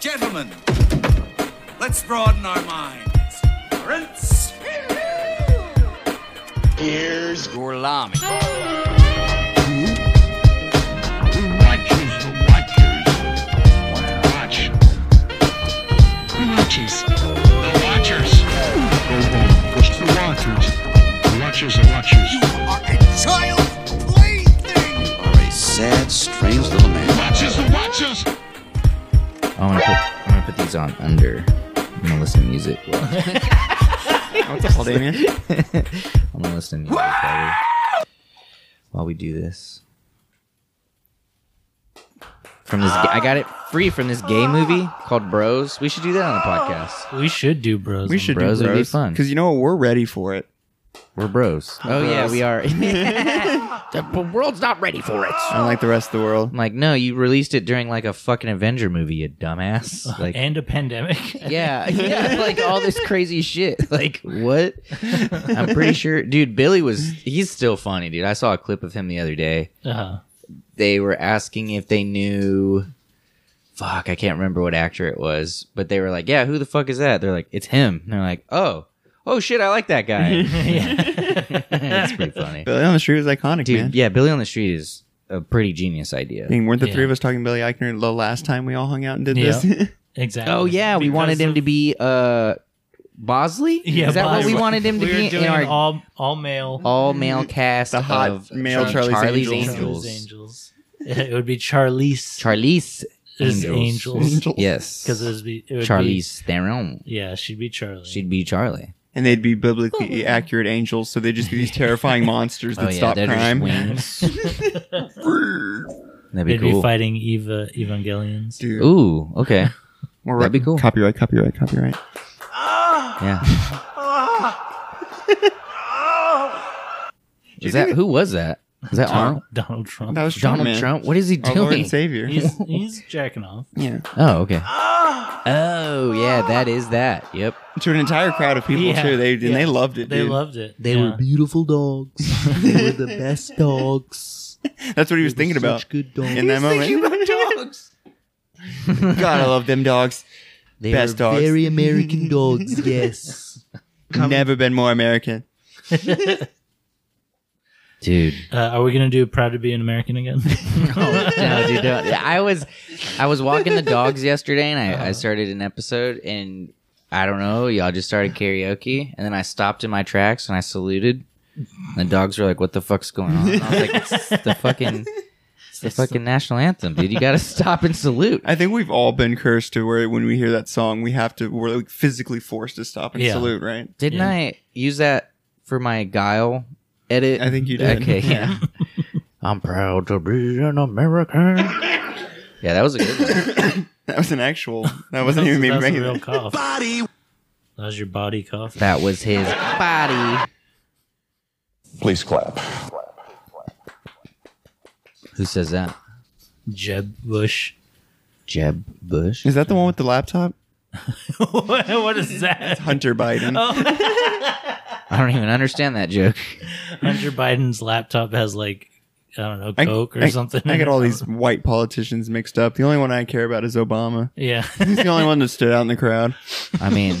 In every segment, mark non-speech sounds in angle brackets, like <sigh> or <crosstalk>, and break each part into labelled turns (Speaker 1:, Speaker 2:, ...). Speaker 1: Gentlemen, let's broaden our minds. Lawrence. Here's Gorlami.
Speaker 2: Who watches the watchers? Watch. Who watches? The watchers. Go home. Push the watchers. The watchers are watchers.
Speaker 1: Child plaything.
Speaker 3: are a sad, strange little man.
Speaker 2: Watchers the watchers.
Speaker 4: I'm gonna put I'm gonna put these on under. I'm gonna listen to music. while-
Speaker 5: What's up, Damien?
Speaker 4: <laughs> I'm gonna listen to music while we, while we do this. From this, ga- I got it free from this gay movie called Bros. We should do that on the podcast.
Speaker 6: We should do bros.
Speaker 5: We should
Speaker 4: Bros
Speaker 5: do
Speaker 4: would
Speaker 5: bros.
Speaker 4: be fun.
Speaker 5: Because you know what? We're ready for it.
Speaker 4: We're bros. Oh yeah, we
Speaker 6: <laughs>
Speaker 4: are. <laughs> the world's not ready for it. I'm
Speaker 5: Unlike the rest of the world.
Speaker 4: like, no, you released it during like a fucking Avenger movie, you
Speaker 6: <laughs>
Speaker 4: dumbass. Like,
Speaker 6: and a pandemic.
Speaker 4: <laughs>
Speaker 6: <laughs>
Speaker 4: yeah, yeah, like all this crazy shit. <laughs> Like what? I'm
Speaker 6: <laughs>
Speaker 4: pretty sure, dude. Billy was. He's still funny, dude. I saw a clip of him the other day.
Speaker 6: Uh-huh.
Speaker 4: They were asking if they knew. Fuck, I can't remember what actor it was, but they were like, "Yeah, who the fuck is that?" They're like, "It's him." And they're like, "Oh, oh shit, I like that
Speaker 6: <laughs>
Speaker 4: guy." <laughs> it's pretty funny,
Speaker 5: Billy on the Street was iconic,
Speaker 4: dude.
Speaker 5: man.
Speaker 4: Yeah, Billy on the Street is a pretty genius idea.
Speaker 5: Dang, weren't the three
Speaker 6: Yeah.
Speaker 5: of us talking Billy Eichner the last time we all hung out and did
Speaker 6: Yeah.
Speaker 5: this? <laughs>
Speaker 6: Exactly.
Speaker 4: Oh yeah, we
Speaker 6: Because
Speaker 4: wanted him
Speaker 6: of-
Speaker 4: to be uh Bosley.
Speaker 6: Yeah,
Speaker 4: is that what we
Speaker 6: Bosley.
Speaker 4: wanted him to
Speaker 6: we were
Speaker 4: be
Speaker 6: doing
Speaker 4: in our all,
Speaker 6: all all male
Speaker 4: male cast?
Speaker 5: The hot
Speaker 4: of
Speaker 5: male
Speaker 4: Char-
Speaker 5: Charlie's
Speaker 4: Charlie's
Speaker 5: Angels.
Speaker 4: Angels.
Speaker 6: Angels. It would be Charlize
Speaker 4: Charlize
Speaker 6: is
Speaker 4: Angels.
Speaker 6: Angels
Speaker 4: Yes,
Speaker 6: because it would be it would
Speaker 4: Charlize Theron.
Speaker 6: Be, yeah, she'd be Charlie.
Speaker 4: She'd be Charlie.
Speaker 5: and they'd be biblically accurate angels, so they'd just be
Speaker 4: <laughs>
Speaker 5: these terrifying monsters that
Speaker 4: oh yeah,
Speaker 5: stop
Speaker 4: they're
Speaker 5: crime.
Speaker 6: <laughs>
Speaker 4: just wings. That'd be
Speaker 6: They'd be
Speaker 4: cool.
Speaker 6: fighting Eva Evangelions.
Speaker 5: Dude,
Speaker 4: Ooh, okay,
Speaker 5: we're-
Speaker 4: that'd be cool.
Speaker 5: Copyright, copyright, copyright. <laughs>
Speaker 4: yeah. Is that who was that? Is that Arnold?
Speaker 6: Donald, Donald Trump.
Speaker 5: That was
Speaker 4: Donald
Speaker 5: man. Oh,
Speaker 4: Trump? What is he
Speaker 5: Our
Speaker 4: doing?
Speaker 5: Lord and Savior.
Speaker 6: he's he's jacking off.
Speaker 5: yeah,
Speaker 4: Oh, okay.
Speaker 5: Ah!
Speaker 4: Oh, yeah, that is that. Yep.
Speaker 5: to an entire crowd of people
Speaker 6: Yeah,
Speaker 5: too. They and
Speaker 6: yeah.
Speaker 5: they loved it.
Speaker 6: They
Speaker 5: dude.
Speaker 6: loved it.
Speaker 4: They
Speaker 6: yeah.
Speaker 4: were beautiful dogs. they were the best dogs.
Speaker 5: That's what he was thinking about
Speaker 4: Such good dogs.
Speaker 5: in that moment.
Speaker 4: dogs.
Speaker 5: <laughs> God, I love them dogs.
Speaker 4: They
Speaker 5: Best
Speaker 4: were
Speaker 5: dogs.
Speaker 4: very
Speaker 5: <laughs>
Speaker 4: American dogs. Yes,
Speaker 5: Never been more American.
Speaker 4: dude.
Speaker 6: Uh, are we gonna do "Proud to Be an
Speaker 4: <laughs>
Speaker 6: American" <laughs> again?
Speaker 5: <laughs>
Speaker 4: No, dude. Don't. I was, I was walking the dogs yesterday, and I, I started an episode, and I don't know, y'all just started karaoke, and then I stopped in my tracks and I saluted. And the dogs were like, "What the fuck's going on?" And I was like, "It's the fucking." It's the fucking national anthem, dude. You gotta stop and salute.
Speaker 5: I think we've all been cursed to where when we hear that song, we have to we're like physically forced to stop and
Speaker 6: Yeah.
Speaker 5: salute, right? <laughs>
Speaker 4: Didn't
Speaker 6: Yeah.
Speaker 4: I use that for my guile edit?
Speaker 5: I think you did.
Speaker 4: Okay, yeah. I'm proud to be an American.
Speaker 5: <laughs>
Speaker 4: yeah, that was a good one.
Speaker 5: That was an actual. That wasn't even me
Speaker 6: That's a
Speaker 5: making
Speaker 6: real
Speaker 5: it.
Speaker 6: cough. Body. That was your body cough.
Speaker 4: That was his body.
Speaker 7: Please clap.
Speaker 4: Who says that?
Speaker 6: Jeb Bush. <laughs>
Speaker 4: Jeb Bush.
Speaker 5: Is that the one with the laptop?
Speaker 6: what what is that?
Speaker 5: Hunter Biden. <laughs>
Speaker 6: Oh.
Speaker 4: Oh. I don't even understand that joke.
Speaker 6: Hunter Biden's laptop has like I don't know
Speaker 5: I-
Speaker 6: coke or
Speaker 5: I-
Speaker 6: something.
Speaker 5: I
Speaker 6: <laughs>
Speaker 5: get all these white politicians mixed up. The only one I care about is Obama.
Speaker 6: Yeah, <laughs>
Speaker 5: He's the only one that stood out in the crowd.
Speaker 4: I <laughs> mean,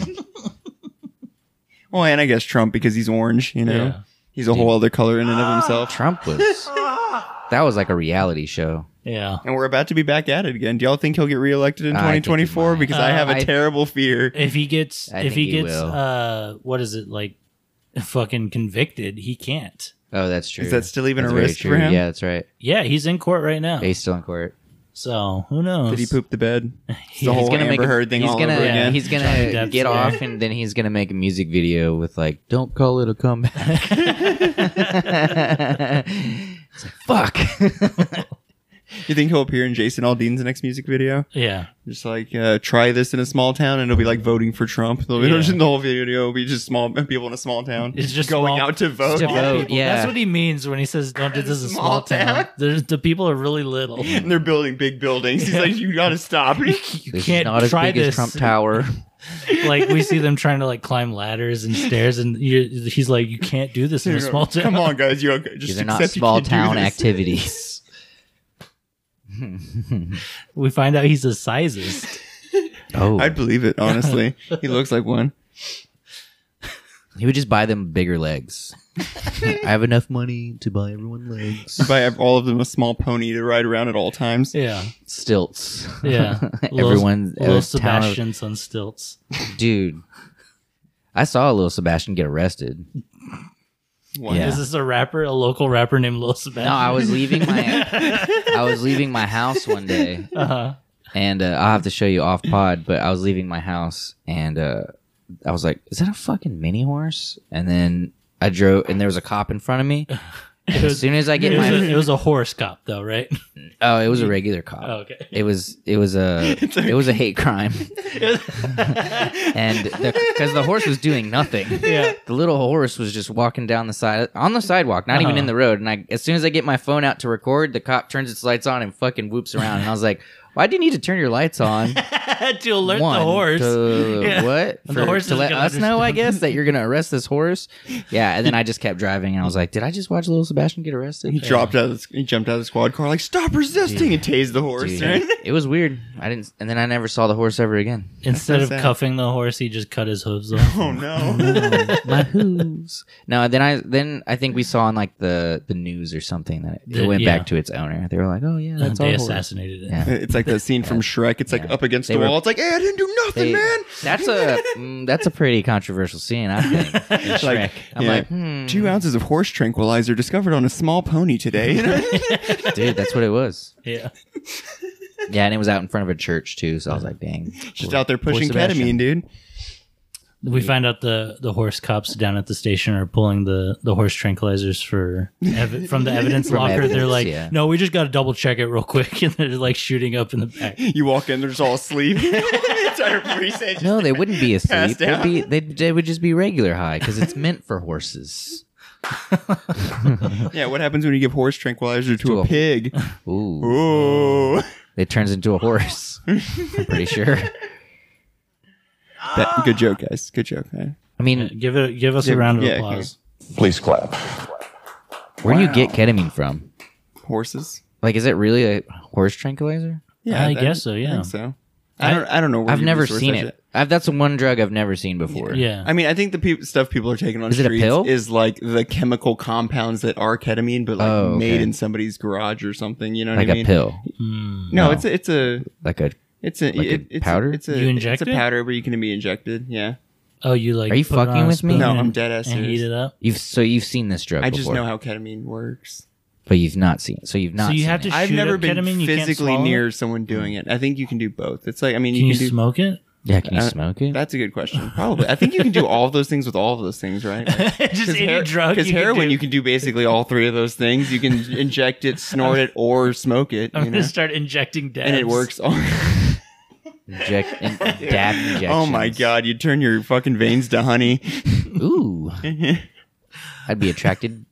Speaker 5: Well, and I guess Trump because he's orange. You know,
Speaker 6: Yeah. Ah.
Speaker 5: he's a whole other color in and of himself.
Speaker 4: Trump was. That was like a reality show.
Speaker 6: yeah.
Speaker 5: And we're about to be back at it again. Do y'all think he'll get reelected in
Speaker 4: I think he
Speaker 5: 2024?
Speaker 4: might.
Speaker 5: Because I
Speaker 6: Uh,
Speaker 5: have a
Speaker 4: I-
Speaker 5: terrible fear.
Speaker 6: If he gets,
Speaker 4: I
Speaker 6: if
Speaker 4: think
Speaker 6: he
Speaker 4: he
Speaker 6: gets,
Speaker 4: will.
Speaker 6: uh, what is it like? <laughs> Fucking convicted, he can't.
Speaker 4: Oh, that's true.
Speaker 5: Is that still even
Speaker 4: That's
Speaker 5: a
Speaker 4: very
Speaker 5: risk for
Speaker 4: true.
Speaker 5: him?
Speaker 4: Yeah, that's right.
Speaker 6: Yeah, he's in court right now.
Speaker 4: He's still in court.
Speaker 6: So who knows?
Speaker 5: Did he
Speaker 6: <laughs>
Speaker 5: poop the bed? It's the
Speaker 6: He's
Speaker 5: whole Amber
Speaker 4: a-
Speaker 5: Heard thing
Speaker 4: he's
Speaker 5: all
Speaker 4: gonna,
Speaker 5: over again.
Speaker 4: He's gonna
Speaker 6: Johnny Depp's
Speaker 4: get
Speaker 6: there.
Speaker 4: off, and then he's gonna make a music video with like, "Don't call it a
Speaker 6: <laughs>
Speaker 4: comeback." It's like, Fuck.
Speaker 6: <laughs>
Speaker 5: You think he'll appear in Jason Aldean's next music video?
Speaker 6: Yeah,
Speaker 5: Just like uh, try this in a small town, and it'll be like voting for Trump. They'll be-
Speaker 6: Yeah.
Speaker 5: <laughs> the whole video will be just small <laughs> people in a small town.
Speaker 6: It's just
Speaker 5: going
Speaker 6: small-
Speaker 5: out to vote.
Speaker 4: to vote.
Speaker 6: people.
Speaker 4: Oh, Yeah.
Speaker 6: that's what he means when he says, "Don't do this in a small
Speaker 5: Small
Speaker 6: town."
Speaker 5: town.
Speaker 6: There's, the people are really little.
Speaker 5: <laughs> And they're building big buildings. He's like, you gotta stop.
Speaker 6: <laughs> You
Speaker 4: This
Speaker 6: can't
Speaker 4: is not as
Speaker 6: try
Speaker 4: big
Speaker 6: this.
Speaker 4: as Trump
Speaker 6: <laughs>
Speaker 4: Tower.
Speaker 6: like we see them trying to like climb ladders and stairs, and you're, he's like, "You can't do this in a small town."
Speaker 5: Come
Speaker 6: <laughs>
Speaker 5: on, guys. You okay? Just
Speaker 4: These are not
Speaker 5: accept you
Speaker 4: small
Speaker 5: can do
Speaker 4: town
Speaker 5: this.
Speaker 4: activities.
Speaker 6: We find out he's a sizist.
Speaker 4: Oh,
Speaker 5: I'd believe
Speaker 6: <laughs>
Speaker 5: it, honestly. he looks like one.
Speaker 4: he would just buy them bigger
Speaker 6: <laughs>
Speaker 4: legs. I have enough money to buy everyone legs.
Speaker 5: Buy ev- all of them a small pony to ride around at all times.
Speaker 4: <laughs>
Speaker 6: Yeah,
Speaker 4: Stilts.
Speaker 6: yeah.
Speaker 4: Everyone.
Speaker 6: little,
Speaker 4: uh,
Speaker 6: little
Speaker 4: town of-
Speaker 6: Sebastian's on stilts.
Speaker 4: dude. I saw little Sebastian get arrested.
Speaker 5: Wow.
Speaker 4: Yeah.
Speaker 6: Is this a rapper, a local rapper named Lil Sebastian?
Speaker 4: No, I was leaving my <laughs> I was leaving my house one day,
Speaker 6: Uh-huh.
Speaker 4: and uh, I'll have to show you off pod. But I was leaving my house, and uh, I was like, "Is that a fucking mini horse?" And then I drove, and there was a cop in front of me.
Speaker 6: It
Speaker 4: As
Speaker 6: was,
Speaker 4: soon as I get
Speaker 6: it, was
Speaker 4: my
Speaker 6: a,
Speaker 4: <laughs>
Speaker 6: it was a horse cop, though, right? <laughs>
Speaker 4: oh, it was a regular cop.
Speaker 6: Oh, okay.
Speaker 4: It was it was a it was a hate crime, and because the horse was doing nothing,
Speaker 6: <laughs> Yeah. <laughs>
Speaker 4: the little horse was just walking down the side on the sidewalk, not even
Speaker 6: Uh-huh.
Speaker 4: in the road. And I, as soon as I get my phone out to record, the cop turns its lights on and fucking whoops around. And I was like, "Why do you need to turn your lights on?"
Speaker 6: to <laughs> alert
Speaker 4: One,
Speaker 6: the horse.
Speaker 4: to-
Speaker 6: <laughs> Yeah.
Speaker 4: What?
Speaker 6: And the horse
Speaker 4: to
Speaker 6: isn't
Speaker 4: let
Speaker 6: gonna
Speaker 4: us know, I
Speaker 6: understand.
Speaker 4: guess, that you're gonna arrest this horse.
Speaker 6: <laughs>
Speaker 4: Yeah, and then I just kept driving, and I was like, "Did I just watch Little Sebastian get arrested?"
Speaker 5: He dropped out of the, he jumped out of the squad car like stop resisting and tased the horse.
Speaker 4: Dude,
Speaker 5: right?
Speaker 4: it was weird. I didn't, and then I never saw the horse ever
Speaker 6: <laughs>
Speaker 4: again.
Speaker 6: Instead of
Speaker 5: sad.
Speaker 6: cuffing the horse, he just cut his hooves off.
Speaker 5: <laughs> Oh
Speaker 6: <laughs>
Speaker 5: no.
Speaker 4: my hooves. No, then I then I think we saw on like the the news or something that it, it
Speaker 6: The-
Speaker 4: went
Speaker 6: yeah.
Speaker 4: back to its owner. They were like, "Oh yeah, <laughs>
Speaker 6: and
Speaker 4: that's our
Speaker 6: they
Speaker 4: horse."
Speaker 6: assassinated it.
Speaker 4: Yeah.
Speaker 5: it's like that scene from Shrek. It's like
Speaker 4: Yeah.
Speaker 5: up against
Speaker 4: They
Speaker 5: the
Speaker 4: were-
Speaker 5: wall. It's like, hey, I didn't do nothing,
Speaker 4: They-
Speaker 5: man.
Speaker 4: That's a <laughs> mm, that's a pretty controversial scene.
Speaker 5: <laughs>
Speaker 4: I think. in Shrek.
Speaker 5: Like,
Speaker 4: I'm
Speaker 5: yeah,
Speaker 4: like, hmm,
Speaker 5: two ounces of horse tranquilizer discovered on a small pony today. <laughs> You
Speaker 4: <laughs>
Speaker 5: know?
Speaker 4: dude, that's what it was.
Speaker 6: Yeah.
Speaker 4: Yeah, and it was out in front of a church too. So I was like, dang,
Speaker 5: Just out there
Speaker 4: Poor
Speaker 5: pushing
Speaker 4: Sebastian.
Speaker 5: ketamine, dude.
Speaker 6: We find out the, the horse cops down at the station are pulling the, the horse tranquilizers for ev-
Speaker 4: <laughs>
Speaker 6: from the evidence
Speaker 4: From
Speaker 6: locker. They're
Speaker 4: evidence,
Speaker 6: like,
Speaker 4: yeah.
Speaker 6: no, we just got to double check it real quick, <laughs> and they're like shooting up in the back.
Speaker 5: You walk in, there's all asleep.
Speaker 4: <laughs>
Speaker 5: <laughs> Entire precinct.
Speaker 4: No, they wouldn't be asleep.
Speaker 5: Passed
Speaker 4: They'd
Speaker 5: out.
Speaker 4: be, they'd, they would just be regular high because it's meant for horses.
Speaker 5: Yeah, what happens when you give horse tranquilizer to,
Speaker 4: To
Speaker 5: a,
Speaker 4: a- <laughs>
Speaker 5: pig?
Speaker 4: Ooh,
Speaker 5: Ooh.
Speaker 4: it turns into
Speaker 5: <laughs>
Speaker 4: a horse. I'm pretty sure. Ah.
Speaker 5: That- good joke, guys. Good joke. eh?
Speaker 4: I mean,
Speaker 6: Give it, give us a
Speaker 5: Yeah,
Speaker 6: round of
Speaker 5: yeah,
Speaker 6: applause.
Speaker 7: Please clap.
Speaker 4: where do you get ketamine from?
Speaker 5: Horses.
Speaker 4: Like, is it really a horse tranquilizer?
Speaker 5: Yeah,
Speaker 6: I
Speaker 5: that-
Speaker 6: guess so, yeah.
Speaker 5: I think so. I don't. I don't know. Where
Speaker 4: I've
Speaker 5: you
Speaker 4: never
Speaker 5: resource
Speaker 4: seen
Speaker 5: that
Speaker 4: it.
Speaker 5: shit.
Speaker 4: I've, that's the one drug I've never seen before.
Speaker 6: Yeah.
Speaker 5: I mean, I think the peop stuff people are taking on
Speaker 4: Is it a
Speaker 5: streets
Speaker 4: pill?
Speaker 5: is like the chemical compounds that are ketamine, but like
Speaker 4: Oh, okay.
Speaker 5: made in somebody's garage or something. You know
Speaker 4: like
Speaker 5: what I mean?
Speaker 4: a pill,
Speaker 5: No, it's a, it's a
Speaker 4: like a.
Speaker 5: it's a,
Speaker 4: Like a
Speaker 5: it- it's
Speaker 4: powder?
Speaker 5: A, it's a
Speaker 6: You inject
Speaker 5: it's a
Speaker 6: it?
Speaker 5: powder where you can be injected. Yeah,
Speaker 6: oh, you like?
Speaker 4: Are you
Speaker 6: put it on
Speaker 4: fucking
Speaker 6: a
Speaker 4: with me?
Speaker 6: spoon
Speaker 5: No,
Speaker 6: and-
Speaker 5: I'm dead ass
Speaker 6: And
Speaker 5: serious.
Speaker 6: heat it up.
Speaker 4: You've so you've seen this drug.
Speaker 5: I just
Speaker 4: before,
Speaker 5: know how ketamine works.
Speaker 4: but you've not seen it. So you've not.
Speaker 6: So you
Speaker 4: seen
Speaker 6: have
Speaker 4: it.
Speaker 6: to.
Speaker 5: I've
Speaker 6: shoot
Speaker 5: never
Speaker 6: up
Speaker 5: been
Speaker 6: ketamine, you can't
Speaker 5: physically
Speaker 6: swallow it?
Speaker 5: near someone doing it. I think you can do both. It's like I mean,
Speaker 6: Can
Speaker 5: you
Speaker 6: you
Speaker 5: can do. <laughs>
Speaker 6: smoke <laughs> it?
Speaker 4: Yeah, can you
Speaker 5: Uh,
Speaker 4: smoke it?
Speaker 5: That's a good question. Probably. I think you can do all of those things with all of those things, right?
Speaker 6: <laughs> Just any drug.
Speaker 5: Because
Speaker 6: you can
Speaker 5: heroin,
Speaker 6: do.
Speaker 5: you can do basically all three of those things. You can inject it, snort it, or smoke it.
Speaker 6: <laughs> I'm
Speaker 5: You know?
Speaker 6: gonna start injecting dabs.
Speaker 5: And it works. <laughs> All-
Speaker 4: Inject in, dab injections.
Speaker 5: oh my god! You turn your fucking veins to honey.
Speaker 4: Ooh. I'd be attracted.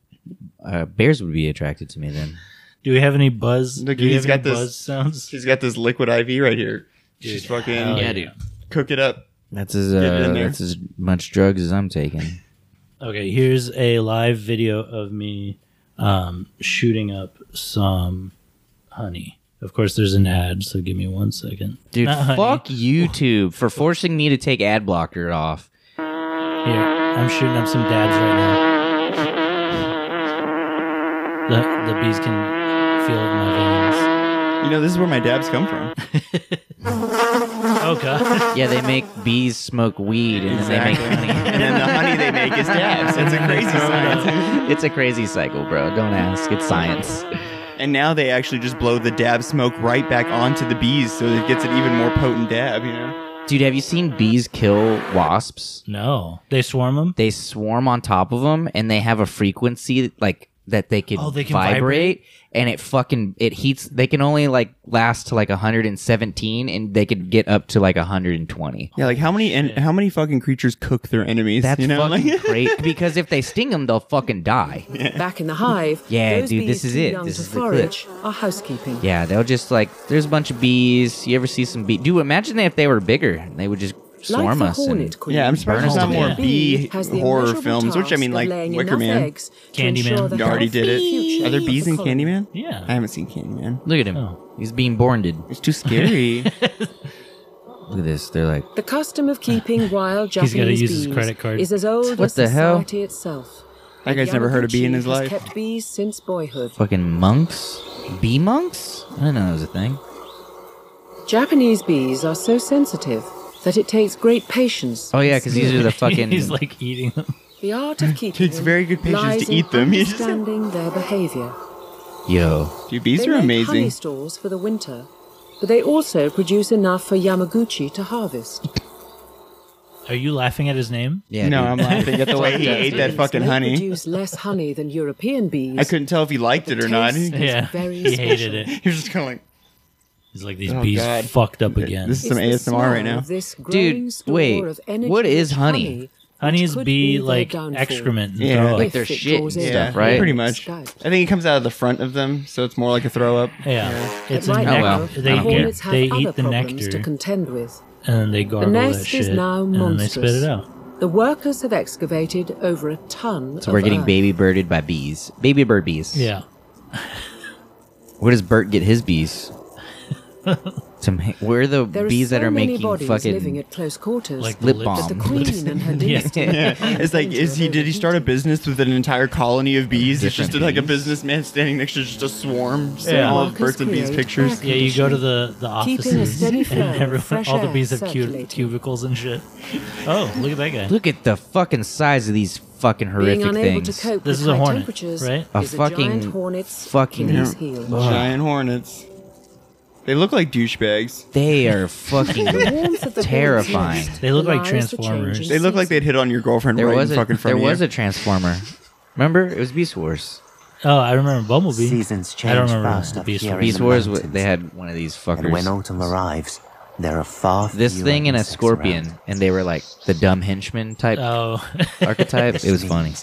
Speaker 4: Uh, bears would be attracted to me then.
Speaker 6: Do we have any buzz?
Speaker 5: Look,
Speaker 6: do we
Speaker 5: he's
Speaker 6: have any
Speaker 5: got this-
Speaker 6: buzz
Speaker 5: <laughs>
Speaker 6: sounds?
Speaker 5: She's got this liquid IV right here. She's fucking
Speaker 6: hell yeah.
Speaker 4: dude.
Speaker 5: cook it up.
Speaker 4: That's as
Speaker 5: Oh, Get it
Speaker 4: uh,
Speaker 5: in there.
Speaker 4: that's as much drugs as I'm taking.
Speaker 6: Okay, here's a live video of me um, shooting up some honey. Of course, there's an ad, so give me one second.
Speaker 4: Dude,
Speaker 6: Not honey.
Speaker 4: fuck YouTube for forcing me to take ad blocker off.
Speaker 6: Here, I'm shooting up some dabs right now. The, the bees can feel it in my veins.
Speaker 5: You know, this is where my dabs come from.
Speaker 6: Oh god,
Speaker 4: Yeah, they make bees smoke weed and then they make money.
Speaker 5: <laughs> and then the honey they make is dabs. It's a crazy science.
Speaker 4: <laughs> It's a crazy cycle, bro. Don't ask. It's science.
Speaker 5: And now they actually just blow the dab smoke right back onto the bees, so it gets an even more potent dab. You know,
Speaker 4: Dude, have you seen bees kill wasps?
Speaker 6: <laughs> no! They swarm them.
Speaker 4: They swarm on top of them and they have a frequency like that they can,
Speaker 6: Oh, they can
Speaker 4: vibrate, and it fucking it heats they can only like last to like 117 and they could get up to like 120.
Speaker 5: yeah. Like how many and how many fucking creatures cook their enemies?
Speaker 4: That's
Speaker 5: you know,
Speaker 4: fucking
Speaker 5: like,
Speaker 4: great because if they sting them they'll fucking die.
Speaker 8: Back in the hive,
Speaker 4: Yeah,
Speaker 8: those
Speaker 4: dude,
Speaker 8: bees
Speaker 4: this is
Speaker 8: too
Speaker 4: it.
Speaker 8: young
Speaker 4: This
Speaker 8: to
Speaker 4: is the
Speaker 8: forage are housekeeping.
Speaker 4: Yeah, they'll just like there's a bunch of bees. You ever see some bee? Dude, imagine if they were bigger, they would just swarm
Speaker 8: like
Speaker 4: us.
Speaker 8: the hornet
Speaker 4: and-
Speaker 5: <laughs>
Speaker 8: queen,
Speaker 5: yeah. I'm surprised there's not
Speaker 4: Burn
Speaker 5: more
Speaker 4: them.
Speaker 5: bee
Speaker 8: has the
Speaker 5: horror
Speaker 8: immeasurable
Speaker 5: films, which I
Speaker 8: task
Speaker 5: mean,
Speaker 8: of
Speaker 5: like
Speaker 8: laying
Speaker 5: Wicker
Speaker 8: enough
Speaker 5: Man.
Speaker 8: eggs to
Speaker 6: Candyman.
Speaker 8: ensure the
Speaker 5: You already did it.
Speaker 8: future
Speaker 5: Are there
Speaker 8: of
Speaker 5: bees
Speaker 8: the
Speaker 5: in
Speaker 8: colony.
Speaker 5: Candyman?
Speaker 6: Yeah.
Speaker 5: I haven't seen Candyman.
Speaker 4: Look at him.
Speaker 6: Oh.
Speaker 4: <laughs> He's being bornded.
Speaker 5: It's too scary.
Speaker 4: Look at this. They're like,
Speaker 8: The custom
Speaker 4: <laughs>
Speaker 8: of keeping wild
Speaker 6: He's
Speaker 8: Japanese
Speaker 6: gotta use his
Speaker 8: bees
Speaker 6: credit card.
Speaker 8: is as old
Speaker 4: What
Speaker 8: as
Speaker 4: the hell?
Speaker 8: society itself.
Speaker 5: That guy's never heard a bee in his
Speaker 8: Yamaguchi has
Speaker 5: life.
Speaker 8: Kept bees since boyhood.
Speaker 4: fucking monks? Bee monks? I didn't know that was a thing.
Speaker 8: Japanese bees are so sensitive that it takes great patience.
Speaker 4: Oh, yeah, because these
Speaker 6: <laughs>
Speaker 4: are the fucking.
Speaker 6: He's like eating them.
Speaker 8: The
Speaker 5: <laughs>
Speaker 8: art of keeping
Speaker 5: Takes
Speaker 8: them
Speaker 5: very good patience
Speaker 8: lies
Speaker 5: to
Speaker 8: in
Speaker 5: eat them. <laughs> You just-
Speaker 8: Understanding their behavior.
Speaker 4: yo.
Speaker 5: Dude, bees
Speaker 8: they
Speaker 5: are
Speaker 8: make honey
Speaker 5: amazing.
Speaker 8: stores for the winter, but they also produce enough for Yamaguchi to harvest.
Speaker 6: Are you laughing at his name?
Speaker 4: Yeah.
Speaker 5: no,
Speaker 4: dude.
Speaker 5: I'm laughing at the
Speaker 8: <laughs>
Speaker 5: way he ate that fucking
Speaker 8: they
Speaker 5: honey.
Speaker 8: produce less honey than European bees.
Speaker 5: I couldn't tell if he liked it or not. <laughs>
Speaker 8: Taste.
Speaker 5: He
Speaker 6: Yeah,
Speaker 8: very
Speaker 6: he hated
Speaker 8: special.
Speaker 6: it.
Speaker 5: was just kind of like,
Speaker 6: He's like these
Speaker 5: Oh,
Speaker 6: bees
Speaker 5: God.
Speaker 6: fucked up again.
Speaker 5: this is some
Speaker 8: It's the
Speaker 5: ASMR right
Speaker 8: smell
Speaker 5: now.
Speaker 8: of This growing
Speaker 4: Dude,
Speaker 8: store
Speaker 4: wait,
Speaker 8: of energy
Speaker 4: what is
Speaker 8: rich
Speaker 4: honey?
Speaker 8: honey
Speaker 6: Honey's
Speaker 8: could be
Speaker 6: bee
Speaker 8: their
Speaker 6: like
Speaker 8: downfall.
Speaker 6: excrement. and
Speaker 5: Yeah,
Speaker 6: throw up.
Speaker 4: like their
Speaker 8: If it
Speaker 4: shit and
Speaker 8: goes
Speaker 4: stuff,
Speaker 8: in.
Speaker 5: Yeah,
Speaker 4: right?
Speaker 5: pretty much. I
Speaker 8: Skype.
Speaker 5: think it comes out of the front of them, so it's more like a throw
Speaker 4: <laughs>
Speaker 5: up.
Speaker 6: Yeah, it's a
Speaker 8: Right
Speaker 4: Oh,
Speaker 6: nectar.
Speaker 4: well.
Speaker 8: now,
Speaker 4: I
Speaker 6: They
Speaker 4: don't care.
Speaker 8: hornets
Speaker 6: eat,
Speaker 8: have
Speaker 6: they
Speaker 8: other
Speaker 6: eat the
Speaker 8: problems to
Speaker 6: nectar
Speaker 8: contend with.
Speaker 6: and then they gargle
Speaker 8: nest
Speaker 6: that
Speaker 8: is
Speaker 6: shit
Speaker 8: now
Speaker 6: and then they spit
Speaker 8: monstrous.
Speaker 6: it out.
Speaker 8: The workers have excavated over a ton.
Speaker 4: So we're
Speaker 8: of
Speaker 4: getting
Speaker 8: earth.
Speaker 4: baby birded by bees. Baby bird bees.
Speaker 6: Yeah,
Speaker 4: Where does Bert get his
Speaker 8: <laughs>
Speaker 4: bees? to make, where are the
Speaker 8: There are
Speaker 4: bees
Speaker 8: so
Speaker 4: that are
Speaker 8: many
Speaker 4: making
Speaker 8: bodies living
Speaker 4: fucking?
Speaker 8: at close quarters.
Speaker 6: like
Speaker 4: Lip
Speaker 6: the
Speaker 4: balm.
Speaker 8: that the
Speaker 4: Um,
Speaker 8: queen
Speaker 4: <laughs>
Speaker 8: and her
Speaker 5: <laughs>
Speaker 8: dynasty. <laughs>
Speaker 5: It's like, is he? Did he start a business with an entire colony of bees? It's just
Speaker 4: Different
Speaker 5: like a
Speaker 4: bees?
Speaker 5: businessman standing next to just a swarm, just
Speaker 6: Yeah.
Speaker 5: all of
Speaker 8: Workers
Speaker 5: birds and bees
Speaker 8: create
Speaker 5: pictures.
Speaker 8: back-
Speaker 6: Yeah, you go to the the
Speaker 8: Keeping a
Speaker 6: offices <laughs>
Speaker 8: steady
Speaker 6: and
Speaker 8: flow of
Speaker 6: everyone,
Speaker 8: fresh
Speaker 6: all the
Speaker 8: air
Speaker 6: bees have cu-
Speaker 8: circulating.
Speaker 6: cubicles and
Speaker 8: <laughs>
Speaker 6: shit. Oh, look at that guy.
Speaker 4: Look at the fucking size of these fucking
Speaker 8: Being
Speaker 4: horrific
Speaker 8: unable
Speaker 4: things.
Speaker 8: to cope
Speaker 6: This
Speaker 8: with
Speaker 6: is a
Speaker 8: high
Speaker 6: hornet,
Speaker 8: temperatures
Speaker 6: right?
Speaker 4: A
Speaker 8: is
Speaker 4: fucking-
Speaker 8: giant hornet's
Speaker 4: fucking-
Speaker 8: Achilles
Speaker 5: Yeah.
Speaker 8: heel.
Speaker 5: Giant hornets. They look like douchebags.
Speaker 4: They are fucking.
Speaker 8: <laughs> The warmth of the
Speaker 4: Terrifying.
Speaker 8: hornet's nest
Speaker 6: They look like
Speaker 8: belies the change in
Speaker 6: Transformers.
Speaker 5: They look like
Speaker 8: season.
Speaker 5: they'd hit on your girlfriend
Speaker 4: There
Speaker 5: right
Speaker 4: was
Speaker 5: in
Speaker 4: a
Speaker 5: fucking front
Speaker 4: there
Speaker 5: of
Speaker 4: was
Speaker 5: you.
Speaker 4: a transformer. Remember, it was Beast Wars.
Speaker 6: Oh, I remember Bumblebee.
Speaker 9: Seasons
Speaker 6: I don't
Speaker 9: change
Speaker 6: remember
Speaker 9: fast up
Speaker 6: Beast
Speaker 9: here
Speaker 6: Wars.
Speaker 9: in
Speaker 4: Beast
Speaker 9: the
Speaker 4: Wars. wa-
Speaker 9: mountains.
Speaker 4: They had one of these
Speaker 9: And when
Speaker 4: fuckers.
Speaker 9: autumn arrives, there are far
Speaker 4: This
Speaker 9: fewer
Speaker 4: thing and a
Speaker 9: insects
Speaker 4: scorpion,
Speaker 9: around.
Speaker 4: and they were like the dumb henchman type
Speaker 8: Uh,
Speaker 6: Oh <laughs>
Speaker 4: archetype.
Speaker 8: <laughs>
Speaker 4: It was funny.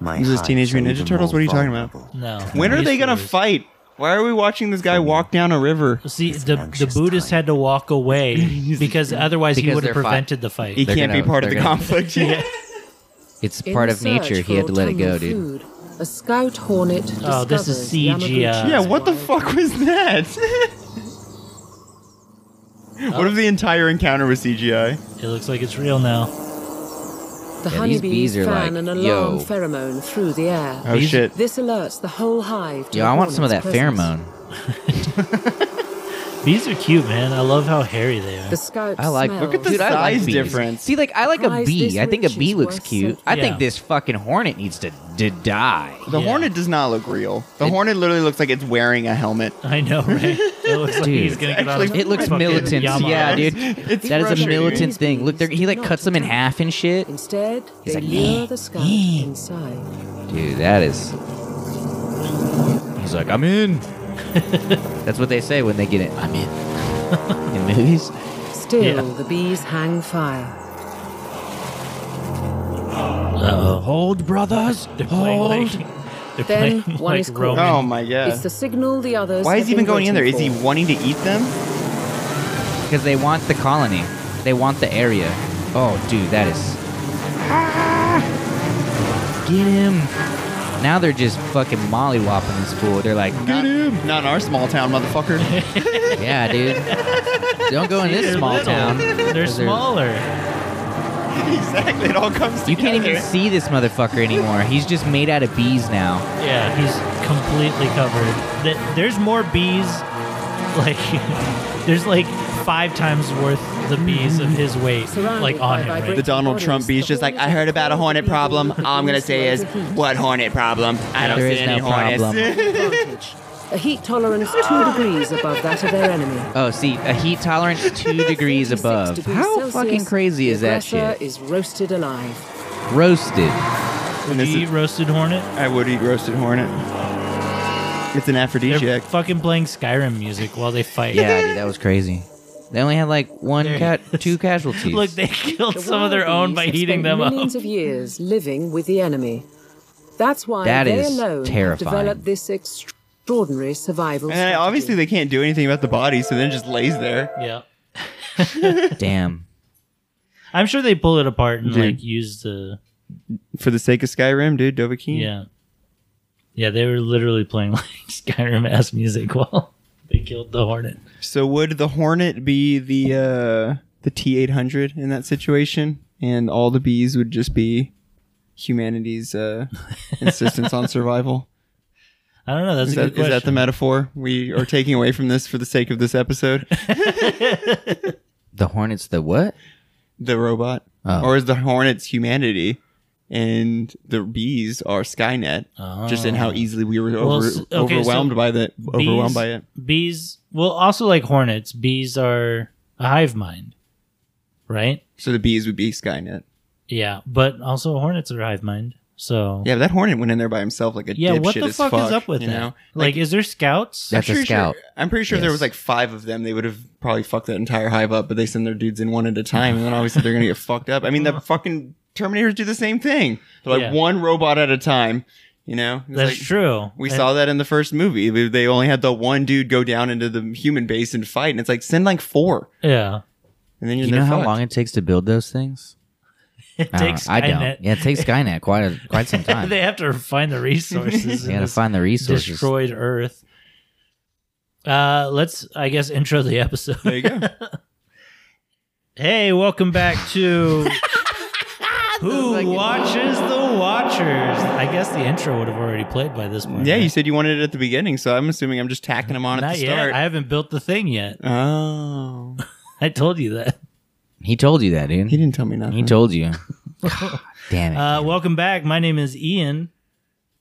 Speaker 9: My
Speaker 5: These are
Speaker 9: hives
Speaker 5: Teenage
Speaker 9: are
Speaker 5: Mutant Ninja
Speaker 9: even
Speaker 5: Turtles?
Speaker 9: more
Speaker 5: What are you talking about?
Speaker 9: vulnerable.
Speaker 6: no.
Speaker 5: When are
Speaker 6: Beast
Speaker 5: they gonna
Speaker 6: Wars.
Speaker 5: fight? Why are we watching this guy walk down a river?
Speaker 6: See,
Speaker 9: It's
Speaker 6: the
Speaker 9: an
Speaker 6: the
Speaker 9: anxious
Speaker 6: Buddhist
Speaker 9: time.
Speaker 6: had to walk away because otherwise he
Speaker 4: Because
Speaker 6: would have
Speaker 4: they're fi-
Speaker 6: prevented the fight.
Speaker 5: He
Speaker 4: They're
Speaker 5: can't be
Speaker 4: gonna-
Speaker 5: part of the
Speaker 4: they're
Speaker 5: <laughs>
Speaker 4: gonna-
Speaker 5: conflict. yeah.
Speaker 4: It's
Speaker 8: In
Speaker 4: part of
Speaker 8: search
Speaker 4: nature.
Speaker 8: for
Speaker 4: He had to let it go,
Speaker 8: autumnal
Speaker 4: dude.
Speaker 8: food, A scout hornet.
Speaker 6: Oh, this is
Speaker 8: discovers
Speaker 6: CGI.
Speaker 8: Yamaguchi's
Speaker 5: Yeah, what the
Speaker 8: wild
Speaker 5: fuck was <laughs> that? what if the entire encounter was CGI?
Speaker 6: It looks like it's real now.
Speaker 8: The
Speaker 4: Yeah, these
Speaker 8: honeybees
Speaker 4: bees are
Speaker 8: fan
Speaker 4: like,
Speaker 8: an alarm
Speaker 4: yo.
Speaker 8: pheromone through the air.
Speaker 5: Oh shit.
Speaker 8: This alerts the whole hive to
Speaker 4: Yo,
Speaker 8: the
Speaker 4: I want some of that
Speaker 8: hornet's presence.
Speaker 4: pheromone.
Speaker 6: Bees are cute, man. I love how hairy they are.
Speaker 8: The scout
Speaker 4: I like.
Speaker 8: smells
Speaker 4: Look at the
Speaker 5: Dude, I
Speaker 4: size
Speaker 5: like bees.
Speaker 4: difference. See, like I like a
Speaker 8: Prize
Speaker 4: bee.
Speaker 8: this
Speaker 4: I think a
Speaker 8: rich
Speaker 4: bee
Speaker 8: is
Speaker 4: looks
Speaker 8: worth
Speaker 4: cute.
Speaker 8: something.
Speaker 4: I
Speaker 6: Yeah.
Speaker 4: think this fucking hornet needs to, to die.
Speaker 5: The
Speaker 6: Yeah.
Speaker 5: hornet does not look real. The hornet literally looks like it's wearing a helmet.
Speaker 6: I know,
Speaker 8: <laughs>
Speaker 6: right? It looks like
Speaker 4: Dude.
Speaker 6: he's gonna get out.
Speaker 5: Actually,
Speaker 4: It looks militant. Yeah, dude.
Speaker 5: It's
Speaker 4: that is a
Speaker 5: frustrating.
Speaker 4: militant thing. Look, there he like cuts them in half and shit.
Speaker 8: Instead, they
Speaker 4: like,
Speaker 8: lure
Speaker 4: "Yeah,
Speaker 8: the scout
Speaker 4: yeah."
Speaker 8: inside.
Speaker 4: Dude, that is. He's like, I'm in. <laughs> That's what they say when they get it. I'm in. in <laughs> movies.
Speaker 8: Still,
Speaker 6: Yeah.
Speaker 8: the bees hang fire.
Speaker 4: Hold, brothers.
Speaker 6: They're playing like, they're
Speaker 8: Then
Speaker 6: playing
Speaker 8: one
Speaker 6: like
Speaker 8: is caught.
Speaker 6: Roman.
Speaker 5: Oh my
Speaker 8: It's
Speaker 5: god.
Speaker 8: the signal the others.
Speaker 5: Why is
Speaker 8: have
Speaker 5: he even
Speaker 8: been
Speaker 5: going in there? Is
Speaker 8: waiting
Speaker 5: he
Speaker 8: for.
Speaker 5: wanting to eat them?
Speaker 4: Because they want the colony. They want the area. Oh, dude, that is. Ah! Get him. Now they're just fucking mollywopping this fool. They're like,
Speaker 5: Not, not in our small town, motherfucker. <laughs>
Speaker 4: yeah, dude. Don't go in
Speaker 6: <laughs>
Speaker 4: this Oh,
Speaker 6: They're
Speaker 4: small
Speaker 6: little.
Speaker 4: town.
Speaker 6: They're
Speaker 4: 'Cause
Speaker 6: smaller.
Speaker 5: exactly. It all comes
Speaker 4: You can't
Speaker 5: together.
Speaker 4: even see this motherfucker anymore. He's just made out of bees now.
Speaker 6: Yeah, he's completely covered. Th- There's more bees. Like, there's like <laughs> five times worth the bees of his weight,
Speaker 8: Surrounded
Speaker 6: like on
Speaker 8: by
Speaker 6: him. Right?
Speaker 5: The
Speaker 8: vibrant-
Speaker 5: Donald Trump bee's just like, I heard about a hornet problem. All I'm gonna say is, what hornet problem? I don't
Speaker 4: There
Speaker 5: see
Speaker 4: is
Speaker 5: any
Speaker 4: no
Speaker 5: hornets.
Speaker 4: problem.
Speaker 6: <laughs>
Speaker 8: Advantage. A heat tolerance two degrees above that of their enemy.
Speaker 4: Oh, see, a heat tolerance two degrees
Speaker 8: 36
Speaker 4: above.
Speaker 8: degrees
Speaker 4: How
Speaker 8: Celsius,
Speaker 4: fucking crazy
Speaker 8: the
Speaker 4: is that
Speaker 8: aggressor
Speaker 4: shit?
Speaker 8: Is roasted alive.
Speaker 4: Roasted.
Speaker 5: And
Speaker 6: Would
Speaker 5: this
Speaker 6: you eat
Speaker 5: is-
Speaker 6: roasted hornet?
Speaker 5: I would eat roasted hornet. It's an
Speaker 6: They're
Speaker 5: aphrodisiac.
Speaker 6: fucking playing Skyrim music while they fight.
Speaker 4: Yeah, dude, that was crazy. They only had like one
Speaker 6: There he
Speaker 4: cat, two
Speaker 5: <laughs>
Speaker 4: casualties.
Speaker 6: <laughs> Look, they killed
Speaker 8: The
Speaker 6: some of their own
Speaker 8: wild bees
Speaker 6: by
Speaker 8: have
Speaker 6: heating
Speaker 8: spent
Speaker 6: them up.
Speaker 8: millions of years living with the enemy. That's why
Speaker 4: That
Speaker 8: they
Speaker 4: is
Speaker 8: alone
Speaker 4: terrifying.
Speaker 8: have developed this extraordinary survival.
Speaker 5: And obviously they can't do anything about the body, so then it just lays there.
Speaker 6: Yeah.
Speaker 4: Damn.
Speaker 6: I'm sure they pull it apart and
Speaker 5: Dude.
Speaker 6: like use the
Speaker 5: For the sake of Skyrim, dude, Dovahkiin.
Speaker 6: yeah, yeah. They were literally playing <laughs> like Skyrim <laughs> ass music while they killed the hornet.
Speaker 5: So would the hornet be the uh the T eight hundred in that situation, and all the bees would just be humanity's uh, insistence on survival.
Speaker 6: I don't know. That's
Speaker 5: Is
Speaker 6: a
Speaker 5: that,
Speaker 6: good
Speaker 5: is
Speaker 6: question.
Speaker 5: that the metaphor we are taking away from this for the sake of this
Speaker 6: <laughs>
Speaker 5: episode?
Speaker 4: The hornets, the what?
Speaker 5: The robot,
Speaker 4: Oh.
Speaker 5: or is the hornets humanity, and the bees are Skynet? Just in how easily we were over,
Speaker 6: Ah. Well, s- okay,
Speaker 5: overwhelmed
Speaker 6: so
Speaker 5: by that. Overwhelmed by it.
Speaker 6: Bees, well, also like hornets, bees are a hive mind, right?
Speaker 5: So the bees would be Skynet.
Speaker 6: Yeah, but also hornets are a hive mind. So
Speaker 5: Yeah, but that hornet went in there by himself like a
Speaker 6: yeah,
Speaker 5: dipshit
Speaker 6: what the
Speaker 5: as
Speaker 6: fuck, is up with
Speaker 5: you
Speaker 6: that?
Speaker 5: know?
Speaker 6: Like, is there scouts?
Speaker 4: That's
Speaker 5: I'm
Speaker 4: a
Speaker 5: pretty sure-
Speaker 4: scout.
Speaker 5: I'm pretty sure if there was
Speaker 4: Yes.
Speaker 5: like five of them, they would have probably fucked that entire hive up. But they send their dudes in one at a time, and then obviously they're gonna
Speaker 4: <laughs>
Speaker 5: get fucked up. I mean, the fucking Terminators do the same thing. They're like
Speaker 6: Yeah.
Speaker 5: one robot at a time. You know, It's
Speaker 6: That's
Speaker 5: like-
Speaker 6: true.
Speaker 5: We
Speaker 6: And-
Speaker 5: saw that in the first movie. They- They only had the one dude go down into the human base and fight, and it's like send like four,
Speaker 6: <laughs> Yeah,
Speaker 5: and then you're
Speaker 4: You
Speaker 5: they're
Speaker 4: know how
Speaker 5: fucked.
Speaker 4: long it takes to build those things?
Speaker 6: it
Speaker 4: I don't
Speaker 6: takes.
Speaker 4: know. I don't.
Speaker 6: Skynet.
Speaker 4: Yeah, it
Speaker 6: <laughs>
Speaker 4: takes Skynet quite a, quite some time.
Speaker 6: they have to find the resources.
Speaker 4: You
Speaker 6: in
Speaker 4: gotta
Speaker 6: this
Speaker 4: find the resources.
Speaker 6: destroyed Earth. Uh, let's, I guess, intro the episode.
Speaker 5: There you
Speaker 4: <laughs>
Speaker 5: go.
Speaker 6: Hey, welcome back to Who Watches the Watchers? I guess the intro would have already played by this point.
Speaker 5: yeah,
Speaker 6: right?
Speaker 5: you said you wanted it at the beginning, so I'm assuming I'm just tacking them on at
Speaker 6: not
Speaker 5: the
Speaker 6: yet.
Speaker 5: start.
Speaker 6: I haven't built the thing yet.
Speaker 5: oh,
Speaker 6: I told you that. Uh,
Speaker 4: He told you that,
Speaker 5: he
Speaker 4: dude.
Speaker 5: didn't tell me nothing.
Speaker 4: He told
Speaker 6: <laughs>
Speaker 4: you. Damn it.
Speaker 6: Uh, welcome back. My name is Ian. Uh,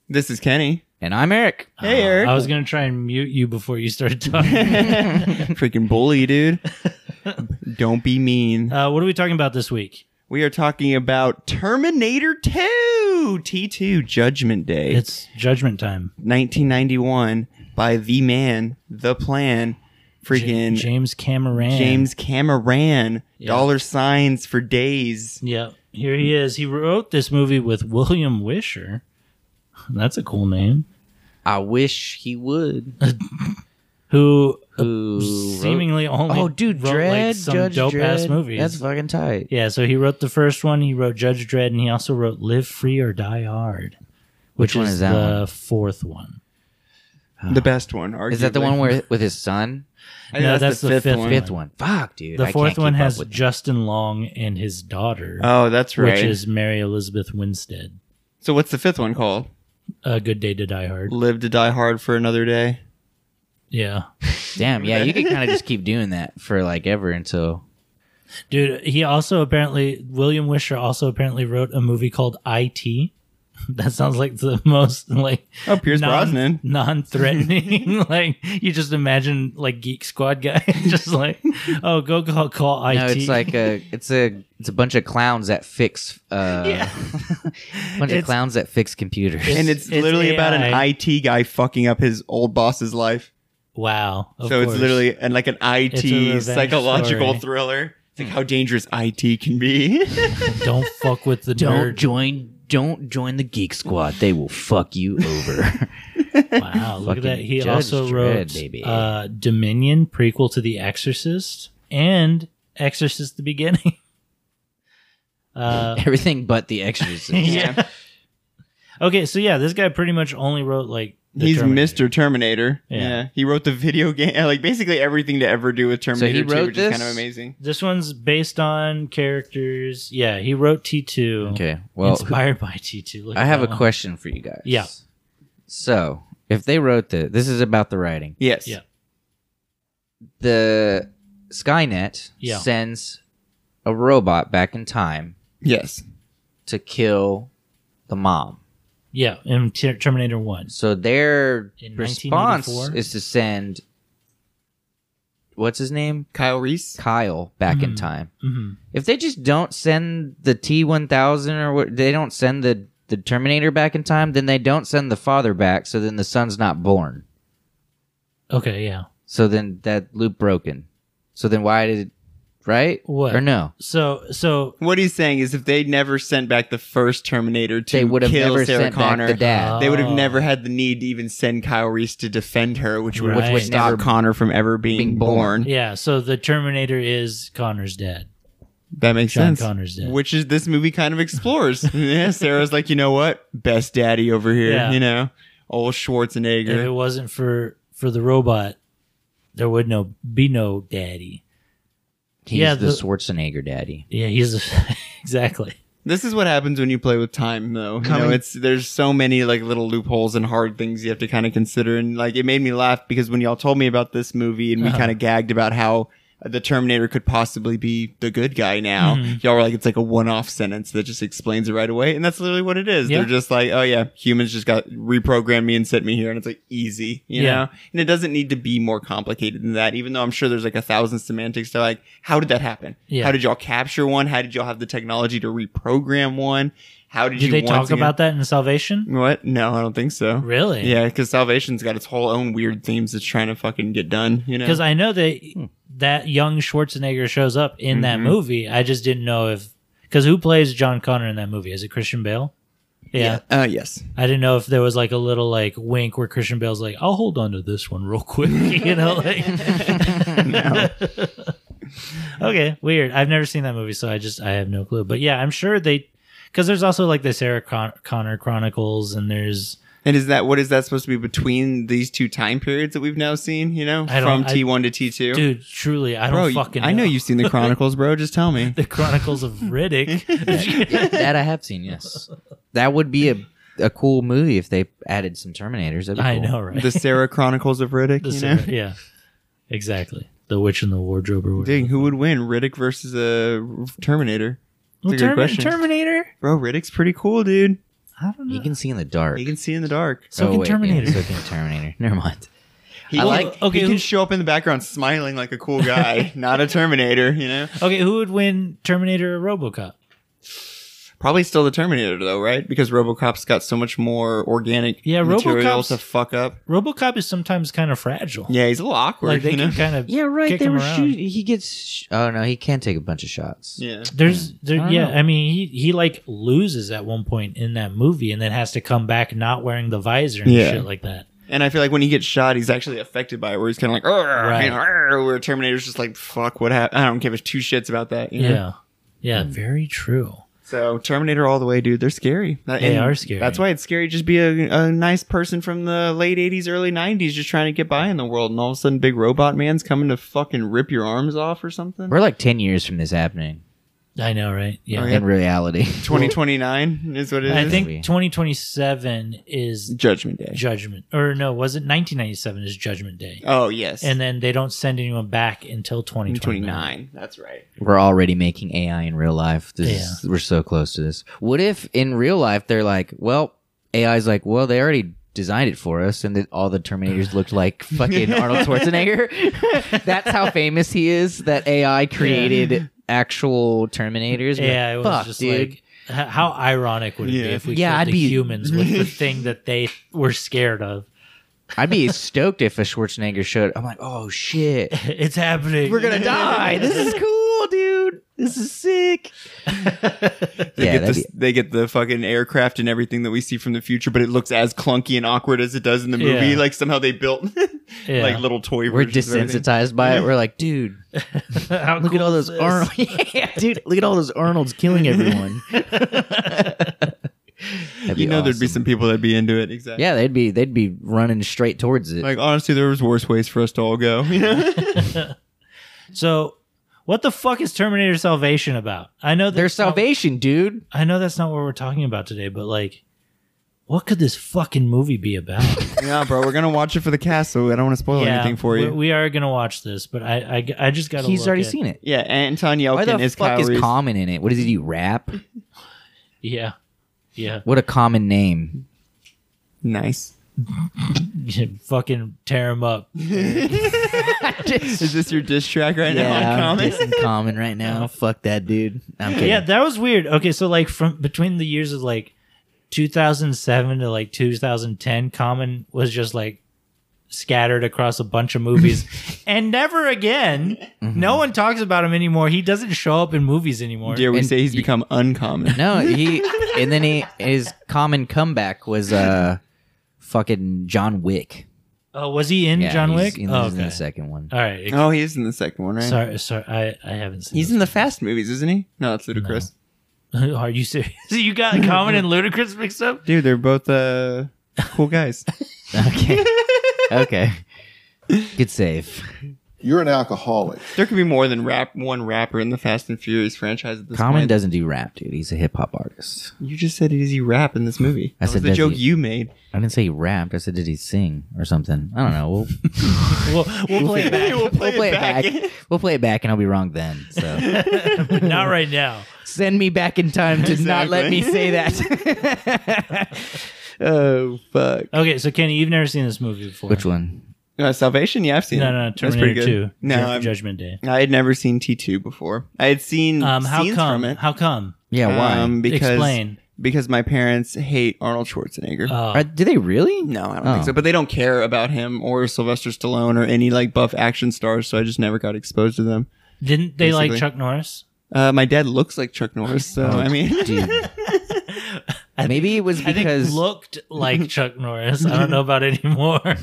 Speaker 5: this is Kenny.
Speaker 4: and I'm Eric.
Speaker 5: Hey, Eric.
Speaker 6: I was gonna try and mute you before you started
Speaker 5: <laughs>
Speaker 6: talking.
Speaker 5: Freaking bully, dude. Don't be mean.
Speaker 6: uh, what are we talking about this week?
Speaker 5: We are talking about Terminator 2, T2 Judgment Day,
Speaker 6: It's Judgment Time.
Speaker 5: 1991, by the man, the plan, freaking
Speaker 6: James Cameron.
Speaker 5: James Cameron. Dollar signs for days.
Speaker 6: Yeah, here he is. He wrote this movie with William Wisher. <laughs> That's a cool name.
Speaker 4: I wish he would.
Speaker 6: <laughs> Who
Speaker 4: Who wrote-
Speaker 6: seemingly only
Speaker 4: Oh, dude,
Speaker 6: wrote,
Speaker 4: Dread,
Speaker 6: like, some
Speaker 4: Judge
Speaker 6: dope ass
Speaker 4: Dredd.
Speaker 6: movies.
Speaker 4: That's fucking tight.
Speaker 6: yeah, so he wrote the first one. He wrote Judge Dredd, and he also wrote Live Free or Die Hard, which,
Speaker 4: Which one
Speaker 6: is,
Speaker 4: is that
Speaker 6: the fourth one.
Speaker 5: The best one. Arguably.
Speaker 4: Is that the one where with his
Speaker 6: <laughs>
Speaker 4: son?
Speaker 5: I think
Speaker 6: No, that's the fifth-
Speaker 4: Fifth one. Fuck, dude. I
Speaker 6: The
Speaker 4: can't
Speaker 6: fourth one
Speaker 4: keep up
Speaker 6: has
Speaker 4: with
Speaker 6: Justin Long and his daughter,
Speaker 5: Oh, that's
Speaker 6: which
Speaker 5: right.
Speaker 6: is Mary Elizabeth Winstead.
Speaker 5: so what's the fifth one called?
Speaker 6: A Good Day to Die Hard.
Speaker 5: Live to Die Hard for Another Day.
Speaker 6: Yeah,
Speaker 4: Damn, yeah, you can kind of just keep doing that for like ever until
Speaker 6: dude. He also apparently William Wisher also apparently wrote a movie called I.T. <laughs> That sounds like the most like
Speaker 5: Oh, Pierce Brosnan. <laughs>
Speaker 6: non-threatening. <laughs> like you just imagine like Geek Squad guy, <laughs> just like, oh, go call, call IT.
Speaker 4: No, it's like a it's a it's a bunch of clowns that fix uh <laughs> bunch
Speaker 6: It's-
Speaker 4: of clowns that fix computers.
Speaker 5: And it's,
Speaker 6: It's
Speaker 5: literally about an
Speaker 6: AI.
Speaker 5: IT guy fucking up his old boss's life.
Speaker 6: wow. of
Speaker 5: so
Speaker 6: course.
Speaker 5: it's literally and like an IT
Speaker 6: It's a revenge
Speaker 5: psychological
Speaker 6: story.
Speaker 5: thriller. It's like how dangerous IT can
Speaker 4: <laughs>
Speaker 5: be.
Speaker 6: <laughs> don't fuck with the
Speaker 4: don't
Speaker 6: nerd.
Speaker 4: join don't join the geek squad. They will fuck you over.
Speaker 6: Wow, look
Speaker 4: Fucking
Speaker 6: at that. He
Speaker 4: Judge
Speaker 6: also
Speaker 4: Dredd,
Speaker 6: wrote
Speaker 4: baby.
Speaker 6: Uh, Dominion prequel to The Exorcist and Exorcist: The Beginning. <laughs> Uh,
Speaker 4: <laughs> Everything but the exorcist. <laughs>
Speaker 6: <laughs>
Speaker 5: Yeah. <laughs>
Speaker 6: okay, so yeah, this guy pretty much only wrote like the
Speaker 5: He's
Speaker 6: Terminator.
Speaker 5: Mr. Terminator.
Speaker 6: Yeah.
Speaker 5: Yeah. He wrote the video game <laughs> like basically everything to ever do with Terminator
Speaker 4: he
Speaker 5: 2,
Speaker 4: wrote
Speaker 5: which
Speaker 4: this?
Speaker 5: is kind of amazing.
Speaker 6: This one's based on characters. Yeah, he wrote T two.
Speaker 4: Okay. Well,
Speaker 6: inspired by T two. Look
Speaker 4: I
Speaker 6: at
Speaker 4: have a
Speaker 6: that one.
Speaker 4: question for you guys.
Speaker 6: Yeah.
Speaker 4: So, if they wrote the this is about the writing.
Speaker 5: Yes.
Speaker 6: Yeah.
Speaker 4: The Skynet
Speaker 6: Yeah.
Speaker 4: sends a robot back in time
Speaker 5: Yes.
Speaker 4: to kill the mom.
Speaker 6: Yeah, in Ter- Terminator One.
Speaker 4: So their
Speaker 6: In
Speaker 4: response
Speaker 6: 1984?
Speaker 4: is to send what's his name?
Speaker 5: Kyle Reese.
Speaker 4: Kyle back in time.
Speaker 6: Mhm.
Speaker 4: If they just don't send the T one thousand or what, they don't send the the Terminator back in time, then they don't send the father back. So then the son's not born.
Speaker 6: Okay, yeah.
Speaker 4: So then that loop broken. So then why did right
Speaker 6: What?
Speaker 4: or no?
Speaker 6: So so
Speaker 5: What he's saying is if they never sent back the first Terminator to
Speaker 4: They would have
Speaker 5: kill
Speaker 4: never
Speaker 5: Sarah
Speaker 4: sent
Speaker 5: Connor,
Speaker 4: back the dad.
Speaker 5: they would have
Speaker 6: Oh.
Speaker 5: never had the need to even send Kyle Reese to defend her, which would
Speaker 6: Right.
Speaker 5: have stopped
Speaker 4: Never
Speaker 5: Connor from ever being,
Speaker 4: being
Speaker 5: born.
Speaker 4: born.
Speaker 6: yeah, so the Terminator is Connor's dad.
Speaker 5: That makes
Speaker 6: John
Speaker 5: sense.
Speaker 6: Connor's dad.
Speaker 5: Which is this movie kind of explores. <laughs> yeah, Sarah's like, you know what? Best daddy over here,
Speaker 6: Yeah.
Speaker 5: you know? Old
Speaker 6: If it
Speaker 5: Schwarzenegger.
Speaker 6: wasn't for for the robot, there would no be no daddy.
Speaker 4: He's
Speaker 6: Yeah,
Speaker 4: the,
Speaker 6: the-
Speaker 4: Schwarzenegger daddy.
Speaker 6: Yeah, he's <laughs> exactly.
Speaker 5: This is what happens when you play with time, though. You know,
Speaker 6: Coming-
Speaker 5: it's there's so many like little loopholes and hard things you have to kind of consider, and like it made me laugh because when y'all told me about this movie
Speaker 6: Uh-huh.
Speaker 5: and we kind of gagged about how the Terminator could possibly be the good guy now,
Speaker 6: Mm-hmm.
Speaker 5: y'all were like, it's like a one-off sentence that just explains it right away, and that's literally what it is.
Speaker 6: Yeah.
Speaker 5: They're just like, oh yeah, humans just got reprogrammed me and sent me here, and it's like easy, you
Speaker 6: Yeah.
Speaker 5: know. And it doesn't need to be more complicated than that, even though I'm sure there's like a thousand semantics to like, how did that happen?
Speaker 6: Yeah.
Speaker 5: How did y'all capture one? How did y'all have the technology to reprogram one? How did,
Speaker 6: Did
Speaker 5: you
Speaker 6: they
Speaker 5: once
Speaker 6: talk about that in Salvation?
Speaker 5: again- what? No, I don't think so.
Speaker 6: Really?
Speaker 5: Yeah, because Salvation's got its whole own weird themes it's trying to fucking get done. You know,
Speaker 6: Because I know that
Speaker 4: Hmm.
Speaker 6: that young Schwarzenegger shows up in
Speaker 4: Mm-hmm.
Speaker 6: that movie. I just didn't know if because who plays John Connor in that movie? Is it Christian Bale? Yeah.
Speaker 5: uh, yes,
Speaker 6: I didn't know if there was like a little like wink where Christian Bale's like, "I'll hold on to this one real quick," <laughs> you know, like. okay, weird. I've never seen that movie, so I just I have no clue. But yeah, I'm sure they because there's also like the Sarah Con- Connor Chronicles, and there's
Speaker 5: and is that what is that supposed to be between these two time periods that we've now seen? You know,
Speaker 6: I don't-
Speaker 5: from
Speaker 6: I-
Speaker 5: T one to T two.
Speaker 6: dude, truly, I
Speaker 5: bro,
Speaker 6: don't fucking.
Speaker 5: I know
Speaker 6: <laughs>
Speaker 5: you've seen the Chronicles, bro. Just tell me.
Speaker 6: the Chronicles
Speaker 5: <laughs>
Speaker 6: of <laughs> Riddick.
Speaker 4: that I have seen. Yes, <laughs> that would be a a cool movie if they added some Terminators. That'd be
Speaker 6: I
Speaker 4: cool.
Speaker 6: know, right?
Speaker 5: The Sarah Chronicles of Riddick.
Speaker 6: The
Speaker 5: you
Speaker 6: Sarah-
Speaker 5: know,
Speaker 6: yeah, exactly. The Witch in the Wardrobe or whatever.
Speaker 5: Dang, who would win, Riddick versus a Terminator?
Speaker 6: Well,
Speaker 5: It's a good
Speaker 6: Termin-
Speaker 5: question.
Speaker 6: Terminator.
Speaker 5: Bro, Riddick's pretty cool, dude.
Speaker 6: I don't know.
Speaker 4: He can see in the dark.
Speaker 5: He can see in the dark.
Speaker 6: so
Speaker 4: Oh,
Speaker 6: can
Speaker 4: wait, yeah,
Speaker 6: Terminator.
Speaker 4: so can Terminator. <laughs> Never mind.
Speaker 5: He
Speaker 4: I
Speaker 5: can-
Speaker 4: like-
Speaker 5: he
Speaker 6: okay,
Speaker 5: can
Speaker 6: who-
Speaker 5: show up in the background smiling like a cool
Speaker 6: <laughs>
Speaker 5: guy, not a Terminator. You know,
Speaker 6: Okay, who would win Terminator or RoboCop?
Speaker 5: probably still the Terminator though, right? Because RoboCop's got so much more organic
Speaker 6: Yeah,
Speaker 5: material
Speaker 6: RoboCop's-
Speaker 5: to fuck up.
Speaker 6: RoboCop is sometimes kind of fragile.
Speaker 5: Yeah, he's a little awkward.
Speaker 6: like they
Speaker 5: you know?
Speaker 6: can kind
Speaker 4: <laughs>
Speaker 6: of
Speaker 4: Yeah, right.
Speaker 6: Kick
Speaker 4: they
Speaker 6: him
Speaker 4: were
Speaker 6: around.
Speaker 4: shooting. He gets. Sh- oh no, he can take a bunch of shots.
Speaker 5: yeah,
Speaker 6: There's there,
Speaker 4: don't
Speaker 6: yeah.
Speaker 4: know.
Speaker 6: I mean, he he like loses at one point in that movie, and then has to come back not wearing the visor and
Speaker 5: Yeah.
Speaker 6: shit like that.
Speaker 5: and I feel like when he gets shot, he's actually affected by it, where he's kind of like, right.
Speaker 6: Right.
Speaker 5: where Terminator's just like, fuck, what happened? I don't give a two shits about that. you know?
Speaker 6: Yeah, yeah.
Speaker 5: Hmm.
Speaker 6: Very true.
Speaker 5: So Terminator all the way, dude. They're scary. That-
Speaker 6: They
Speaker 5: and
Speaker 6: are scary.
Speaker 5: That's why it's scary. Just be a, a nice person from the late '80s, early '90s, just trying to get by in the world, and all of a sudden, big robot man's coming to fucking rip your arms off or something.
Speaker 4: We're like ten years from this happening
Speaker 6: I know, right? Yeah.
Speaker 5: Oh, yeah.
Speaker 4: in reality.
Speaker 5: 2029 is what it is.
Speaker 6: I
Speaker 4: Movie.
Speaker 6: think 2027 is
Speaker 5: Judgment Day.
Speaker 6: Judgment, or no, was it 1997 is Judgment Day,
Speaker 5: oh yes,
Speaker 6: and then they don't send anyone back until 2029.
Speaker 5: 29. That's right.
Speaker 4: we're already making AI in real life. This is, we're so close to this. What if in real life they're like, well, AI's like, well, they already designed it for us, and that all the <laughs> Terminators looked like fucking Arnold Schwarzenegger. <laughs> That's how famous he is. That AI created actual Terminators. We're
Speaker 6: Yeah, it
Speaker 4: like, <laughs>
Speaker 6: was
Speaker 4: Fuck,
Speaker 6: just
Speaker 4: dude.
Speaker 6: like h- how ironic would it
Speaker 5: Yeah.
Speaker 6: be if we
Speaker 4: Yeah,
Speaker 6: killed
Speaker 4: I'd
Speaker 6: the
Speaker 4: be-
Speaker 6: humans with
Speaker 4: <laughs>
Speaker 6: the thing that they were scared of?
Speaker 4: I'd be stoked if a Schwarzenegger showed. I'm like, oh shit, <laughs>
Speaker 6: It's happening.
Speaker 4: we're <laughs> gonna die. This is cool, dude. This is sick.
Speaker 5: They
Speaker 4: yeah,
Speaker 5: get
Speaker 4: that'd
Speaker 5: the, they get the fucking aircraft and everything that we see from the future, but it looks as clunky and awkward as it does in the movie.
Speaker 6: Yeah.
Speaker 5: Like somehow they built <laughs>
Speaker 6: Yeah.
Speaker 5: like little toy.
Speaker 4: be- we're
Speaker 5: versions of everything.
Speaker 4: desensitized by it. We're like, dude,
Speaker 6: How
Speaker 4: look
Speaker 6: cool
Speaker 4: at all those
Speaker 6: is this?
Speaker 4: Arnold. <laughs> yeah, dude, look at all those Arnold's killing everyone. That'd be
Speaker 5: You know, there'd be
Speaker 4: awesome.
Speaker 5: some people that'd be into it. Exactly.
Speaker 4: Yeah, they'd be they'd be running straight towards it.
Speaker 5: Like honestly, there was worse ways for us to all go. <laughs> You know.
Speaker 6: So, what the fuck is Terminator Salvation about? I know
Speaker 4: Their
Speaker 6: that's not-
Speaker 4: salvation, dude.
Speaker 6: I know that's not what we're talking about today, but like, what could this fucking movie be about?
Speaker 5: Yeah, bro, we're gonna watch it for the cast, so I don't want to spoil <laughs> anything for you.
Speaker 6: We, we are gonna watch this, but I I, I just got.
Speaker 4: He's already seen it.
Speaker 5: yeah, Anton Yelkin
Speaker 4: Why the
Speaker 5: is
Speaker 4: fuck
Speaker 5: Kyle
Speaker 4: is
Speaker 5: Reese.
Speaker 4: Common in it? What does he do? Rap?
Speaker 6: Yeah, yeah. <laughs>
Speaker 4: What a common name.
Speaker 5: nice.
Speaker 6: fucking tear him up.
Speaker 5: Is this your diss track right now?
Speaker 4: Yeah,
Speaker 5: on
Speaker 4: I'm
Speaker 5: Common?
Speaker 4: dissing Common right now. Fuck that dude. I'm kidding.
Speaker 6: Yeah, that was weird. Okay, so like from between the years of like 2007 to like 2010, Common was just like scattered across a bunch
Speaker 5: <laughs>
Speaker 6: of movies and never again.
Speaker 5: Mm-hmm.
Speaker 6: No one talks about him anymore. He doesn't show up in movies anymore.
Speaker 5: Dare we
Speaker 4: And
Speaker 5: say he's
Speaker 4: y-
Speaker 5: become uncommon?
Speaker 4: No, he and then he his common comeback was uh fucking John Wick.
Speaker 6: Oh, was he in John
Speaker 4: he's-
Speaker 6: Wick?
Speaker 4: He's,
Speaker 6: oh,
Speaker 4: in the
Speaker 6: okay.
Speaker 4: second one.
Speaker 6: All right.
Speaker 5: Oh, he is in the second one, right?
Speaker 6: Sorry, sorry. I, I haven't seen.
Speaker 5: He's in the Fast movies, isn't he? No, that's Ludacris.
Speaker 6: it. <laughs> Are you serious? you got Common and Ludacris
Speaker 5: <laughs>
Speaker 6: mixed up?
Speaker 5: Dude, they're both
Speaker 4: <laughs>
Speaker 5: uh, cool guys.
Speaker 4: Okay. okay. Good save.
Speaker 10: You're an alcoholic.
Speaker 5: There could be more than rap one rapper in the Fast and Furious franchise at this
Speaker 4: Common
Speaker 5: point.
Speaker 4: doesn't do rap, dude. He's a hip hop artist.
Speaker 5: You just said is he rap in this movie? That
Speaker 4: I
Speaker 5: was
Speaker 4: said,
Speaker 5: the
Speaker 4: does
Speaker 5: joke
Speaker 4: he?
Speaker 5: you made.
Speaker 4: I didn't say he rapped. I said did he sing or something? I don't know. We'll
Speaker 6: We'll, we'll play it back,
Speaker 5: <laughs> we'll <laughs> play,
Speaker 4: we'll play it back. We'll play it back, and I'll be wrong then.
Speaker 5: <laughs>
Speaker 4: So
Speaker 6: but not right now.
Speaker 4: send me back in time to not let me
Speaker 5: <laughs>
Speaker 4: say that. oh fuck!
Speaker 6: Okay, so Kenny, you've never seen this movie before.
Speaker 4: Which one?
Speaker 5: Uh, Salvation, yeah, I've seen.
Speaker 6: No,
Speaker 5: it.
Speaker 6: no, no,
Speaker 5: That's pretty
Speaker 6: Terminator
Speaker 5: good.
Speaker 6: Two.
Speaker 5: No,
Speaker 6: Ju-
Speaker 5: I'm-
Speaker 6: Judgment Day.
Speaker 5: I had never seen T two before. I had seen
Speaker 6: Um, how
Speaker 5: scenes
Speaker 6: come?
Speaker 5: from it.
Speaker 6: How come?
Speaker 4: Yeah, why?
Speaker 5: Um, because
Speaker 6: Explain. Uh,
Speaker 5: because my parents hate Arnold Schwarzenegger.
Speaker 4: Are, do they really?
Speaker 5: no, I don't
Speaker 4: Oh.
Speaker 5: think so. But they don't care about him or Sylvester Stallone or any like buff action stars. So I just never got exposed to them.
Speaker 6: Didn't they like
Speaker 5: Basically.
Speaker 6: Chuck Norris?
Speaker 5: Uh, my dad looks like Chuck Norris, so
Speaker 6: Oh,
Speaker 5: I mean, <laughs>
Speaker 4: Oh. <laughs> Dude. Maybe it was
Speaker 6: I
Speaker 4: because
Speaker 5: <laughs>
Speaker 6: think looked like Chuck Norris. I don't know about anymore.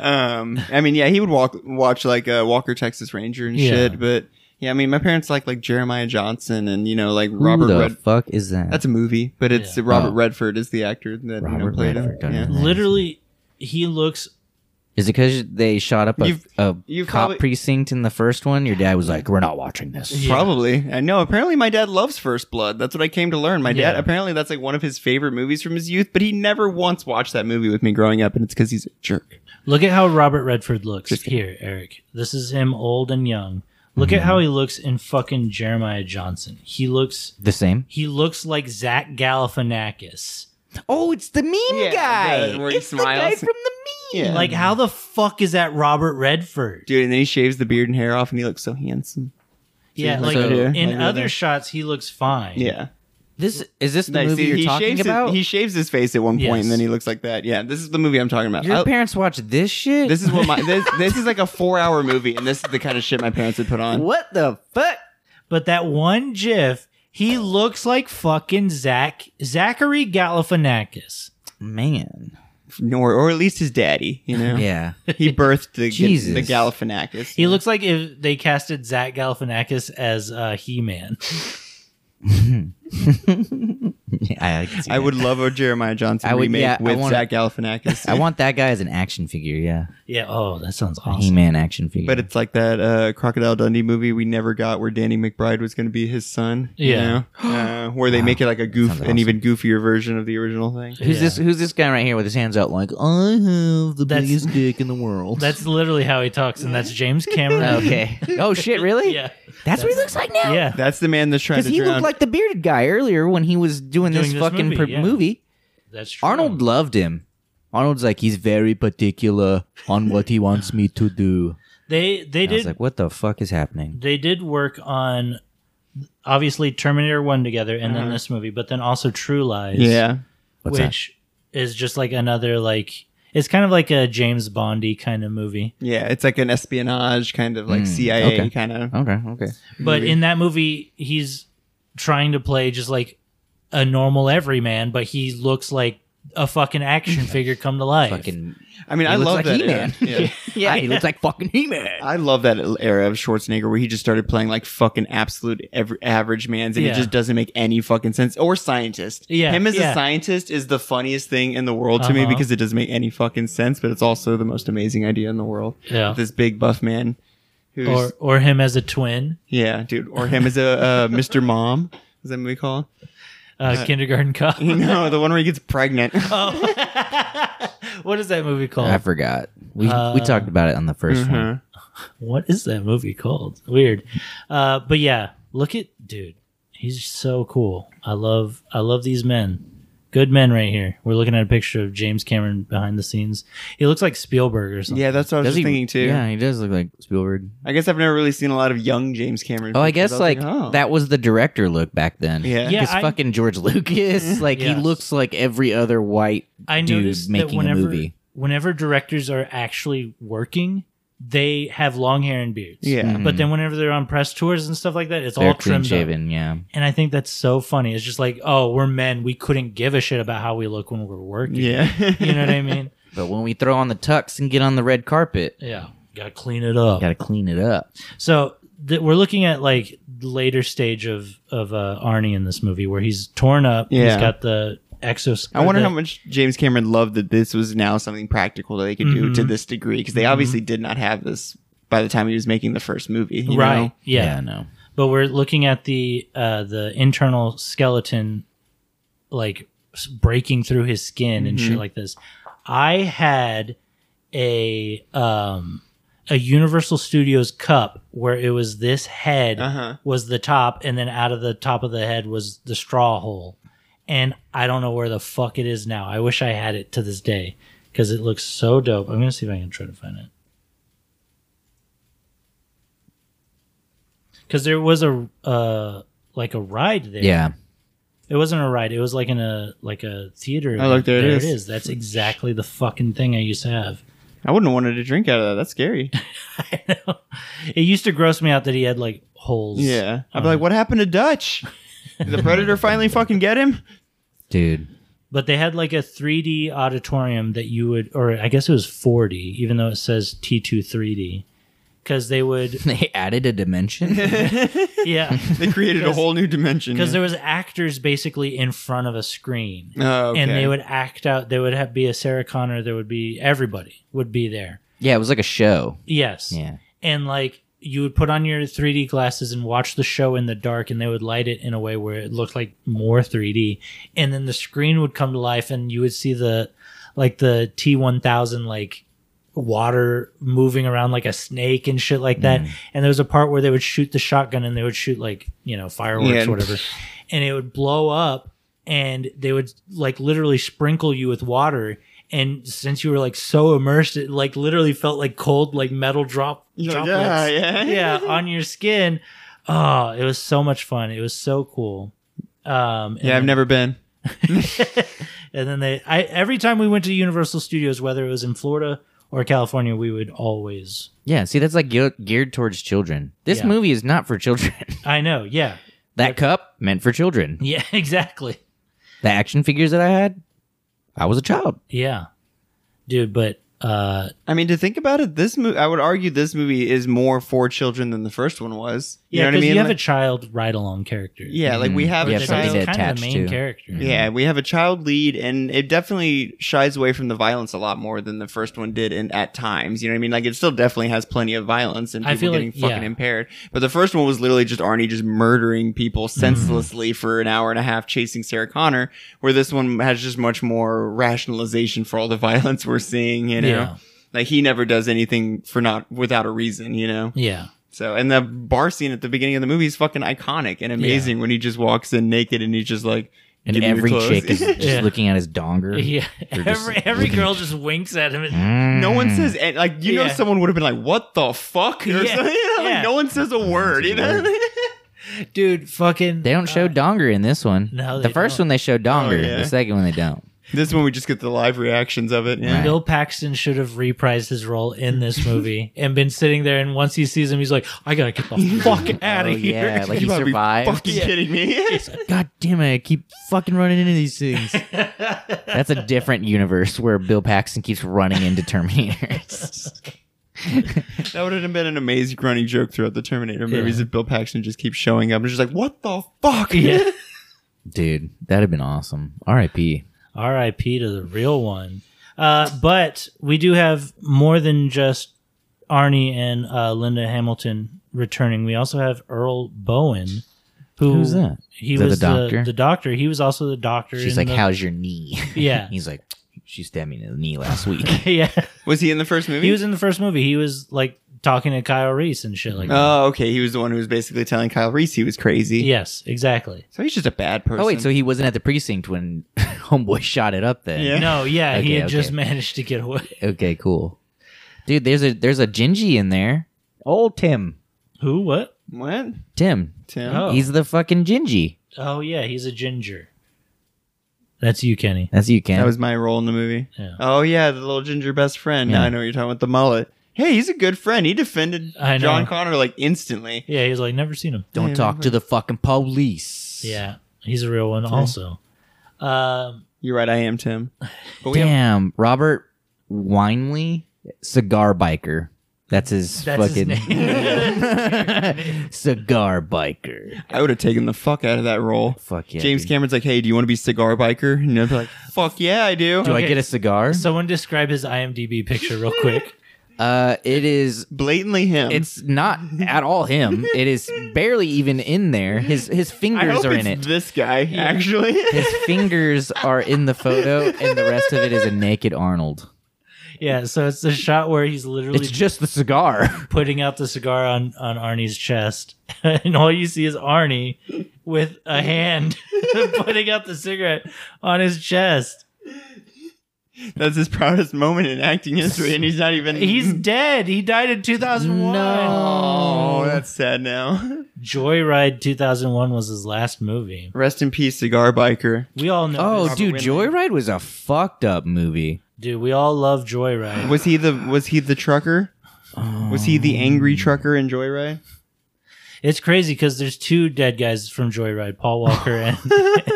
Speaker 5: um, I mean, yeah, he would walk watch like uh, Walker Texas Ranger and
Speaker 6: Yeah.
Speaker 5: shit. But yeah, I mean, my parents like like Jeremiah Johnson and you know like
Speaker 4: who
Speaker 5: Robert.
Speaker 4: the
Speaker 5: Red-
Speaker 4: fuck is that?
Speaker 5: That's a movie, but it's
Speaker 6: Yeah.
Speaker 5: Robert
Speaker 4: Oh.
Speaker 5: Redford is the actor that you know,
Speaker 4: Robert
Speaker 5: played
Speaker 4: Redford,
Speaker 5: him.
Speaker 4: don't
Speaker 5: Yeah.
Speaker 4: know.
Speaker 6: Literally, he looks.
Speaker 4: Is it because they shot up a,
Speaker 5: You've-
Speaker 4: a
Speaker 5: you've
Speaker 4: cop
Speaker 5: probably-
Speaker 4: precinct in the first one? Your dad was like, "We're not watching this."
Speaker 6: Yeah.
Speaker 5: Probably. I know. Apparently, my dad loves First Blood. That's what I came to learn. My
Speaker 6: Yeah.
Speaker 5: dad, apparently, that's like one of his favorite movies from his youth, but he never once watched that movie with me growing up, and it's because he's a jerk.
Speaker 6: Look at how Robert Redford looks here, Eric. This is him old and young. Look
Speaker 5: Mm-hmm.
Speaker 6: at how he looks in fucking Jeremiah Johnson. He looks.
Speaker 4: The same.
Speaker 6: He looks like Zach Galifianakis.
Speaker 4: Oh, it's the mean
Speaker 5: Yeah,
Speaker 4: guy.
Speaker 5: the- where he
Speaker 4: it's the guy
Speaker 5: smiles.
Speaker 4: from the mean.
Speaker 5: Yeah.
Speaker 6: Like, how the fuck is that Robert Redford?
Speaker 5: Dude, and then he shaves the beard and hair off, and he looks so handsome.
Speaker 6: yeah,
Speaker 5: so-
Speaker 6: like
Speaker 4: so-
Speaker 5: like
Speaker 6: in
Speaker 5: right
Speaker 6: other
Speaker 5: there.
Speaker 6: shots, he looks fine.
Speaker 5: Yeah.
Speaker 4: This is this the
Speaker 5: Like,
Speaker 4: movie
Speaker 5: see,
Speaker 4: you're talking
Speaker 5: shaves his-
Speaker 4: about?
Speaker 5: he shaves his face at one point,
Speaker 6: Yes.
Speaker 5: and then he looks like that. Yeah, this is the movie I'm talking about.
Speaker 4: Your
Speaker 5: I-
Speaker 4: parents watch this shit.
Speaker 5: Oh. this is what my this, this is like a four hour movie, and this is the kind of shit my parents would put on.
Speaker 4: what the fuck?
Speaker 6: But that one GIF, he looks like fucking Zach Zachary Galifianakis.
Speaker 4: Man.
Speaker 5: Or, or at least his daddy, you know. <laughs>
Speaker 4: Yeah.
Speaker 5: He
Speaker 4: <laughs>
Speaker 5: birthed the
Speaker 4: Jesus.
Speaker 5: the Galifianakis.
Speaker 6: He looks like if they casted Zach Galifianakis as uh, He Man.
Speaker 4: I, I, can see
Speaker 5: I
Speaker 4: that.
Speaker 5: would love a Jeremiah Johnson
Speaker 4: I would-
Speaker 5: remake
Speaker 4: yeah, I
Speaker 5: with
Speaker 4: wanna-
Speaker 5: Zach Galifianakis.
Speaker 4: <laughs> I want that guy as an action figure, yeah.
Speaker 6: <laughs> yeah. Oh, that sounds
Speaker 4: He
Speaker 6: awesome.
Speaker 4: Man action figure.
Speaker 5: but it's like that uh, Crocodile Dundee movie we never got, where Danny McBride was going to be his son. you
Speaker 4: <gasps>
Speaker 6: Yeah.
Speaker 5: know? uh, where they make it like a goof,
Speaker 4: Sounds
Speaker 5: an
Speaker 4: awesome.
Speaker 5: even goofier version of the original thing.
Speaker 4: who's
Speaker 6: Yeah.
Speaker 4: this who's this guy right here with his hands out like I have the
Speaker 6: That's-
Speaker 4: biggest dick in the
Speaker 5: <laughs>
Speaker 4: world?
Speaker 6: That's literally how he talks, and that's James
Speaker 4: <laughs>
Speaker 6: Cameron.
Speaker 4: okay. Oh shit, really?
Speaker 6: <laughs> Yeah.
Speaker 4: That's what he looks like now.
Speaker 6: Yeah.
Speaker 5: That's the man that's trying
Speaker 4: Because
Speaker 5: to
Speaker 4: he
Speaker 5: drown.
Speaker 4: looked like the bearded guy earlier when he was doing,
Speaker 6: Doing
Speaker 4: this,
Speaker 6: this
Speaker 4: fucking
Speaker 6: movie,
Speaker 4: per-
Speaker 6: yeah.
Speaker 4: movie.
Speaker 6: That's true.
Speaker 4: Arnold loved him. Arnold's like he's very particular on what he wants me to do.
Speaker 6: They they
Speaker 4: And I was
Speaker 6: did
Speaker 4: like, what the fuck is happening?
Speaker 6: they did work on obviously Terminator One together, and then this movie, but then also True Lies.
Speaker 5: yeah,
Speaker 4: Uh-huh. What's that?
Speaker 6: which is just like another like it's kind of like a James Bondy kind of movie.
Speaker 5: yeah. It's like an espionage kind of like
Speaker 4: Mm,
Speaker 5: CIA
Speaker 4: okay.
Speaker 5: kind of.
Speaker 4: Okay, okay.
Speaker 6: But in that movie, he's trying to play just like a normal everyman, but he looks like a fucking action figure come to life.
Speaker 4: Fucking
Speaker 5: I mean, I
Speaker 4: looks
Speaker 5: love
Speaker 4: like
Speaker 5: that.
Speaker 4: He-Man.
Speaker 5: era. Yeah.
Speaker 4: <laughs> yeah, he looks like fucking He Man.
Speaker 5: I love that era of Schwarzenegger where he just started playing like fucking absolute ev- average man's and
Speaker 6: Yeah.
Speaker 5: it just doesn't make any fucking sense. Or scientist.
Speaker 6: Yeah,
Speaker 5: Him as
Speaker 6: yeah.
Speaker 5: a scientist is the funniest thing in the world to me
Speaker 6: Uh-huh.
Speaker 5: because it doesn't make any fucking sense, but it's also the most amazing idea in the world.
Speaker 6: Yeah.
Speaker 5: This big buff man who's,
Speaker 6: or or him as a twin,
Speaker 5: yeah, dude. Or him as a uh, <laughs> Mr. Mom. Is that what we call
Speaker 6: uh, kindergarten cop. <laughs>
Speaker 5: it? <laughs> No, the one where he gets pregnant.
Speaker 6: Uh-huh. what is that movie called?
Speaker 4: I forgot. We we talked about it on the 1st
Speaker 5: mm-hmm.
Speaker 4: one.
Speaker 6: what is that movie called? Weird. Uh, but yeah, look at dude. He's so cool. I love I love these men. Good men right here. We're looking at a picture of James Cameron behind the scenes. He looks like Spielberg or something.
Speaker 5: <laughs> yeah, that's what I was
Speaker 4: Does
Speaker 5: just
Speaker 4: he-
Speaker 5: thinking too.
Speaker 4: Yeah, he does look like Spielberg.
Speaker 5: I guess I've never really seen a lot of young James Cameron.
Speaker 4: Oh, I
Speaker 5: pictures.
Speaker 4: guess
Speaker 5: was
Speaker 4: like
Speaker 5: oh.
Speaker 4: that was the director look back then.
Speaker 5: Yeah. Mm-hmm.
Speaker 6: Yeah,
Speaker 4: because
Speaker 6: I-
Speaker 4: fucking George Lucas, like
Speaker 6: Yeah.
Speaker 4: he looks like every other white
Speaker 6: I
Speaker 4: dude
Speaker 6: noticed that
Speaker 4: making
Speaker 6: whenever
Speaker 4: a movie.
Speaker 6: whenever directors are actually working, they have long hair and beards.
Speaker 5: Yeah. Mhm.
Speaker 6: But then whenever they're on press tours and stuff like that, it's all
Speaker 4: Mm-hmm. They're clean
Speaker 6: trimmed up.
Speaker 4: shaven. Yeah,
Speaker 6: And I think that's so funny. It's just like, oh, we're men. We couldn't give a shit about how we look when we're
Speaker 4: <laughs>
Speaker 6: working.
Speaker 5: Yeah.
Speaker 6: You know what
Speaker 5: <laughs>
Speaker 6: I mean?
Speaker 4: but when we throw on the tux and get on the red carpet,
Speaker 6: Yeah. Gotta clean it up.
Speaker 4: got to clean it up.
Speaker 6: So th- we're looking at like the later stage of of uh, Arnie in this movie where he's torn up. He's
Speaker 5: Yeah.
Speaker 6: got the exos.
Speaker 5: I wonder
Speaker 6: the-
Speaker 5: how much James
Speaker 6: Mm-hmm.
Speaker 5: Cameron loved that this was now something practical that they could do to this degree because they obviously did not have this by the time he was making the first movie. you
Speaker 6: right?
Speaker 5: know?
Speaker 6: Yeah.
Speaker 4: no.
Speaker 6: but we're looking at the uh, the internal skeleton, like s- breaking through his skin and shit like this. I had a um a Universal Studios cup where it was this head
Speaker 5: Uh-huh.
Speaker 6: was the top, and then out of the top of the head was the straw hole, and I don't know where the fuck it is now. I wish I had it to this day because it looks so dope. I'm gonna see if I can try to find it. Because there was a uh, like a ride there.
Speaker 4: Yeah.
Speaker 6: It wasn't a ride. It was like in a like a theater.
Speaker 5: Oh, look, there it is.
Speaker 6: That's exactly the fucking thing I used to have. <laughs>
Speaker 5: I wouldn't have wanted to drink out of that. That's scary.
Speaker 6: It used to gross me out that he had like holes.
Speaker 5: Yeah.
Speaker 6: Uh-huh.
Speaker 5: I'd be like, what happened to Dutch? Did the Predator finally fucking get him?
Speaker 4: Dude.
Speaker 6: But they had like a 3D auditorium that you would, or I guess it was 4D, even though it says T2 3D, because
Speaker 5: <laughs>
Speaker 6: they would,
Speaker 4: <laughs> They added a dimension.
Speaker 6: yeah,
Speaker 5: They created a
Speaker 6: Because-
Speaker 5: whole new dimension.
Speaker 6: because there was actors basically in front of a screen.
Speaker 5: Oh, okay.
Speaker 6: and they would act out. There would have be a Sarah Connor. There would be everybody would be there.
Speaker 4: <laughs> yeah, it was like a show.
Speaker 6: Yes.
Speaker 4: Yeah.
Speaker 6: And like you would put on your 3D glasses and watch the show in the dark, and they would light it in a way where it looked like more 3D. And then the screen would come to life, and you would see the like the T1000 like water moving around like a snake and shit like that. And there was a part where they would shoot the shotgun and they would shoot like, you know, fireworks
Speaker 5: Yeah.
Speaker 6: or whatever. And it would blow up and they would like literally sprinkle you with water. And since you were like so immersed, it like literally felt like cold, like metal drop
Speaker 5: You're like,
Speaker 6: droplets.
Speaker 5: "Yeah, yeah."
Speaker 6: yeah, on your skin. Oh, it was so much fun. It was so cool. Um, and
Speaker 5: yeah, I've never been.
Speaker 6: and then they, I every time we went to Universal Studios, whether it was in Florida or California, we would always.
Speaker 4: Yeah, see, that's like ge- geared towards children. This
Speaker 6: Yeah.
Speaker 4: movie is not for children. <laughs>
Speaker 6: I know, yeah, <laughs>
Speaker 4: that cup meant for children.
Speaker 6: yeah, exactly,
Speaker 4: The action figures that I had, I was a child.
Speaker 6: yeah, dude. But uh,
Speaker 5: I mean, to think about it, this movie, I would argue this movie is more for children than the first one was. You
Speaker 6: yeah,
Speaker 5: know
Speaker 6: because
Speaker 5: what I mean?
Speaker 6: you have
Speaker 5: Like-
Speaker 6: a Mm-hmm. child ride along character.
Speaker 5: yeah, like we have
Speaker 4: You
Speaker 5: a
Speaker 4: have
Speaker 5: child.
Speaker 4: something to
Speaker 6: kind of
Speaker 4: attach
Speaker 6: the main
Speaker 4: to.
Speaker 6: character.
Speaker 5: Yeah, we have a child lead, and it definitely shies away from the violence a lot more than the first one did. And at times, you know what I mean. Like it still definitely has plenty of violence and
Speaker 6: I
Speaker 5: people
Speaker 6: feel
Speaker 5: getting
Speaker 6: like-
Speaker 5: fucking
Speaker 6: yeah.
Speaker 5: impaired. But the first one was literally just Arnie just murdering people
Speaker 6: Mm-hmm.
Speaker 5: senselessly for an hour and a half, chasing Sarah Connor. Where this one has just much more rationalization for all the <laughs> violence we're seeing. You know,
Speaker 6: Yeah.
Speaker 5: like he never does anything for not without a reason. You know.
Speaker 6: yeah,
Speaker 5: So, and the bar scene at the beginning of the movie is fucking iconic and amazing when he just walks in naked and he's just like,
Speaker 4: And
Speaker 5: "Give me your
Speaker 4: every
Speaker 5: clothes." <laughs>
Speaker 4: chick is just
Speaker 6: Yeah.
Speaker 4: looking at his donger.
Speaker 6: <laughs> yeah.
Speaker 4: They're just
Speaker 6: Every every
Speaker 4: looking-
Speaker 6: girl just winks at him. And,
Speaker 4: Mm.
Speaker 5: No one says and like you know
Speaker 6: Yeah.
Speaker 5: someone would have been like what the fuck <laughs> or
Speaker 6: Yeah,
Speaker 5: something. Like,
Speaker 6: yeah.
Speaker 5: no one says a word you know
Speaker 6: Dude, fucking. uh,
Speaker 4: They don't show donger in this one.
Speaker 6: no,
Speaker 4: the
Speaker 6: they
Speaker 4: 1st
Speaker 6: don't.
Speaker 4: one Uh, they show donger.
Speaker 5: Oh, yeah.
Speaker 4: The second one they don't.
Speaker 5: <laughs> this one we just get the live reactions of it yeah <laughs>
Speaker 6: Bill Paxton should have reprised his role in
Speaker 4: <laughs>
Speaker 6: this movie and been sitting there. And once he sees him, he's like, "I
Speaker 4: <laughs>
Speaker 6: gotta get the fuck out
Speaker 4: Oh
Speaker 6: of here."
Speaker 4: yeah,
Speaker 5: <laughs>
Speaker 4: like
Speaker 5: you
Speaker 4: he
Speaker 5: gotta be
Speaker 4: survived.
Speaker 5: fucking kidding me
Speaker 4: <laughs>
Speaker 5: <laughs>
Speaker 4: God damn it! I keep fucking running into these things. That's a different universe where Bill Paxton keeps running <laughs> into Terminators.
Speaker 5: that would have been an amazing running joke throughout the Terminator movies if Bill Paxton just keeps showing up and just like what the fuck
Speaker 6: Yeah.
Speaker 4: Dude, that'd have been awesome. R.I.P.
Speaker 6: R.I.P. to the real one. Uh, but we do have more than just Arnie and uh, Linda Hamilton returning. We also have Earl Bowen, who
Speaker 4: Who's that?
Speaker 6: He
Speaker 4: Is that
Speaker 6: was
Speaker 4: the
Speaker 6: the doctor.
Speaker 4: doctor?
Speaker 6: The, doctor. He was also the doctor.
Speaker 4: She's
Speaker 6: in
Speaker 4: like,
Speaker 6: the-
Speaker 4: "How's your
Speaker 6: <laughs>
Speaker 4: knee?"
Speaker 6: Yeah,
Speaker 4: He's like, "She stabbed me in the knee last week."
Speaker 5: <laughs>
Speaker 6: <laughs> yeah.
Speaker 5: <laughs> was he in the first movie
Speaker 6: He was in the first movie. He was like talking to Kyle Reese and shit like that.
Speaker 5: oh okay he was the one who was basically telling Kyle Reese he was crazy
Speaker 6: Yes, exactly.
Speaker 5: so he's just a bad person
Speaker 4: oh wait, so he wasn't at the precinct when <laughs> Homeboy shot it up. Then
Speaker 5: Yeah.
Speaker 6: No, yeah, he
Speaker 4: Okay,
Speaker 6: had just
Speaker 4: okay.
Speaker 6: managed to get away. <laughs>
Speaker 4: okay, cool. Dude, there's a there's a Gingy in there. Old Tim.
Speaker 6: Who? What?
Speaker 5: what
Speaker 4: Tim.
Speaker 5: Tim
Speaker 6: Oh.
Speaker 4: He's the fucking Gingy.
Speaker 6: Oh yeah, he's a ginger. That's you, Kenny.
Speaker 4: That's you, Ken.
Speaker 5: That was my role in the movie.
Speaker 6: Yeah.
Speaker 5: Oh yeah, the little ginger best friend. Now
Speaker 4: Yeah.
Speaker 5: I know what you're talking about. The mullet. Hey, he's a good friend. He defended
Speaker 6: I know.
Speaker 5: John Connor like instantly.
Speaker 6: Yeah, he's like never seen him.
Speaker 4: Don't talk to the fucking police.
Speaker 6: Yeah, he's a real one also. Um,
Speaker 5: You're right, I am Tim. But we have
Speaker 4: Damn, Robert Winley, cigar biker. That's his
Speaker 6: That's his
Speaker 4: fucking
Speaker 6: name.
Speaker 4: <laughs> cigar biker.
Speaker 5: I would have taken the fuck out of that role.
Speaker 4: Fuck yeah.
Speaker 5: James
Speaker 4: dude.
Speaker 5: Cameron's like, hey, do you want to be cigar biker? And I'd be like, fuck yeah, I do.
Speaker 4: Do I
Speaker 6: Okay.
Speaker 4: get a cigar? <laughs>
Speaker 6: Someone describe his IMDb picture real quick.
Speaker 4: Uh,
Speaker 5: <laughs>
Speaker 4: it is.
Speaker 5: Blatantly him.
Speaker 4: It's not at all him. It is barely even in there. His his
Speaker 5: I
Speaker 4: fingers
Speaker 5: hope
Speaker 4: are
Speaker 5: it's
Speaker 4: in it.
Speaker 5: this guy actually.
Speaker 4: His fingers are in the photo, and the rest of it is a naked Arnold.
Speaker 6: Yeah, so it's the shot where he's literally
Speaker 4: It's just the cigar.
Speaker 6: putting out the cigar on, on Arnie's chest, <laughs> and all you see is Arnie with a hand <laughs> putting out the cigarette on his chest.
Speaker 5: <laughs> That's his proudest moment in acting history, and he's not even. <laughs>
Speaker 4: <laughs>
Speaker 6: He's dead. He died in
Speaker 4: Mm.
Speaker 6: 2001.
Speaker 5: Oh, that's sad now. <laughs>
Speaker 6: Joyride 2001 was his last movie.
Speaker 5: Rest in peace, cigar biker.
Speaker 6: We all know.
Speaker 4: Oh,
Speaker 6: this.
Speaker 4: dude, Joyride was a fucked up movie.
Speaker 6: dude, we all love Joyride.
Speaker 5: Was he the Was he the trucker? Was he the angry trucker in Joyride?
Speaker 6: It's crazy because there's two dead guys from
Speaker 4: <laughs>
Speaker 6: Joyride: Paul Walker and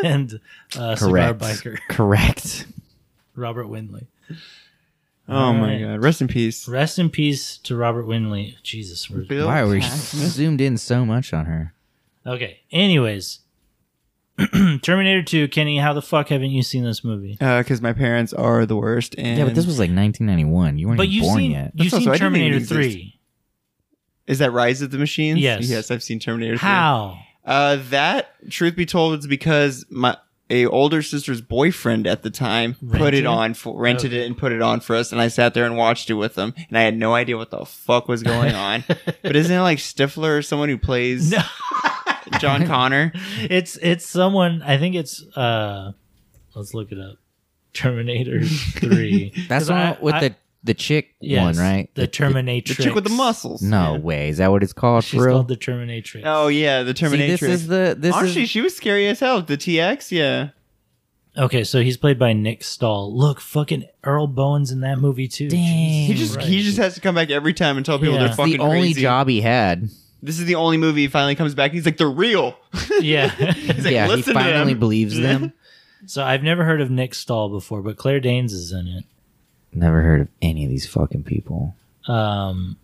Speaker 6: and uh, cigar
Speaker 4: Correct.
Speaker 6: biker
Speaker 4: Correct.
Speaker 6: Robert Winley.
Speaker 5: Oh my
Speaker 6: Alright.
Speaker 5: god! Rest in peace.
Speaker 6: Rest in peace to Robert Winley. Jesus. we're-
Speaker 5: Bill
Speaker 4: Why are we
Speaker 5: Paxton.
Speaker 4: zoomed in so much on her?
Speaker 6: Okay. Anyways, <clears throat> Terminator 2. Kenny, how the fuck haven't you seen this movie?
Speaker 5: because Uh, my parents are the worst. And
Speaker 4: Yeah, but this was like 1991. You weren't
Speaker 6: But
Speaker 4: even
Speaker 6: you've
Speaker 4: born
Speaker 6: seen
Speaker 4: yet.
Speaker 6: you've
Speaker 5: That's
Speaker 6: seen
Speaker 5: also- I didn't even
Speaker 6: Terminator
Speaker 5: exist.
Speaker 6: 3.
Speaker 5: is that Rise of the Machines?
Speaker 6: Yes.
Speaker 5: yes, I've seen Terminator. 3.
Speaker 6: How?
Speaker 5: Uh, that truth be told is because my a older sister's boyfriend at the time put
Speaker 6: Rented
Speaker 5: it
Speaker 6: it?
Speaker 5: on for rented it and put it on for us, and I sat there and watched it with them, and I had no idea what the fuck was going on. but isn't it like Stifler or someone who plays
Speaker 6: No.
Speaker 5: John Connor?
Speaker 6: It's it's someone. I think it's uh. Let's look it up. Terminator 3.
Speaker 4: That's the one
Speaker 6: I-
Speaker 4: with
Speaker 6: I-
Speaker 4: the the chick one,
Speaker 6: Yes,
Speaker 4: right?
Speaker 6: The Terminatrix.
Speaker 5: The chick with the muscles.
Speaker 4: No way. Is that what it's called
Speaker 6: She's
Speaker 4: for real?
Speaker 6: called the Terminatrix.
Speaker 5: Oh yeah, the
Speaker 4: See,
Speaker 5: Terminatrix.
Speaker 4: this is the this
Speaker 5: Honestly,
Speaker 4: is
Speaker 5: she was scary as hell. The TX, yeah.
Speaker 6: Okay, so he's played by Nick Stahl. Look, fucking Earl Bowen's in that movie too.
Speaker 4: Dang.
Speaker 5: He just
Speaker 6: Right.
Speaker 5: he just has to come back every time and tell people
Speaker 6: Yeah.
Speaker 5: they're
Speaker 6: It's
Speaker 5: fucking
Speaker 4: the only
Speaker 5: crazy.
Speaker 4: job he had.
Speaker 5: This is the only movie he finally comes back. And he's like, they're real. <laughs>
Speaker 6: Yeah. <laughs>
Speaker 5: He's like,
Speaker 4: yeah, he
Speaker 5: listen to
Speaker 4: finally
Speaker 5: them.
Speaker 4: believes
Speaker 5: <laughs>
Speaker 4: them.
Speaker 6: so I've never heard of Nick Stahl before, but Claire Danes is in it.
Speaker 4: Never heard of any of these fucking people.
Speaker 6: Um,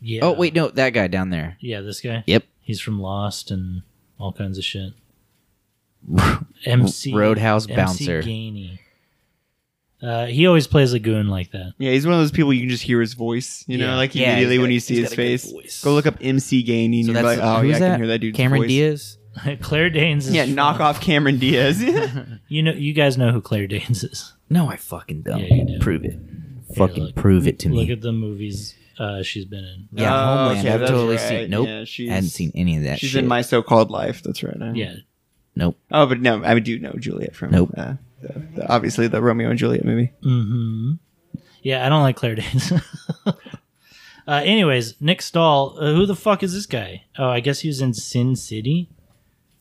Speaker 6: yeah.
Speaker 4: Oh wait, no, that guy down there.
Speaker 6: Yeah, this guy.
Speaker 4: Yep,
Speaker 6: He's from Lost and all kinds
Speaker 4: <laughs>
Speaker 6: of shit. MC
Speaker 4: Roadhouse
Speaker 6: MC
Speaker 4: bouncer.
Speaker 6: Gainey. Uh, he always plays a goon like that. <laughs>
Speaker 5: Yeah, he's one of those people you can just hear his voice, you
Speaker 6: Yeah.
Speaker 5: know, like
Speaker 4: Yeah,
Speaker 5: immediately
Speaker 4: he's got
Speaker 5: when
Speaker 4: a-
Speaker 5: you see
Speaker 4: he's
Speaker 5: his
Speaker 4: got a good
Speaker 5: face.
Speaker 4: voice.
Speaker 5: Go look up MC Gain and
Speaker 4: so
Speaker 5: you're
Speaker 4: that's
Speaker 5: like, oh
Speaker 4: who's
Speaker 5: yeah, I
Speaker 4: that?
Speaker 5: can hear that dude's
Speaker 4: Cameron
Speaker 5: voice.
Speaker 4: Diaz.
Speaker 6: Claire Danes
Speaker 5: <laughs>
Speaker 6: is
Speaker 5: Yeah,
Speaker 6: from-
Speaker 5: knock off Cameron
Speaker 4: <laughs>
Speaker 5: Diaz.
Speaker 6: You know you guys know who Claire Danes is.
Speaker 4: No, I fucking don't.
Speaker 6: Yeah, you do.
Speaker 4: Prove it. fucking
Speaker 6: look-
Speaker 4: prove it to
Speaker 6: Look
Speaker 4: me.
Speaker 6: at the movies uh, she's been in.
Speaker 4: yeah,
Speaker 5: Oh,
Speaker 4: Homeland.
Speaker 5: okay,
Speaker 4: I've
Speaker 5: that's
Speaker 4: totally
Speaker 5: right.
Speaker 4: seen. Nope,
Speaker 5: Yeah, she's-
Speaker 4: I hadn't seen any of that.
Speaker 5: She's
Speaker 4: shit.
Speaker 5: in my so-called life. That's right. I-
Speaker 6: Yeah.
Speaker 4: Nope.
Speaker 5: Oh, but no, I do know Juliet from.
Speaker 4: Nope.
Speaker 5: Uh, the, the, obviously, the Romeo and Juliet movie.
Speaker 6: hmm Yeah, I don't like Claire Danes. <laughs> uh, anyways, Nick Stahl. Uh, who the fuck is this guy? Oh, I guess he was in Sin City.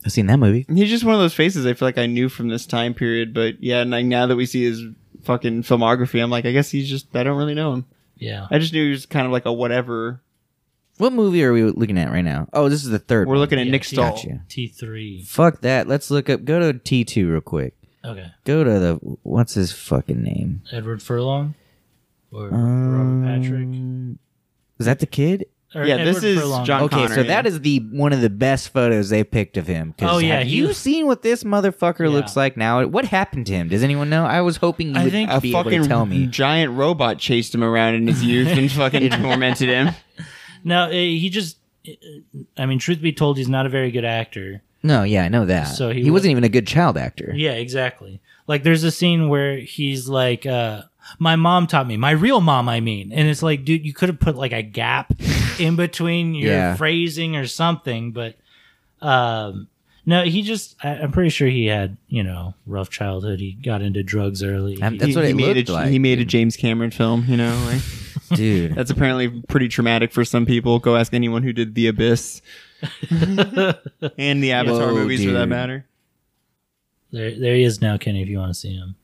Speaker 4: I've seen that movie.
Speaker 5: And he's just one of those faces I feel like I knew from this time period, but yeah, and like now that we see his fucking filmography, I'm like, I guess he's just. I don't really know him.
Speaker 6: Yeah.
Speaker 5: I just knew he was kind of like a whatever.
Speaker 4: What movie are we looking at right now? Oh, this is the third.
Speaker 5: We're
Speaker 4: one.
Speaker 5: looking at Nick Stahl.
Speaker 4: Gotcha.
Speaker 6: T three.
Speaker 4: Fuck that. Let's look up. Go to T two real quick.
Speaker 6: Okay.
Speaker 4: Go to the what's his fucking name?
Speaker 6: Edward Furlong or
Speaker 4: Um,
Speaker 6: Robert Patrick.
Speaker 4: Is that the kid?
Speaker 6: Or
Speaker 5: yeah, this
Speaker 6: Edward
Speaker 5: is
Speaker 6: Furlong.
Speaker 5: John-
Speaker 4: okay,
Speaker 5: Connor,
Speaker 4: so that
Speaker 5: yeah.
Speaker 4: is the one of the best photos they picked of him. 'cause
Speaker 6: Oh, yeah,
Speaker 4: have
Speaker 6: he
Speaker 4: you
Speaker 6: was-
Speaker 4: seen what this motherfucker
Speaker 6: Yeah.
Speaker 4: looks like now? What happened to him? Does anyone know? I was hoping you
Speaker 6: I
Speaker 4: would
Speaker 6: think-
Speaker 5: a
Speaker 4: be able
Speaker 5: fucking
Speaker 4: to tell me.
Speaker 5: giant robot chased him around in his youth
Speaker 4: <laughs>
Speaker 5: and fucking tormented him.
Speaker 6: No, uh, he just. uh, I mean, truth be told, he's not a very good actor.
Speaker 4: No, yeah, I know that.
Speaker 6: So
Speaker 4: So
Speaker 6: he
Speaker 4: he,
Speaker 6: was-
Speaker 4: wasn't even a good child actor.
Speaker 6: Yeah, exactly. Like there's a scene where he's like, uh, my mom taught me, my real mom, I mean. And it's like, dude, you could have put like
Speaker 5: <laughs>
Speaker 6: a gap in between your
Speaker 4: Yeah.
Speaker 6: phrasing or something, but um no, he just I, I'm pretty sure he had, you know, rough childhood. He got into drugs early.
Speaker 4: Um,
Speaker 6: He-
Speaker 4: That's what it
Speaker 5: made
Speaker 4: looked
Speaker 5: a,
Speaker 4: like.
Speaker 5: He made a James Cameron film, you know. Like,
Speaker 4: <laughs> Dude,
Speaker 5: that's apparently pretty traumatic for some people. Go ask anyone who did The Abyss and the Avatar
Speaker 4: Whoa,
Speaker 5: movies, for that
Speaker 4: dude.
Speaker 5: matter.
Speaker 6: there there he is now, Kenny, if you want to see him.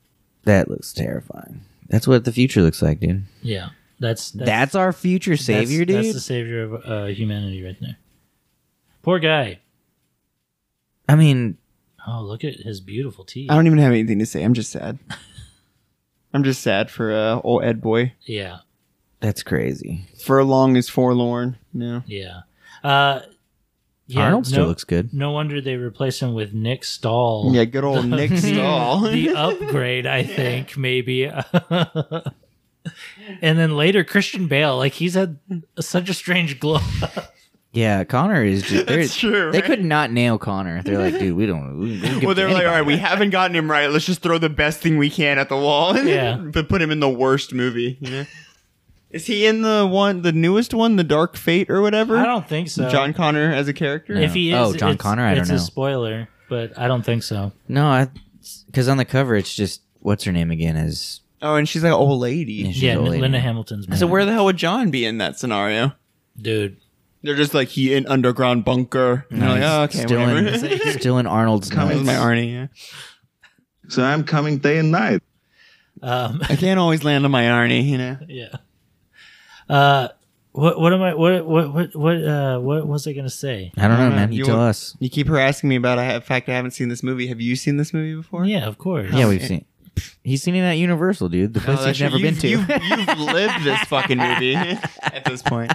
Speaker 4: that looks terrifying. That's what the future looks like, dude.
Speaker 6: Yeah. That's
Speaker 4: That's, our future savior,
Speaker 6: that's,
Speaker 4: dude.
Speaker 6: That's the savior of uh, humanity right there. Poor guy.
Speaker 4: I mean,
Speaker 6: Oh, look at his beautiful teeth.
Speaker 5: I don't even have anything to say. I'm just sad. <laughs> I'm just sad for uh, old Ed Boy.
Speaker 6: Yeah.
Speaker 4: that's crazy.
Speaker 5: Furlong is forlorn. No.
Speaker 6: Yeah. Uh, yeah,
Speaker 4: Arnold still
Speaker 6: no-
Speaker 4: looks good.
Speaker 6: No wonder they replace him with Nick Stahl.
Speaker 5: Yeah, <laughs>
Speaker 4: <laughs>
Speaker 5: good old Nick Stahl.
Speaker 6: <laughs> the upgrade, I think, maybe. and then later Christian Bale, like he's had such a strange glow.
Speaker 4: Yeah, Connor is. Just, they're-
Speaker 5: That's true,
Speaker 4: They
Speaker 5: right?
Speaker 4: could not nail Connor. They're like, dude, we don't. We, we don't give
Speaker 5: Well,
Speaker 4: a
Speaker 5: they're
Speaker 4: shit
Speaker 5: like, all
Speaker 4: about
Speaker 5: right, <laughs> we haven't gotten him right. Let's just throw the best thing we can at the wall. <laughs>
Speaker 6: Yeah.
Speaker 5: but put him in the worst movie. You know? <laughs> Is he in the one, the newest one, The Dark Fate or whatever?
Speaker 6: I don't think so.
Speaker 5: John Connor as a character?
Speaker 6: if he is,
Speaker 4: Oh, John
Speaker 6: it's-
Speaker 4: Connor? I don't
Speaker 6: it's
Speaker 4: know.
Speaker 6: a spoiler, but I don't think so.
Speaker 4: No, I because on the cover it's just what's her name again is.
Speaker 5: Oh, and she's like an old lady.
Speaker 4: She's
Speaker 6: yeah,
Speaker 4: old
Speaker 6: Linda
Speaker 4: lady.
Speaker 6: Hamilton's.
Speaker 5: So
Speaker 6: man.
Speaker 5: where the hell would John be in that scenario?
Speaker 6: dude?
Speaker 5: They're just like he in underground bunker. And they're like, oh, okay,
Speaker 4: still
Speaker 5: <laughs> whatever.
Speaker 4: in <laughs> still
Speaker 5: <laughs>
Speaker 4: in Arnold's
Speaker 5: That was my
Speaker 4: notes.
Speaker 5: Arnie. Yeah.
Speaker 2: So I'm coming day and night.
Speaker 6: Um, <laughs>
Speaker 5: I can't always land on my Arnie, you know.
Speaker 6: yeah. Uh, what what am I? What what what what uh, what was I gonna say?
Speaker 4: I don't know, man.
Speaker 5: You
Speaker 4: You tell
Speaker 5: want-
Speaker 4: us.
Speaker 5: You keep harassing me about I have- in fact I haven't seen this movie. Have you seen this movie before?
Speaker 6: Yeah, of course.
Speaker 4: Yeah, we've seen. He's seen it at Universal, dude. The place
Speaker 5: Oh,
Speaker 4: he's
Speaker 5: that's
Speaker 4: never
Speaker 5: right.
Speaker 4: been
Speaker 5: You've-
Speaker 4: to.
Speaker 5: You've, you've lived this fucking movie at this point.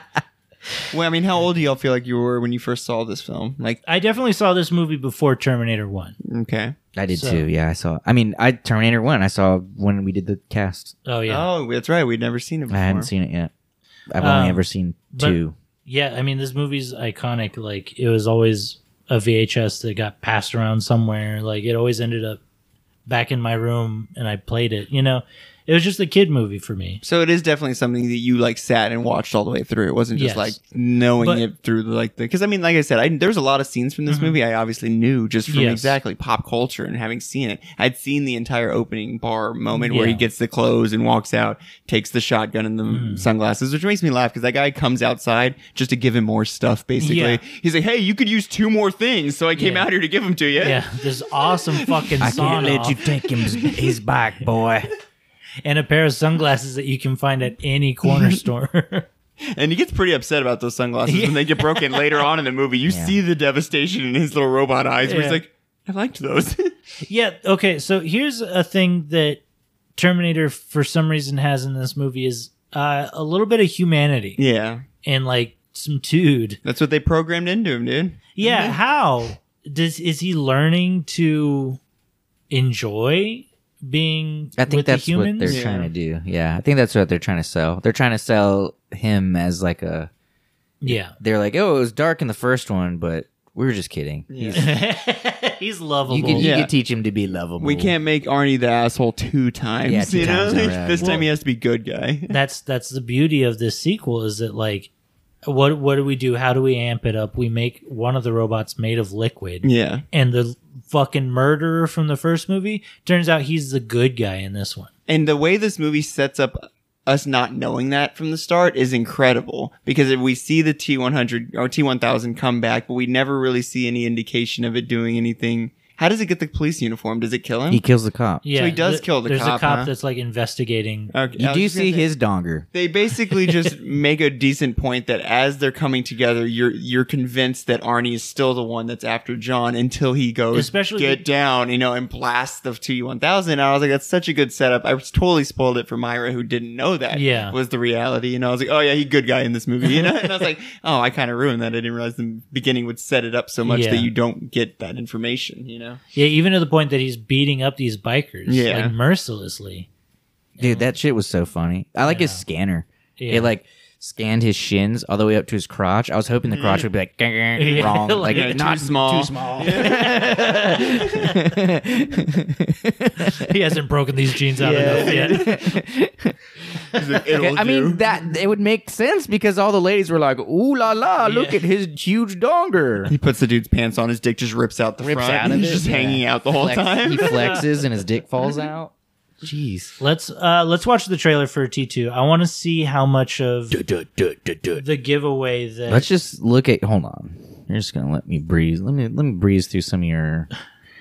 Speaker 5: Well, I mean, how old do y'all feel like you were when you first saw this film? Like,
Speaker 6: I definitely saw this movie before Terminator One.
Speaker 5: okay.
Speaker 4: <laughs> I did
Speaker 6: So-
Speaker 4: too. Yeah, I saw. I mean, I Terminator One. I saw when we did the cast.
Speaker 6: Oh yeah,
Speaker 5: Oh, that's right. We'd never seen it
Speaker 4: I
Speaker 5: before.
Speaker 4: hadn't seen it yet. I've only
Speaker 6: Um,
Speaker 4: ever seen
Speaker 6: but-
Speaker 4: two.
Speaker 6: yeah. I mean, this movie's iconic. Like it was always a VHS that got passed around somewhere. Like it always ended up back in my room, and I played it. You know, it was just a kid movie for me.
Speaker 5: So it is definitely something that you like sat and watched all the way through. It wasn't just
Speaker 6: Yes.
Speaker 5: like knowing
Speaker 6: But- Mm-hmm.
Speaker 5: it through the like the because I mean, like I said, I, there was a lot of scenes from this movie I obviously knew just from
Speaker 6: Yes.
Speaker 5: exactly pop culture and having seen it. I'd seen the entire opening bar moment where he
Speaker 6: Yeah. Hmm.
Speaker 5: gets the clothes and walks out, takes the shotgun and the sunglasses, which makes me laugh because that guy comes outside just to give him more stuff. Basically,
Speaker 6: Yeah.
Speaker 5: he's like, "Hey, you could use two more things," so I came
Speaker 6: Yeah.
Speaker 5: out here to give them to you.
Speaker 6: Yeah, this awesome fucking
Speaker 4: I
Speaker 6: song
Speaker 4: can't let you take
Speaker 6: <laughs>
Speaker 4: him his bike, boy.
Speaker 6: and a pair of sunglasses that you can find at
Speaker 4: <laughs>
Speaker 6: any corner store. <laughs>
Speaker 5: And he gets pretty upset about those sunglasses when they get broken later on in the movie. You see the devastation in his little robot eyes where he's
Speaker 6: Yeah.
Speaker 5: like, I liked those. <laughs>
Speaker 6: Yeah. Okay. So here's a thing that Terminator, for some reason, has in this movie is uh, a little bit of humanity
Speaker 5: yeah.
Speaker 6: and like some dude.
Speaker 5: That's what they programmed into him, dude.
Speaker 6: Yeah.
Speaker 4: Mm-hmm.
Speaker 6: How does is he learning to enjoy being?
Speaker 4: I think
Speaker 6: with
Speaker 4: that's
Speaker 6: the humans?
Speaker 4: what they're
Speaker 5: Yeah.
Speaker 4: trying to do. Yeah, I think that's what they're trying to sell. They're trying to sell him as like a.
Speaker 6: Yeah. <laughs>
Speaker 4: They're like, oh, it was dark in the first one, but we were just kidding.
Speaker 6: He's lovable.
Speaker 4: You can you
Speaker 5: Yeah.
Speaker 4: could teach him to be lovable.
Speaker 5: We can't make Arnie the asshole two times.
Speaker 4: Yeah, two
Speaker 5: you know? <laughs>
Speaker 4: times in a row.
Speaker 5: this time he
Speaker 6: Well-
Speaker 5: has to be good guy.
Speaker 6: that's that's the beauty of this sequel is that like what what do we do how do we amp it up we make one of the robots made of liquid
Speaker 5: Yeah.
Speaker 6: and the fucking murderer from the first movie turns out he's the good guy in this one
Speaker 5: And the way this movie sets up us not knowing that from the start is incredible because if we see the T100 or T1000 come back, but we never really see any indication of it doing anything. How does it get the police uniform? Does it kill him?
Speaker 4: He kills the cop.
Speaker 6: yeah
Speaker 5: he does kill the
Speaker 6: there's
Speaker 5: cop,
Speaker 6: a cop
Speaker 5: huh? Uh.
Speaker 6: that's like investigating
Speaker 5: Okay, I
Speaker 4: You
Speaker 5: was
Speaker 4: do
Speaker 5: just gonna say-
Speaker 4: see his donger.
Speaker 5: They
Speaker 4: <laughs>
Speaker 5: basically just make a decent point that as they're coming together, you're you're convinced that Arnie is still the one that's after John until he goes
Speaker 6: Especially
Speaker 5: get
Speaker 6: the-
Speaker 5: down, you know, and blast the T one thousand. I was like, that's such a good setup. I was totally spoiled it for Myra who didn't know that
Speaker 6: Yeah.
Speaker 5: was the reality. And I was like, oh yeah, he good guy in this movie, you know. and I
Speaker 4: <laughs>
Speaker 5: was like, oh, I kind of ruined that. I didn't realize the beginning would set it up so much
Speaker 6: Yeah.
Speaker 5: that you don't get that information, you know.
Speaker 6: yeah even to the point that he's beating up these bikers
Speaker 5: Yeah.
Speaker 6: like mercilessly <laughs>
Speaker 4: Dude, that shit was so funny. I like his scanner.
Speaker 6: Yeah.
Speaker 4: It like scanned his shins all the way up to his crotch. I was hoping the crotch would be like <laughs> wrong, like,
Speaker 5: Yeah,
Speaker 4: not <laughs>
Speaker 5: too small.
Speaker 4: Too small.
Speaker 6: he hasn't broken these jeans out enough yet
Speaker 4: <laughs>
Speaker 5: It'll
Speaker 4: I
Speaker 5: do.
Speaker 4: mean that it would make sense because all the ladies were like, "Ooh la la, look
Speaker 6: Yeah.
Speaker 4: at his huge donger."
Speaker 5: He puts the dude's pants on. His dick just rips out the
Speaker 4: Rips
Speaker 5: front.
Speaker 4: out of
Speaker 5: He's
Speaker 4: it,
Speaker 5: just
Speaker 4: yeah.
Speaker 5: hanging out the whole
Speaker 4: Flex-
Speaker 5: time.
Speaker 4: <laughs> he flexes and his dick <laughs> falls out. Jeez.
Speaker 6: let's uh let's watch the trailer for t2 i want to see how much of the giveaway that
Speaker 4: Let's just look at. Hold on. You're just gonna let me breeze. Let me let me breeze through some of your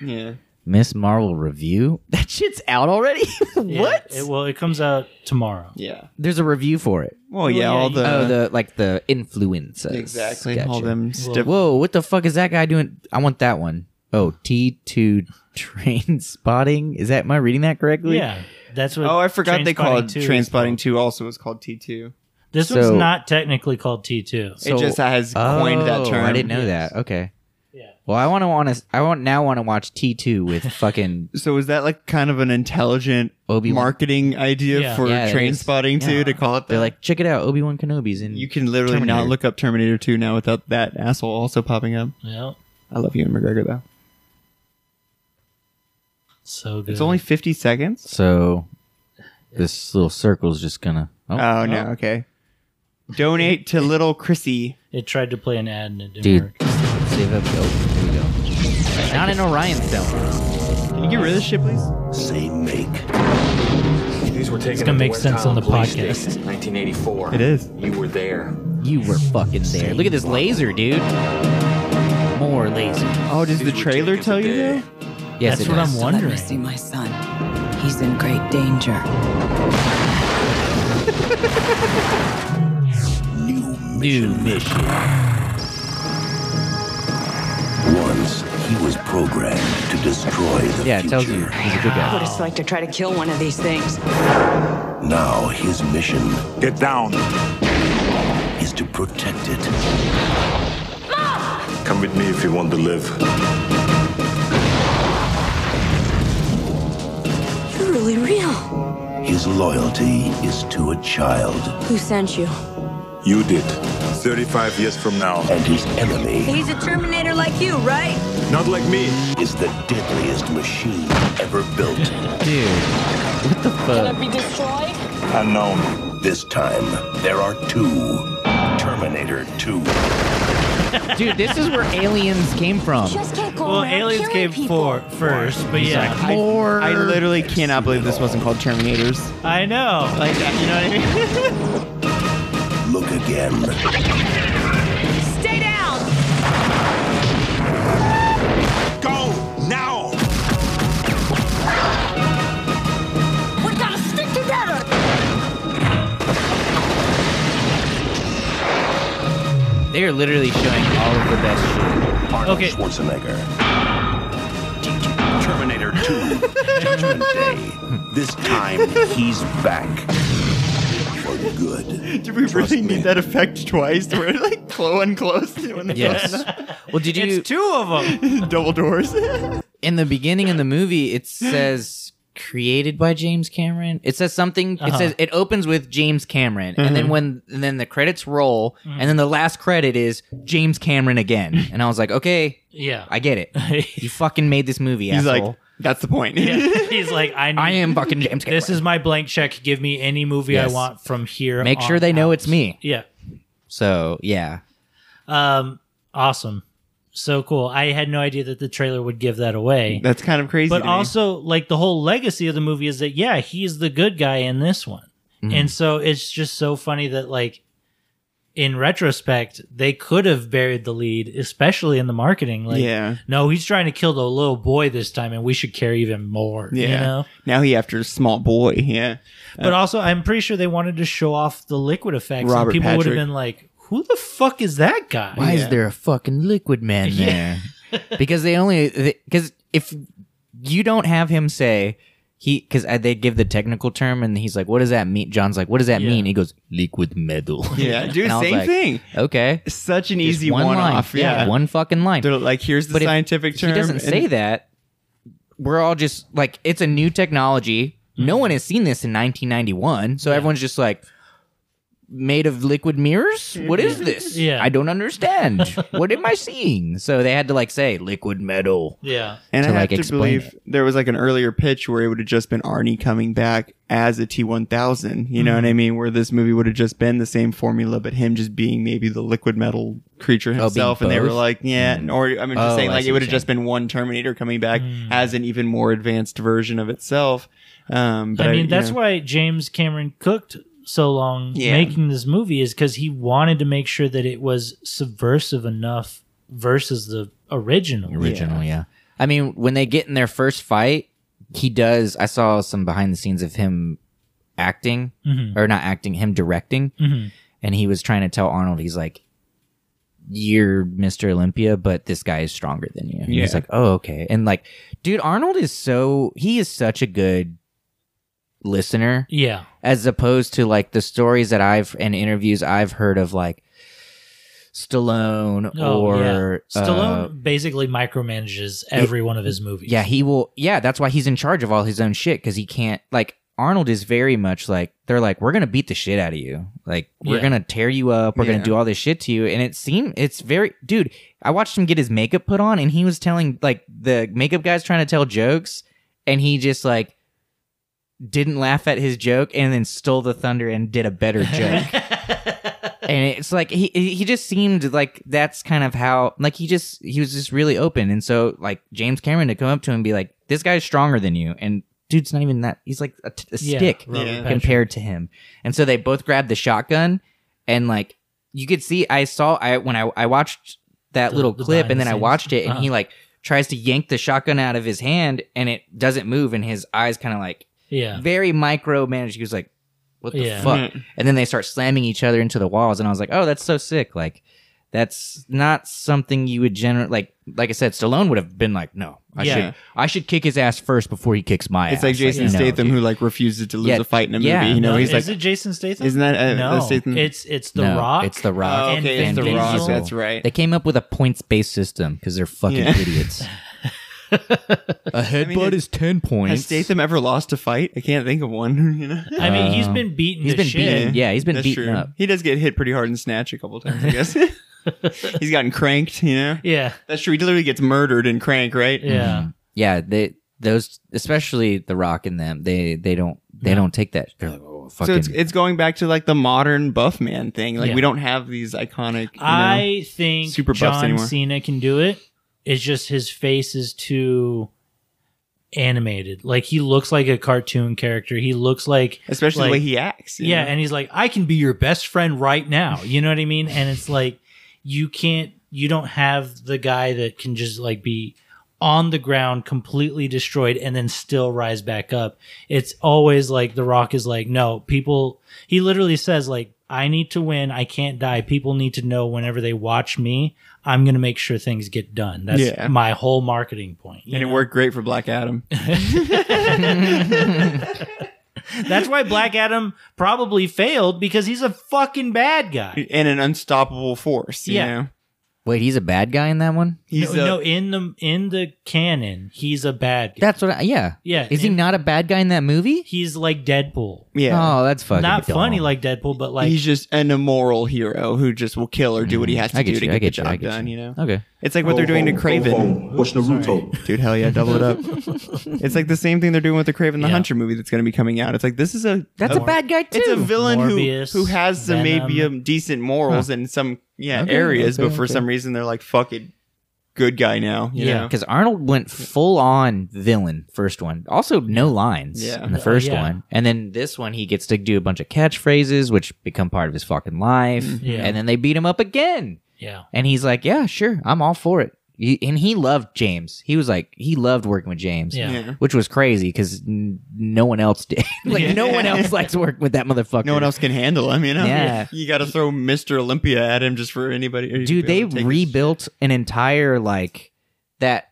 Speaker 5: yeah.
Speaker 4: Miss Marvel review. <laughs> That shit's out already. <laughs>
Speaker 6: Yeah,
Speaker 4: what?
Speaker 6: it- well, it comes out tomorrow.
Speaker 5: Yeah.
Speaker 4: There's a review for it.
Speaker 5: Well, yeah, all
Speaker 6: you-
Speaker 5: the,
Speaker 4: oh, the like the influenza.
Speaker 5: Uh, exactly all them stiff.
Speaker 4: Whoa, what the fuck is that guy doing? I want that one. Oh, T two <laughs> train spotting. Is that am I reading that correctly?
Speaker 6: Yeah, that's what.
Speaker 5: Oh, I forgot they call it
Speaker 6: Trainspotting 2 is
Speaker 5: Transpotting
Speaker 6: called.
Speaker 5: Two. Also, is called T two.
Speaker 6: This
Speaker 4: So-
Speaker 6: one's not technically called T two.
Speaker 5: It just has coined that
Speaker 4: Oh,
Speaker 5: term.
Speaker 4: I didn't know that. Okay.
Speaker 6: Yeah.
Speaker 4: Well, I want to want to. I want now want to watch T
Speaker 5: <laughs>
Speaker 4: two with fucking.
Speaker 5: So is that like kind of an intelligent
Speaker 4: Obi-Wan.
Speaker 5: marketing idea
Speaker 6: Yeah.
Speaker 5: for
Speaker 4: Yeah, it
Speaker 5: train
Speaker 4: is.
Speaker 5: spotting too
Speaker 4: Yeah.
Speaker 5: to call it that?
Speaker 4: They're like, check it out, Obi Wan Kenobi's in.
Speaker 5: you can literally not
Speaker 4: Terminator.
Speaker 5: look up Terminator 2 now without that asshole also popping up.
Speaker 6: Yeah.
Speaker 5: I love Ewan McGregor though.
Speaker 6: So good.
Speaker 5: It's only 50 seconds.
Speaker 4: So this little circle's just gonna. Oh,
Speaker 5: Oh no, okay. Donate to little Chrissy.
Speaker 6: It tried to play an ad and it didn't
Speaker 4: dude,
Speaker 6: work.
Speaker 4: save up. Oh, here we go. Not an Orion cell.
Speaker 5: Can you get rid of this shit, please?
Speaker 3: Same make.
Speaker 10: These were taken
Speaker 6: It's gonna
Speaker 10: at
Speaker 6: make sense on the
Speaker 10: Westtown Police
Speaker 6: podcast.
Speaker 10: Station, 1984.
Speaker 5: It is.
Speaker 10: You were there.
Speaker 4: You were fucking there. Look at this laser, dude. More laser.
Speaker 5: Oh, does the
Speaker 10: were
Speaker 5: trailer
Speaker 10: taken
Speaker 5: tell you
Speaker 10: today.
Speaker 5: though?
Speaker 4: Yes,
Speaker 6: That's
Speaker 4: it
Speaker 6: what
Speaker 4: does.
Speaker 6: I'm wondering.
Speaker 8: my son. He's in great danger.
Speaker 4: New mission.
Speaker 3: Once he was programmed to destroy the
Speaker 4: Yeah, it
Speaker 3: future.
Speaker 4: tells you he's a good guy.
Speaker 8: What it's like to try to kill one of these things.
Speaker 3: Now his mission
Speaker 7: Get down.
Speaker 3: is to protect it.
Speaker 7: Come with me if you want to live.
Speaker 11: You're really real.
Speaker 3: His loyalty is to a child,
Speaker 11: Who sent you?
Speaker 7: You did. 35 years from now.
Speaker 3: and his enemy
Speaker 11: He's a Terminator like you, right?
Speaker 7: Not like me.
Speaker 3: is the deadliest machine ever built.
Speaker 4: Dude, what the fuck?
Speaker 11: be destroyed?
Speaker 7: Unknown.
Speaker 3: This time, there are two Terminator 2.
Speaker 4: Dude, this is where aliens came from.
Speaker 11: Just can't go
Speaker 6: Well,
Speaker 11: around
Speaker 6: aliens
Speaker 11: killing
Speaker 6: came
Speaker 11: people.
Speaker 6: for first, but yeah,
Speaker 5: I-
Speaker 4: More.
Speaker 5: I literally cannot believe this wasn't called Terminators.
Speaker 6: I know.
Speaker 5: Like, you know what I mean?
Speaker 3: Look again.
Speaker 11: Stay down.
Speaker 7: Go now.
Speaker 11: We gotta stick together.
Speaker 4: They are literally showing all of the best shit.
Speaker 3: Arnold
Speaker 6: Okay.
Speaker 3: Schwarzenegger. Terminator <laughs> 2, Judgment Day. This time, he's back. For good.
Speaker 5: Did we
Speaker 3: Trust
Speaker 5: really
Speaker 3: me.
Speaker 5: need that effect twice? Where it like clo and close when the <laughs>
Speaker 4: <laughs> Yes. Well, did you?
Speaker 6: It's two of them.
Speaker 5: double doors. <laughs>
Speaker 4: in the beginning of the movie, it says created by James Cameron. It says something. It says it opens with James Cameron, and then when and then the credits roll, and then the last credit is James Cameron again. and I was like, okay,
Speaker 6: Yeah.
Speaker 4: I get <laughs> it. You fucking made this movie,
Speaker 5: He's
Speaker 4: asshole.
Speaker 5: like, that's the point.
Speaker 6: Yeah. <laughs> He's like, I,
Speaker 4: I am <laughs> fucking James Cameron.
Speaker 6: This is my blank check. Give me any movie
Speaker 4: Yes.
Speaker 6: I want from here.
Speaker 4: Make sure
Speaker 6: on
Speaker 4: they know
Speaker 6: out.
Speaker 4: it's me.
Speaker 6: Yeah.
Speaker 4: So yeah,
Speaker 6: Um. Awesome. So cool. I had no idea that the trailer would give that away.
Speaker 5: <laughs> That's kind of crazy.
Speaker 6: but
Speaker 5: to me.
Speaker 6: also like the whole legacy of the movie is that yeah he's the good guy in this one
Speaker 5: Mm-hmm.
Speaker 6: and so it's just so funny that like in retrospect they could have buried the lead especially in the marketing like
Speaker 5: Yeah.
Speaker 6: no he's trying to kill the little boy this time and we should care even more
Speaker 5: yeah.
Speaker 6: you know
Speaker 5: Now he after a small boy. Yeah.
Speaker 6: but also i'm pretty sure they wanted to show off the liquid effects
Speaker 5: Robert
Speaker 6: and people would have
Speaker 5: Patrick.
Speaker 6: been like who the fuck is that guy
Speaker 4: why is there a fucking
Speaker 5: <laughs>
Speaker 4: liquid man there? because they only because if you don't have him say he because they give the technical term and he's like, what does that mean? John's like, what does that mean? He goes, liquid metal.
Speaker 5: Yeah. Dude,
Speaker 4: <laughs> And I was
Speaker 5: same
Speaker 4: like,
Speaker 5: thing.
Speaker 4: Okay,
Speaker 5: Such an
Speaker 4: Just
Speaker 5: easy
Speaker 4: one
Speaker 5: one,
Speaker 4: line.
Speaker 5: off. Yeah.
Speaker 4: one fucking line.
Speaker 5: They're like, here's the
Speaker 4: But if
Speaker 5: scientific
Speaker 4: If
Speaker 5: term.
Speaker 4: He doesn't
Speaker 5: and-
Speaker 4: say that. We're all just like it's a new technology. No one has seen this in 1991, so everyone's just like made of liquid mirrors. What is this?
Speaker 6: Yeah.
Speaker 4: I don't understand. what am I seeing? So they had to like say liquid metal.
Speaker 6: yeah
Speaker 5: And
Speaker 4: to,
Speaker 5: I have
Speaker 4: like,
Speaker 5: to
Speaker 4: explain
Speaker 5: believe
Speaker 4: it.
Speaker 5: there was like an earlier pitch where it would have just been Arnie coming back as a T1000. You know what I mean? Where this movie would have just been the same formula, but him just being maybe the liquid metal creature
Speaker 4: being
Speaker 5: himself. and they were
Speaker 4: both?
Speaker 5: like, yeah. Or I mean, just
Speaker 4: Oh,
Speaker 5: saying
Speaker 4: I
Speaker 5: like
Speaker 4: see
Speaker 5: it
Speaker 4: what
Speaker 5: would have
Speaker 4: you're
Speaker 5: just been one Terminator coming back as an even more advanced version of itself. Um, but
Speaker 6: I mean, that's
Speaker 5: you know,
Speaker 6: why James Cameron cooked so long
Speaker 5: Yeah.
Speaker 6: making this movie is because he wanted to make sure that it was subversive enough versus the original.
Speaker 4: original. Yeah. I mean, when they get in their first fight, he does. I saw some behind the scenes of him acting
Speaker 6: Mm-hmm.
Speaker 4: or not acting, him directing, and he was trying to tell Arnold, he's like, "You're Mr. Olympia, but this guy is stronger than you." And He's
Speaker 5: Yeah.
Speaker 4: like, "Oh, okay." And like, dude, Arnold is so he is such a good listener
Speaker 6: Yeah.
Speaker 4: as opposed to like the stories that I've and interviews I've heard of like Stallone or uh,
Speaker 6: Oh, Stallone basically micromanages every one of his movies.
Speaker 4: Yeah, he will. Yeah, that's why he's in charge of all his own shit because he can't. Like Arnold is very much like they're like we're gonna beat the shit out of you. Like we're
Speaker 6: Yeah.
Speaker 4: gonna tear you up. We're
Speaker 5: Yeah.
Speaker 4: gonna do all this shit to you. And it seemed it's very dude. I watched him get his makeup put on, and he was telling like the makeup guys trying to tell jokes, and he just like didn't laugh at his joke, and then stole the thunder and did a
Speaker 6: <laughs>
Speaker 4: better joke. and it's like he he just seemed like that's kind of how like he just he was just really open and so like James Cameron to come up to him and be like this guy's stronger than you and dude's not even that he's like a, t- a
Speaker 6: Yeah,
Speaker 4: stick
Speaker 6: Robert
Speaker 5: Yeah.
Speaker 6: Patrick.
Speaker 4: compared to him and so they both grabbed the shotgun and like you could see I saw I when I I watched that
Speaker 6: The-
Speaker 4: little
Speaker 6: the
Speaker 4: clip and
Speaker 6: behind
Speaker 4: then
Speaker 6: the
Speaker 4: I
Speaker 6: scenes.
Speaker 4: watched it and he
Speaker 6: Uh-huh.
Speaker 4: like tries to yank the shotgun out of his hand and it doesn't move and his eyes kind of like
Speaker 6: yeah.
Speaker 4: very micromanaged. He was like, "What the
Speaker 6: Yeah.
Speaker 5: Mm-hmm.
Speaker 4: fuck?" And then they start slamming each other into the walls, and I was like, "Oh, that's so sick!" Like, that's not something you would generally like. Like I said, Stallone would have been like, "No, I
Speaker 6: Yeah.
Speaker 4: should, I should kick his ass first before he kicks my
Speaker 5: It's
Speaker 4: ass."
Speaker 5: like Jason
Speaker 4: no,
Speaker 5: Statham
Speaker 4: dude.
Speaker 5: who like refuses to lose
Speaker 4: Yeah,
Speaker 5: a fight in a
Speaker 4: yeah.
Speaker 5: movie. You know, he's
Speaker 6: is
Speaker 5: like,
Speaker 6: it Jason Statham?
Speaker 5: isn't that, uh,
Speaker 6: no?
Speaker 5: uh, Statham?
Speaker 6: It's it's The
Speaker 4: No,
Speaker 6: Rock.
Speaker 4: It's the Rock.
Speaker 5: Oh,
Speaker 6: and
Speaker 5: okay, it's
Speaker 6: Vin
Speaker 5: the Rock.
Speaker 6: Diesel.
Speaker 5: That's right.
Speaker 4: They came up with a points-based system because they're fucking
Speaker 5: Yeah. <laughs>
Speaker 4: idiots. a headbutt
Speaker 5: it-
Speaker 4: is ten points.
Speaker 5: Has Statham ever lost a fight? I can't think of one. you know,
Speaker 6: I mean, he's
Speaker 4: Uh,
Speaker 6: been beaten.
Speaker 4: he's
Speaker 6: to
Speaker 4: been
Speaker 6: shit.
Speaker 4: beaten. Yeah, he's been
Speaker 5: That's
Speaker 4: beaten
Speaker 5: true.
Speaker 4: up.
Speaker 5: He does get hit pretty hard in Snatch a couple times. I
Speaker 4: <laughs>
Speaker 5: guess he's gotten cranked. You know,
Speaker 6: Yeah,
Speaker 5: that's true. He literally gets murdered in Crank, right?
Speaker 4: Mm-hmm.
Speaker 6: yeah.
Speaker 4: yeah, they those especially the Rock and them. They they don't they don't take that. They're like, oh,
Speaker 5: So
Speaker 4: fucking.
Speaker 5: it's it's going back to like the modern buff man thing. Like
Speaker 6: Yeah.
Speaker 5: we don't have these iconic. You know,
Speaker 6: I think
Speaker 5: super buffs
Speaker 6: John
Speaker 5: anymore.
Speaker 6: Cena can do it. It's just his face is too animated. Like he looks like a cartoon character. He looks like
Speaker 5: especially the
Speaker 6: like-
Speaker 5: way he acts. you
Speaker 6: yeah,
Speaker 5: know?
Speaker 6: and he's like, I can be your best friend right now. You know what I mean?
Speaker 5: <laughs>
Speaker 6: And it's like you can't you don't have the guy that can just like be on the ground completely destroyed and then still rise back up. It's always like the rock is like, no, people he literally says like I need to win. I can't die. People need to know whenever they watch me, I'm going to make sure things get done. That's
Speaker 5: Yeah.
Speaker 6: my whole marketing point. you
Speaker 5: and it
Speaker 6: know?
Speaker 5: worked great for Black
Speaker 4: <laughs>
Speaker 5: Adam.
Speaker 6: That's why Black Adam probably failed because he's a fucking bad guy.
Speaker 5: and an unstoppable force. You
Speaker 6: Yeah.
Speaker 5: know?
Speaker 4: Wait, he's a bad guy in that one.
Speaker 5: he's
Speaker 6: no,
Speaker 5: a-
Speaker 6: no, in the in the canon, he's a bad guy.
Speaker 4: That's what. I, yeah,
Speaker 6: Yeah,
Speaker 4: Is he
Speaker 6: and-
Speaker 4: not a bad guy in that movie?
Speaker 6: he's like Deadpool.
Speaker 5: yeah.
Speaker 4: Oh, that's fucking
Speaker 6: Not funny
Speaker 4: dumb.
Speaker 6: like Deadpool, but like
Speaker 5: he's just an immoral hero who just will kill or do what he has to
Speaker 4: Mm, I get
Speaker 5: do to
Speaker 4: you,
Speaker 5: get,
Speaker 4: I
Speaker 5: the
Speaker 4: get you,
Speaker 5: job
Speaker 4: I get
Speaker 5: done. You
Speaker 4: you.
Speaker 5: know,
Speaker 4: Okay.
Speaker 5: it's like what they're
Speaker 1: Oh,
Speaker 5: doing to Craven,
Speaker 7: Watch Naruto.
Speaker 5: dude. Hell yeah, double it up. it's like the same thing they're doing with the Craven the
Speaker 6: Yeah.
Speaker 5: Hunter movie that's going to be coming out. It's like this is a
Speaker 4: That's a bad guy too.
Speaker 5: it's a villain
Speaker 6: Morbius,
Speaker 5: who who has some maybe
Speaker 6: Venom.
Speaker 5: um, decent morals in some yeah
Speaker 4: Okay,
Speaker 5: areas,
Speaker 4: okay,
Speaker 5: but for
Speaker 4: okay.
Speaker 5: some reason they're like fuck it, good guy now. you
Speaker 6: Yeah.
Speaker 5: know?
Speaker 4: because Arnold went full on villain first one. Also, no lines
Speaker 5: Yeah.
Speaker 4: in the first
Speaker 6: Oh, yeah.
Speaker 4: one, and then this one he gets to do a bunch of catchphrases, which become part of his fucking life.
Speaker 6: Mm-hmm. Yeah.
Speaker 4: And then they beat him up again,
Speaker 6: yeah,
Speaker 4: and he's like, "Yeah, sure, I'm all for it." He, and he loved James. He was like, he loved working with James.
Speaker 6: yeah,
Speaker 5: Yeah.
Speaker 4: which was crazy because n- no one else did. <laughs> like no one else likes working with that motherfucker.
Speaker 5: No one else can handle him, you know.
Speaker 4: Yeah.
Speaker 5: you got to throw Mister Olympia at him just for anybody. or
Speaker 4: Dude,
Speaker 5: be
Speaker 4: they
Speaker 5: able to take his-
Speaker 4: rebuilt an entire like that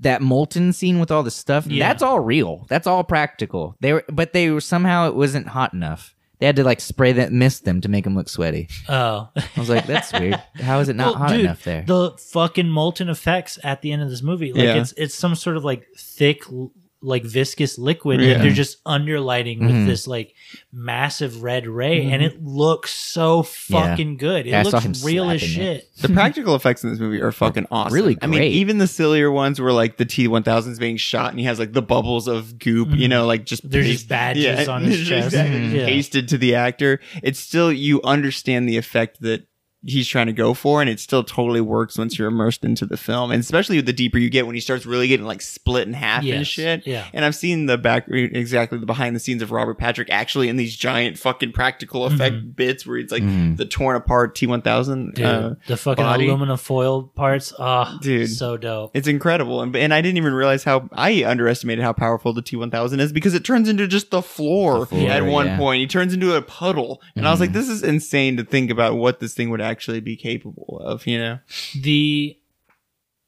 Speaker 4: that molten scene with all the stuff.
Speaker 6: Yeah.
Speaker 4: That's all real. That's all practical. They were, but they were somehow it wasn't hot enough. They had to like spray that mist them to make them look sweaty.
Speaker 6: <laughs> Oh,
Speaker 4: I was like, that's weird. How is it not
Speaker 6: Well,
Speaker 4: hot
Speaker 6: dude,
Speaker 4: enough there?
Speaker 6: The fucking molten effects at the end of this movie, like
Speaker 5: Yeah.
Speaker 6: it's it's some sort of like thick, l- like viscous liquid.
Speaker 5: Yeah.
Speaker 6: that They're just underlighting with
Speaker 4: Mhm.
Speaker 6: this like massive red ray, and
Speaker 5: Mm-hmm.
Speaker 6: it looks so fucking good. It
Speaker 4: Yeah, I saw
Speaker 6: looks
Speaker 4: him
Speaker 6: real as
Speaker 4: slapping
Speaker 6: shit.
Speaker 4: it. <laughs>
Speaker 5: The practical effects in this movie are fucking awesome.
Speaker 4: really
Speaker 5: I mean,
Speaker 4: great.
Speaker 5: even the sillier ones where like the T one thousand is being shot and he has like the bubbles of goop,
Speaker 4: Mm.
Speaker 5: you know, like just
Speaker 6: There's just badges
Speaker 5: <laughs>
Speaker 6: on his chest.
Speaker 5: exactly,
Speaker 6: Mhm.
Speaker 5: just
Speaker 6: Yeah.
Speaker 5: pasted to the actor. It's still you understand the effect that he's trying to go for, and it still totally works once you're immersed into the film, and especially the deeper you get when he starts really getting like split in half and
Speaker 6: Yes.
Speaker 5: shit.
Speaker 6: Yeah.
Speaker 5: And I've seen the back exactly the behind the scenes of Robert Patrick actually in these giant fucking practical effect
Speaker 6: Mm-hmm.
Speaker 5: bits where it's like
Speaker 4: Mm.
Speaker 5: the torn apart T one thousand. uh,
Speaker 6: Dude, Uh, the fucking
Speaker 5: body.
Speaker 6: aluminum foil parts, ah,
Speaker 5: Dude.
Speaker 6: so dope.
Speaker 5: It's incredible, and and I didn't even realize how I underestimated how powerful the T1000 is because it turns into just the floor,
Speaker 4: floor,
Speaker 5: at one
Speaker 4: yeah. Mm-hmm.
Speaker 5: point. He turns into a puddle, and I was like, "This is insane to think about what this thing would actually be capable of." You know,
Speaker 6: the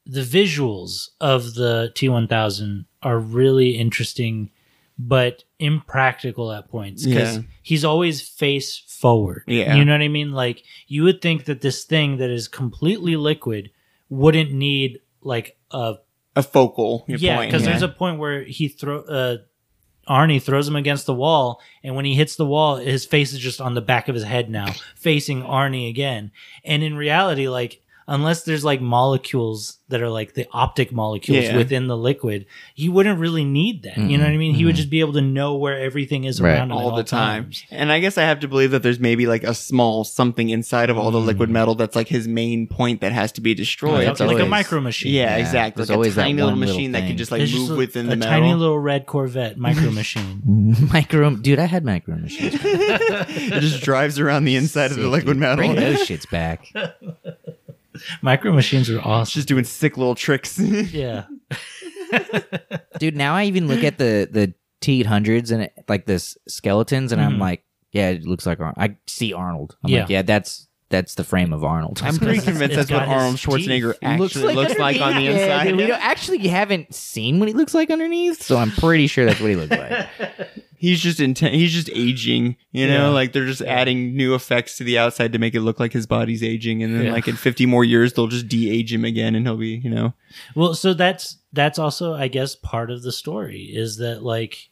Speaker 6: the visuals of the T1000 are really interesting but impractical at points because
Speaker 5: Yeah.
Speaker 6: he's always face forward.
Speaker 5: Yeah.
Speaker 6: You know what I mean? Like you would think that this thing that is completely liquid wouldn't need like a
Speaker 5: a focal
Speaker 6: yeah,
Speaker 5: point.
Speaker 6: because there's a point where he throw uh, Arnie throws him against the wall, and when he hits the wall, his face is just on the back of his head now, facing Arnie again. And in reality, like unless there's like molecules that are like the optic molecules
Speaker 5: Yeah. Mm-hmm.
Speaker 6: within the liquid, he wouldn't really need that. You know what I mean? He would just be able to know where everything is
Speaker 4: Right.
Speaker 6: around him at
Speaker 5: all the time.
Speaker 6: times.
Speaker 5: And I guess I have to believe that there's maybe like a small something inside of all the
Speaker 4: Mm.
Speaker 5: liquid metal that's like his main point that has to be destroyed.
Speaker 4: Yeah,
Speaker 6: Like,
Speaker 4: it's
Speaker 6: like a
Speaker 4: always-
Speaker 6: micro machine.
Speaker 5: yeah,
Speaker 4: Yeah,
Speaker 5: exactly.
Speaker 4: there's
Speaker 5: Like
Speaker 4: always
Speaker 5: a
Speaker 4: that
Speaker 5: tiny little
Speaker 4: one little
Speaker 5: machine that
Speaker 4: thing.
Speaker 5: can just like
Speaker 6: There's
Speaker 5: move
Speaker 6: just a-
Speaker 5: within the
Speaker 6: a
Speaker 5: metal.
Speaker 6: tiny little red Corvette micro machine.
Speaker 4: <laughs> micro, dude. I had micro machines.
Speaker 5: <laughs> it just drives around the inside of the
Speaker 4: Sick,
Speaker 5: liquid
Speaker 4: dude.
Speaker 5: metal.
Speaker 4: Bring
Speaker 5: <laughs> It's
Speaker 4: those shits back.
Speaker 6: micro machines are awesome.
Speaker 5: just doing sick little tricks. <laughs>
Speaker 6: Yeah.
Speaker 4: dude now i even look at the the t800s and it, like this skeletons and i'm like yeah it looks like Arnold. i see arnold i'm like
Speaker 6: Mm-hmm. Yeah.
Speaker 4: yeah that's that's the frame of arnold <laughs>
Speaker 5: I'm pretty convinced
Speaker 6: it's
Speaker 5: that's what
Speaker 6: got his
Speaker 5: Arnold Schwarzenegger
Speaker 6: teeth.
Speaker 5: actually looks like, on the
Speaker 4: underneath. Yeah,
Speaker 5: inside.
Speaker 4: dude, we don't, actually haven't seen what he looks like underneath so i'm pretty sure that's what he looks
Speaker 6: <laughs>
Speaker 4: like
Speaker 5: he's just inten- he's just aging you know
Speaker 6: Yeah.
Speaker 5: like they're just adding new effects to the outside to make it look like his body's aging and then
Speaker 6: Yeah.
Speaker 5: like in 50 more years they'll just de-age him again and he'll be you know
Speaker 6: Well, so that's that's also, I guess, part of the story is that like,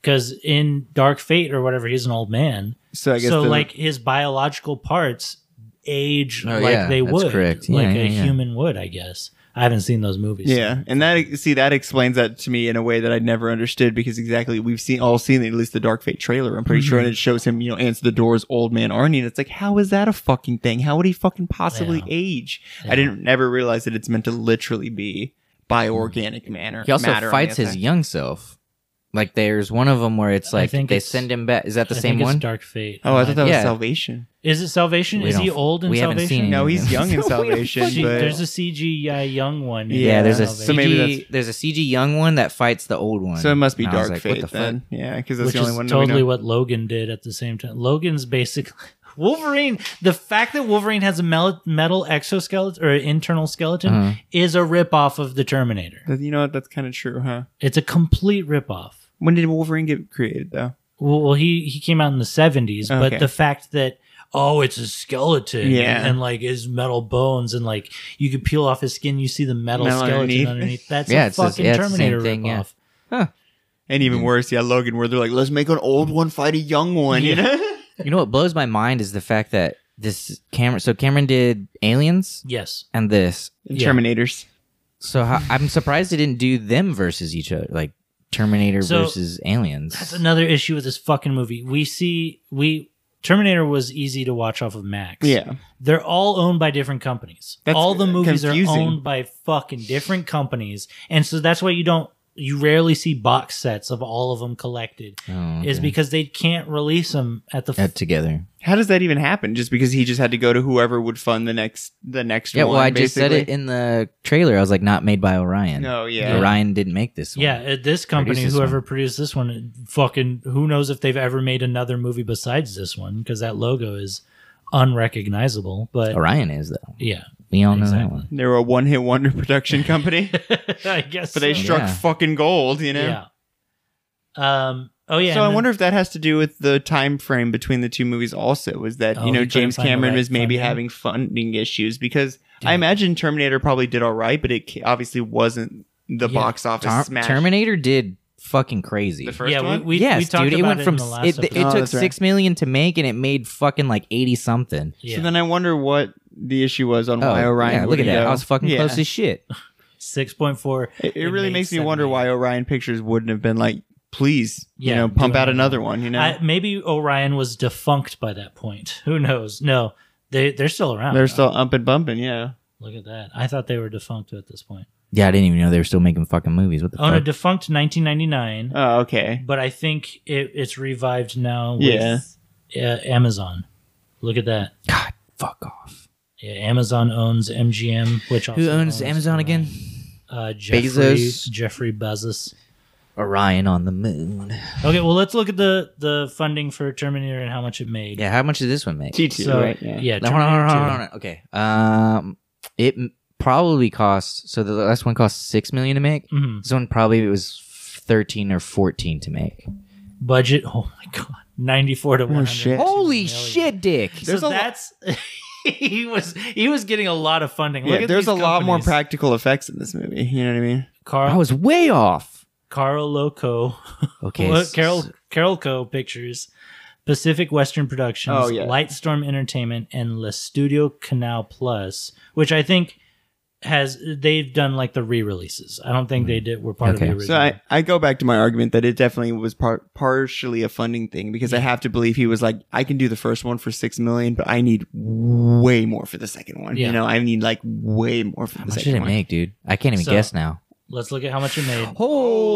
Speaker 6: because in Dark Fate or whatever, he's an old man.
Speaker 5: so i guess
Speaker 6: so
Speaker 5: the-
Speaker 6: like his biological parts age
Speaker 4: Oh,
Speaker 6: like
Speaker 4: yeah,
Speaker 6: they
Speaker 4: that's
Speaker 6: would,
Speaker 4: correct. Yeah,
Speaker 6: like
Speaker 4: yeah,
Speaker 6: a
Speaker 4: yeah.
Speaker 6: human would, I guess. I haven't seen those movies.
Speaker 5: yeah and that see that explains that to me in a way that i never understood because exactly we've seen all seen at least the dark fate trailer i'm pretty sure
Speaker 4: Mm-hmm.
Speaker 5: and it shows him you know answer the doors old man arnie and it's like how is that a fucking thing how would he fucking possibly
Speaker 6: Yeah.
Speaker 5: age
Speaker 6: Yeah.
Speaker 5: i didn't never realize that it's meant to literally be by organic manner
Speaker 4: Mm. he also
Speaker 5: matter on the
Speaker 4: fights his
Speaker 5: outside.
Speaker 4: young self like there's one of them where it's
Speaker 6: I
Speaker 4: like
Speaker 6: think
Speaker 4: they
Speaker 6: it's-
Speaker 4: send him back is that the
Speaker 6: I
Speaker 4: same
Speaker 6: think
Speaker 4: one
Speaker 6: It's Dark Fate.
Speaker 5: oh i thought that was
Speaker 4: Yeah.
Speaker 5: salvation
Speaker 6: is it Salvation?
Speaker 4: We
Speaker 6: is he
Speaker 4: don't-
Speaker 6: old in
Speaker 4: we haven't
Speaker 6: Salvation?
Speaker 4: seen
Speaker 5: No,
Speaker 4: Yeah.
Speaker 5: he's young
Speaker 4: <laughs>
Speaker 5: in
Speaker 4: So we don't
Speaker 5: Salvation,
Speaker 6: She-
Speaker 5: but
Speaker 6: there's a CGI young one. in
Speaker 5: Yeah,
Speaker 4: yeah, there's a
Speaker 5: So
Speaker 4: CG,
Speaker 6: Salvation.
Speaker 5: maybe that's-
Speaker 4: there's a CG young one that fights the old one.
Speaker 5: so it must be
Speaker 4: And I was
Speaker 5: Dark
Speaker 4: like, what
Speaker 5: Fate
Speaker 4: the fuck?
Speaker 5: then. Yeah, because that's
Speaker 6: which
Speaker 5: the only
Speaker 6: is
Speaker 5: one. that we
Speaker 6: totally
Speaker 5: know.
Speaker 6: what Logan did at the same time. Logan's basically <laughs> Wolverine. The fact that Wolverine has a mel- metal exoskeleton or internal skeleton
Speaker 4: Uh-huh.
Speaker 6: is a ripoff of the Terminator.
Speaker 5: That- You know what? That's kind of true, huh?
Speaker 6: It's a complete ripoff.
Speaker 5: When did Wolverine get created though?
Speaker 6: Well, well he he came out in the seventies,
Speaker 5: Okay.
Speaker 6: but the fact that oh, it's a skeleton,
Speaker 5: Yeah.
Speaker 6: and like his metal bones, and like you could peel off his skin, you see the metal,
Speaker 5: Metal
Speaker 6: skeleton
Speaker 5: underneath.
Speaker 6: underneath. That's
Speaker 4: Yeah,
Speaker 6: a
Speaker 4: it's the-
Speaker 6: fucking
Speaker 4: yeah, it's the same
Speaker 6: Terminator
Speaker 4: thing, yeah.
Speaker 6: ripoff.
Speaker 5: And even worse, yeah, Logan, where they're like, let's make an old one fight a young one. You <laughs> know?
Speaker 4: You know what blows my mind is the fact that this Cameron. So Cameron did Aliens
Speaker 6: Yes,
Speaker 4: and this.
Speaker 6: Yeah.
Speaker 5: Terminators.
Speaker 4: So
Speaker 6: <sighs>
Speaker 4: how, I'm surprised they didn't do them versus each other, like Terminator
Speaker 6: So-
Speaker 4: versus Aliens.
Speaker 6: That's another issue with this fucking movie. We see we Terminator was easy to watch off of Max.
Speaker 5: Yeah.
Speaker 6: They're all owned by different companies.
Speaker 5: That's,
Speaker 6: all the
Speaker 5: uh,
Speaker 6: movies
Speaker 5: confusing.
Speaker 6: are owned by fucking different companies. And so that's why you don't you rarely see box sets of all of them collected
Speaker 4: Oh, okay.
Speaker 6: is because they can't release them at the
Speaker 4: Uh,
Speaker 6: f-
Speaker 4: together.
Speaker 5: How does that even happen? Just because he just had to go to whoever would fund the next the next
Speaker 4: Yeah,
Speaker 5: one.
Speaker 4: well, I just said it
Speaker 5: basically?
Speaker 4: in the trailer. I was like, not made by Orion.
Speaker 5: No, yeah.
Speaker 4: Orion didn't make this. One.
Speaker 6: yeah, uh, this company,
Speaker 4: this
Speaker 6: whoever produced this one, fucking who knows if they've ever made another movie besides this one because that logo is unrecognizable. But
Speaker 4: Orion is though.
Speaker 6: yeah, <laughs>
Speaker 4: We all know that
Speaker 6: Exactly.
Speaker 4: one.
Speaker 5: They were a one hit wonder <laughs> production
Speaker 6: <laughs>
Speaker 5: company, but
Speaker 6: I guess.
Speaker 5: they
Speaker 6: so.
Speaker 5: struck
Speaker 4: Yeah.
Speaker 5: fucking gold. You know.
Speaker 6: Yeah. Um. Oh yeah.
Speaker 5: so
Speaker 6: and
Speaker 5: I
Speaker 6: then-
Speaker 5: wonder if that has to do with the time frame between the two movies. Also, was that
Speaker 6: Oh,
Speaker 5: you know
Speaker 6: he couldn't
Speaker 5: James
Speaker 6: find the
Speaker 5: Cameron
Speaker 6: right
Speaker 5: was maybe
Speaker 6: funding.
Speaker 5: having funding issues because I imagine Terminator probably did all right, but it ca- obviously wasn't the
Speaker 6: Yeah.
Speaker 5: box office
Speaker 4: Tar-
Speaker 5: smash.
Speaker 4: Terminator did fucking crazy.
Speaker 5: the first
Speaker 6: yeah,
Speaker 5: one.
Speaker 6: we we,
Speaker 4: yes,
Speaker 6: we talked
Speaker 4: dude.
Speaker 6: about
Speaker 4: It went from
Speaker 6: in the
Speaker 4: s-
Speaker 6: last
Speaker 4: it, it
Speaker 6: episode.
Speaker 5: Oh,
Speaker 4: took
Speaker 5: that's right.
Speaker 4: six million to make, and it made fucking like eighty something.
Speaker 6: yeah.
Speaker 5: So then I wonder what the issue was on why Orion.
Speaker 4: Oh, yeah, look at
Speaker 5: wouldn't
Speaker 4: that.
Speaker 5: go.
Speaker 4: I was fucking
Speaker 5: Yeah.
Speaker 4: close as shit.
Speaker 6: six point four.
Speaker 5: <laughs> It, it really makes me wonder why Orion Pictures wouldn't have been like, please, you
Speaker 6: Yeah,
Speaker 5: know,
Speaker 6: do
Speaker 5: pump out
Speaker 6: another
Speaker 5: another one. You know,
Speaker 6: I, maybe Orion was defunct by that point. Who knows? No, they they're still around.
Speaker 5: they're
Speaker 6: though.
Speaker 5: still up and bumping. Yeah,
Speaker 6: Look at that. I thought they were defunct at this point.
Speaker 4: Yeah, I didn't even know they were still making fucking movies. What the
Speaker 6: Oh no,
Speaker 4: fuck?
Speaker 6: defunct 1999.
Speaker 5: oh okay.
Speaker 6: but I think it, it's revived now.
Speaker 5: Yeah.
Speaker 6: With, yeah. Amazon. Look at that.
Speaker 4: God, fuck off.
Speaker 6: Yeah, Amazon owns MGM, which also
Speaker 4: Who owns Amazon again?
Speaker 6: Uh, Jeffrey,
Speaker 4: Bezos?
Speaker 6: Jeffrey Bezos.
Speaker 4: Orion on the moon.
Speaker 6: Okay, well, let's look at the the funding for Terminator and how much it made.
Speaker 4: Yeah, how much did this one make?
Speaker 5: T two,
Speaker 6: so
Speaker 5: right?
Speaker 6: yeah,
Speaker 4: No, hold on, hold on, hold on,
Speaker 6: Terminator
Speaker 4: hold on. Okay. Um, it m- probably cost. So the last one cost six million to make.
Speaker 6: Mhm.
Speaker 4: This one probably was thirteen or fourteen to make.
Speaker 6: Budget. Oh my god. 94 to 100.
Speaker 4: Holy shit, Dick!
Speaker 6: So that's <laughs> he was he was getting a lot of funding. Look
Speaker 5: Yeah,
Speaker 6: at
Speaker 5: there's a
Speaker 6: these
Speaker 5: lot more
Speaker 6: companies.
Speaker 5: practical effects in this movie. You know what I mean?
Speaker 4: I
Speaker 6: Carl
Speaker 4: was way off.
Speaker 6: Carl Loco.
Speaker 4: Okay,
Speaker 6: Well,
Speaker 4: s-
Speaker 6: Carol Carol Co. Pictures, Pacific Western Productions,
Speaker 5: Oh, yeah.
Speaker 6: Lightstorm Entertainment, and Le Studio Canal Plus, which I think has they've done like the re-releases. I don't think they did were part
Speaker 4: Mm. Okay.
Speaker 6: of the
Speaker 5: So
Speaker 6: original.
Speaker 5: I, I go back to my argument that it definitely was par- partially a funding thing because I have to believe he was like, I can do the first one for six million, but I need way more for the second one.
Speaker 6: Yeah.
Speaker 5: You know, I need like way more for
Speaker 4: How
Speaker 5: the
Speaker 4: much
Speaker 5: second
Speaker 4: did it
Speaker 5: one.
Speaker 4: make, dude? I can't even
Speaker 6: So-
Speaker 4: guess now.
Speaker 6: Let's look at how much it made.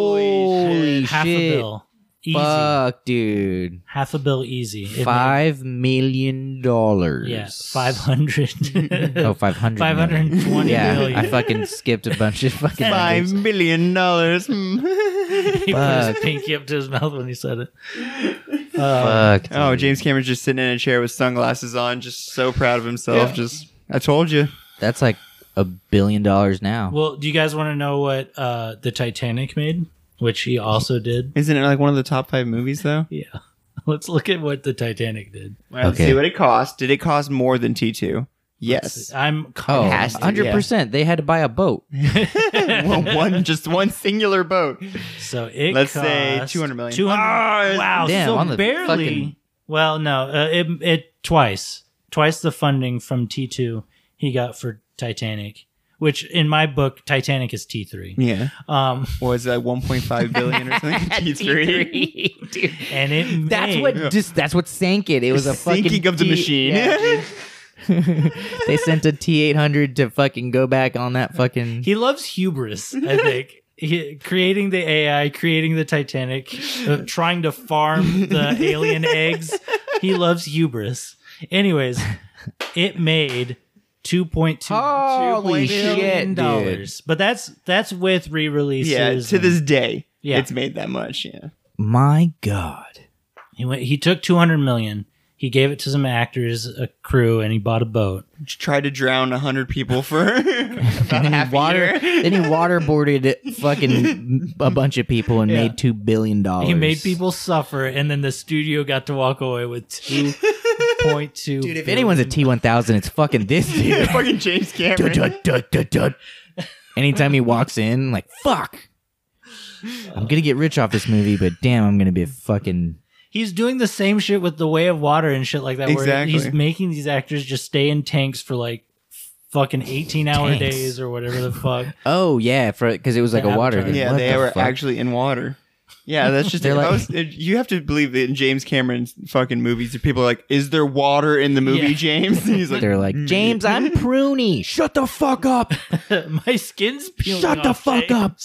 Speaker 4: Holy
Speaker 6: Half
Speaker 4: shit.
Speaker 6: a bill, easy.
Speaker 4: Fuck, dude.
Speaker 6: Half a bill, easy. It made-
Speaker 4: Five million dollars.
Speaker 6: Yeah, five hundred.
Speaker 4: <laughs>
Speaker 6: <laughs>
Speaker 4: Oh, 500
Speaker 6: Five hundred and twenty
Speaker 4: yeah,
Speaker 6: million.
Speaker 4: I fucking skipped a bunch of fucking
Speaker 5: Five
Speaker 4: numbers.
Speaker 5: million dollars. Hmm.
Speaker 6: <laughs> he put
Speaker 4: Fuck.
Speaker 6: his pinky up to his mouth when he said it.
Speaker 4: Fuck.
Speaker 5: oh,
Speaker 4: dude.
Speaker 5: James Cameron's just sitting in a chair with sunglasses on, just so proud of himself. Just, I told you.
Speaker 4: That's like a billion dollars now.
Speaker 6: Well, do you guys want to know what uh, the Titanic made, which he also did?
Speaker 5: Isn't it like one of the top five movies though?
Speaker 6: Yeah. Let's look at what the Titanic did.
Speaker 5: Let's
Speaker 4: Okay.
Speaker 5: see what it cost. Did it cost more than T2?
Speaker 6: <laughs> Let's
Speaker 5: Yes.
Speaker 6: see. I'm
Speaker 4: oh,
Speaker 6: confident.
Speaker 5: has to,
Speaker 4: 100%. They had to buy
Speaker 5: <laughs>
Speaker 4: a boat.
Speaker 5: Well, one, just one singular boat.
Speaker 6: So it
Speaker 5: Let's say
Speaker 6: cost
Speaker 5: 200 million. Ah,
Speaker 6: 200 wow,
Speaker 4: Damn,
Speaker 6: so
Speaker 4: on the
Speaker 6: barely.
Speaker 4: fucking-
Speaker 6: Well, no, uh, it it twice. Twice the funding from T2 he got for Titanic, which in my book Titanic is T3.
Speaker 5: Yeah.
Speaker 6: Um
Speaker 5: was that 1.5 billion or something? T3.
Speaker 4: Dude.
Speaker 6: and it
Speaker 4: That's
Speaker 6: made-
Speaker 4: what just that's what sank it. It was a
Speaker 5: Sinking
Speaker 4: fucking
Speaker 5: of the
Speaker 4: T-
Speaker 5: machine.
Speaker 4: Yeah, dude.
Speaker 5: <laughs>
Speaker 4: <laughs> they sent a T eight hundred to fucking go back on that fucking.
Speaker 6: He loves
Speaker 4: <laughs>
Speaker 6: hubris, I think. He- creating the AI, creating the Titanic, uh, trying to farm the
Speaker 4: <laughs>
Speaker 6: alien eggs. He loves hubris. Anyways, it made two point two
Speaker 4: Holy
Speaker 6: million
Speaker 4: shit, dude!
Speaker 6: dollars, but that's that's with re-releases.
Speaker 5: Yeah, to
Speaker 6: and-
Speaker 5: this day,
Speaker 6: Yeah.
Speaker 5: it's made that much. Yeah.
Speaker 4: My God.
Speaker 6: he went. He took two hundred million. He gave it to some actors, a crew, and he bought a boat.
Speaker 5: Just Try to drown 100 people for <laughs> about half
Speaker 4: water
Speaker 5: a year.
Speaker 4: then he waterboarded fucking a bunch of people and made two billion dollars.
Speaker 6: He made people suffer, and then the studio got to walk
Speaker 4: <laughs>
Speaker 6: away with two point two.
Speaker 4: Dude, if anyone's a T one thousand, it's fucking this dude.
Speaker 5: Fucking James
Speaker 4: Dun,
Speaker 5: Cameron.
Speaker 4: dun, dun, dun, dun. Anytime he walks in, like fuck. I'm gonna get rich off this movie, but damn, I'm gonna be a fucking
Speaker 6: He's doing the same shit with The Way of Water and shit like that. Where
Speaker 5: Exactly.
Speaker 6: he's making these actors just stay in tanks for like fucking 18 hour
Speaker 4: Tanks.
Speaker 6: days or whatever the fuck.
Speaker 4: oh yeah, for because it was like
Speaker 6: The
Speaker 4: a water.
Speaker 6: Avatar.
Speaker 4: thing.
Speaker 5: Yeah,
Speaker 4: What
Speaker 5: they
Speaker 4: the
Speaker 5: were
Speaker 4: fuck?
Speaker 5: actually in water. Yeah, that's just
Speaker 4: <laughs> They're
Speaker 5: I
Speaker 4: like-
Speaker 5: was- it- you have to believe that in James Cameron's fucking movies, if people are like, "Is there water in the movie,
Speaker 6: Yeah.
Speaker 5: James?" And he's like,
Speaker 4: They're like,
Speaker 5: <laughs>
Speaker 4: James, I'm pruny. Shut the fuck up.
Speaker 6: <laughs> My skin's peeling
Speaker 4: Shut the
Speaker 6: off,
Speaker 4: fuck
Speaker 6: Jake.
Speaker 4: up.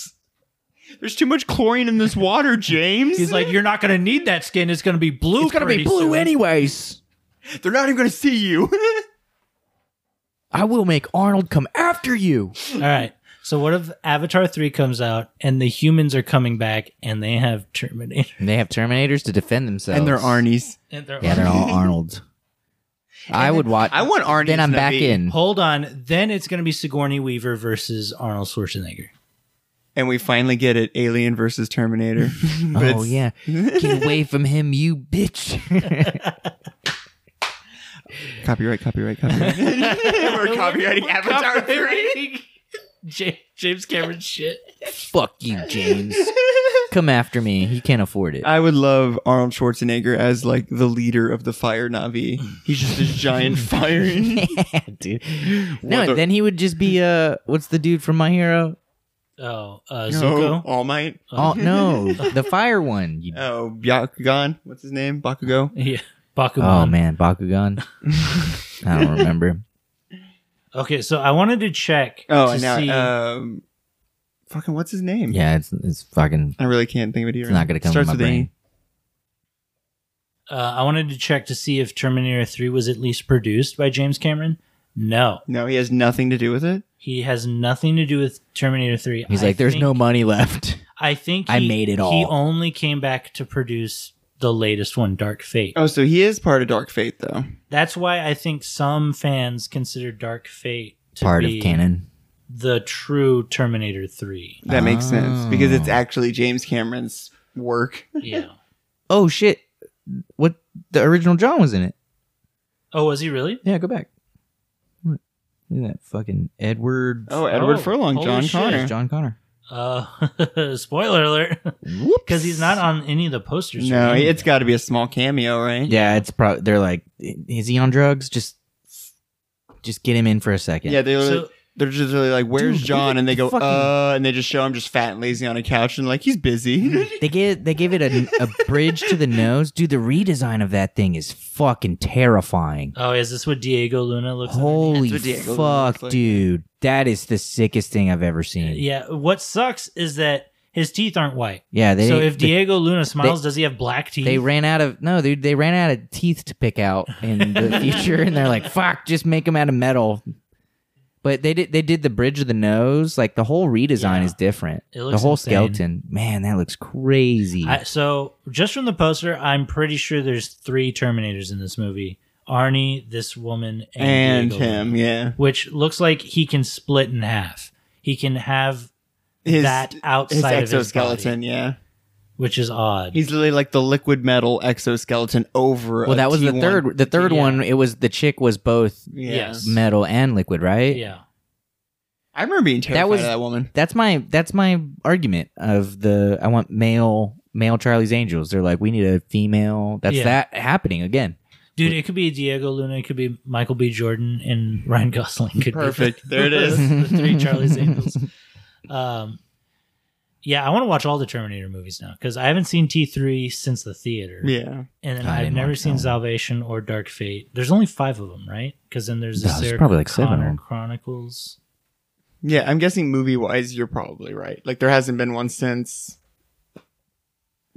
Speaker 5: "There's too much chlorine in this water, James."
Speaker 6: He's like, you're not gonna need that skin. It's gonna be blue.
Speaker 4: It's gonna be
Speaker 6: pretty
Speaker 4: blue
Speaker 6: soon."
Speaker 4: anyways.
Speaker 5: <laughs> "They're not even gonna see
Speaker 4: <laughs>
Speaker 5: you."
Speaker 4: I will make Arnold come after you.
Speaker 6: All right. So what if Avatar three comes out and the humans are coming back and they have Terminator?
Speaker 4: And they have Terminators to defend themselves.
Speaker 5: and they're Arnie's.
Speaker 6: And they're
Speaker 4: Yeah,
Speaker 5: <laughs>
Speaker 4: they're
Speaker 6: <laughs>
Speaker 4: all Arnold. I would watch.
Speaker 5: I want Arnie's.
Speaker 4: Then I'm
Speaker 5: to
Speaker 4: back
Speaker 5: be-
Speaker 4: in.
Speaker 6: Hold on. Then it's gonna be Sigourney Weaver versus Arnold Schwarzenegger.
Speaker 5: and we finally get it: Alien versus
Speaker 4: <laughs>
Speaker 5: Terminator. But
Speaker 4: Oh
Speaker 5: it's-
Speaker 4: yeah, get away from him, you bitch.
Speaker 5: copyright, copyright,
Speaker 4: <laughs>
Speaker 5: copyright. <laughs> We're copywriting Avatar three.
Speaker 6: <laughs> J- James Cameron shit.
Speaker 4: Fuck you, James. Come after me. He can't
Speaker 5: <laughs>
Speaker 4: afford it.
Speaker 5: I would love Arnold Schwarzenegger as like the leader of the Fire Navi. He's just this
Speaker 4: <laughs>
Speaker 5: giant fire. <laughs>
Speaker 4: Dude. No,
Speaker 5: What the-
Speaker 4: and then he would just be uh, what's the dude from My Hero?
Speaker 6: Oh,
Speaker 5: Oh,
Speaker 6: uh, Zuko.
Speaker 5: All Might.
Speaker 4: Oh no, the fire one. You-
Speaker 5: Oh, Bakugan. What's his name? Bakugo.
Speaker 6: Yeah. Bakuman.
Speaker 4: oh man, Bakugan. I don't remember.
Speaker 6: Okay, so I wanted to check.
Speaker 5: Oh,
Speaker 6: to
Speaker 5: and now
Speaker 6: see-
Speaker 5: um, fucking what's his name?
Speaker 4: Yeah, it's it's fucking.
Speaker 5: I really can't think of it here.
Speaker 4: It's not gonna come to
Speaker 5: Starts
Speaker 4: my
Speaker 5: with an E.
Speaker 4: brain.
Speaker 6: uh, I wanted to check to see if Terminator 3 was at least produced by James Cameron. No,
Speaker 5: A. No, he has nothing to do with it.
Speaker 6: he has nothing to do with Terminator 3.
Speaker 4: He's
Speaker 6: I
Speaker 4: like, there's
Speaker 6: think-
Speaker 4: no money left.
Speaker 6: I think
Speaker 4: I
Speaker 6: he-
Speaker 4: made it
Speaker 6: He
Speaker 4: all.
Speaker 6: only came back to produce the latest one, Dark Fate.
Speaker 5: Oh, so he is part of Dark Fate, though.
Speaker 6: That's why I think some fans consider Dark Fate to
Speaker 4: Part of
Speaker 6: be-
Speaker 4: canon.
Speaker 6: the true
Speaker 5: <laughs>
Speaker 6: Terminator 3.
Speaker 5: That makes sense because it's actually James Cameron's work.
Speaker 6: Yeah.
Speaker 4: Oh shit! What the original John was in it?
Speaker 6: Oh, was he really?
Speaker 4: Yeah, go back. Look look at that fucking Edward.
Speaker 5: Oh, Edward
Speaker 6: Oh,
Speaker 5: Furlong,
Speaker 6: holy
Speaker 5: John
Speaker 6: shit.
Speaker 5: Connor.
Speaker 4: John Connor.
Speaker 6: Uh, <laughs> spoiler alert. <laughs> Because he's not on any of the posters. or
Speaker 5: No,
Speaker 6: anything.
Speaker 5: it's got to be a small cameo, right?
Speaker 4: <laughs> Yeah, it's probably they're like, is he on drugs? Just, just get him in for a second.
Speaker 5: Yeah, they're
Speaker 6: So-
Speaker 5: like, they're just really like, "Where's
Speaker 4: Dude,
Speaker 5: John?" And they go,
Speaker 4: fucking-
Speaker 5: "Uh," and they just show him just fat and lazy on a couch and like he's busy.
Speaker 4: They give they give it a, a bridge to the nose. Dude, the redesign of that thing is fucking terrifying.
Speaker 6: Oh, is this what Diego Luna looks
Speaker 4: Holy
Speaker 5: That's what Diego
Speaker 4: fuck,
Speaker 5: looks like.
Speaker 4: dude! That is the sickest thing I've ever seen.
Speaker 6: like? Yeah. What sucks is that his teeth aren't white.
Speaker 4: Yeah, they
Speaker 6: so if
Speaker 4: they,
Speaker 6: Diego Luna smiles, does he have black teeth?
Speaker 4: they ran out of no, dude, they ran out of teeth to pick out in
Speaker 6: <laughs>
Speaker 4: the future, and they're like, fuck, just make them out of metal. But they did they did the bridge of the nose. Like the whole redesign
Speaker 6: Yeah.
Speaker 4: is different.
Speaker 6: It looks
Speaker 4: the whole
Speaker 6: insane.
Speaker 4: skeleton, man, that looks crazy.
Speaker 6: I, so just from the poster, I'm pretty sure there's three Terminators in this movie: Arnie, this woman, and,
Speaker 5: and
Speaker 6: Diego
Speaker 5: him,
Speaker 6: Luna,
Speaker 5: yeah,
Speaker 6: which looks like he can split in half. He can have,
Speaker 5: his
Speaker 6: That outside of
Speaker 5: his
Speaker 6: his
Speaker 5: exoskeleton, yeah.
Speaker 6: which is odd.
Speaker 5: He's literally like the liquid metal exoskeleton over.
Speaker 4: well,
Speaker 5: a
Speaker 4: that was the
Speaker 5: T1.
Speaker 4: third. The third
Speaker 6: Yeah.
Speaker 4: one, it was the chick was both
Speaker 5: Yeah.
Speaker 6: Yes.
Speaker 4: metal and liquid, right?
Speaker 6: yeah.
Speaker 5: I remember being terrified
Speaker 4: was-
Speaker 5: of that woman.
Speaker 4: That's my that's my argument of the I want male male Charlie's Angels. They're like we need a female. That's
Speaker 6: Yeah.
Speaker 4: that happening again.
Speaker 6: Dude, it could be Diego Luna, it could be Michael B. Jordan, and Ryan Gosling. Could
Speaker 5: Perfect. <laughs>
Speaker 6: Be
Speaker 5: There
Speaker 6: <laughs>
Speaker 5: it
Speaker 4: <laughs>
Speaker 5: is.
Speaker 6: the three Charlie's Angels. Um, yeah, I want to watch all the Terminator movies now because I haven't seen T three since the theater.
Speaker 5: Yeah,
Speaker 6: and then
Speaker 4: I
Speaker 6: I've
Speaker 4: didn't
Speaker 6: never
Speaker 4: watch that
Speaker 6: seen
Speaker 4: one.
Speaker 6: Salvation or Dark Fate. There's only five of them, right? Because then there's the
Speaker 4: No, there's
Speaker 6: Sarah
Speaker 4: probably like seven
Speaker 6: Connor
Speaker 4: or-
Speaker 6: Chronicles.
Speaker 5: yeah. I'm guessing movie wise, you're probably right. Like there hasn't been one since.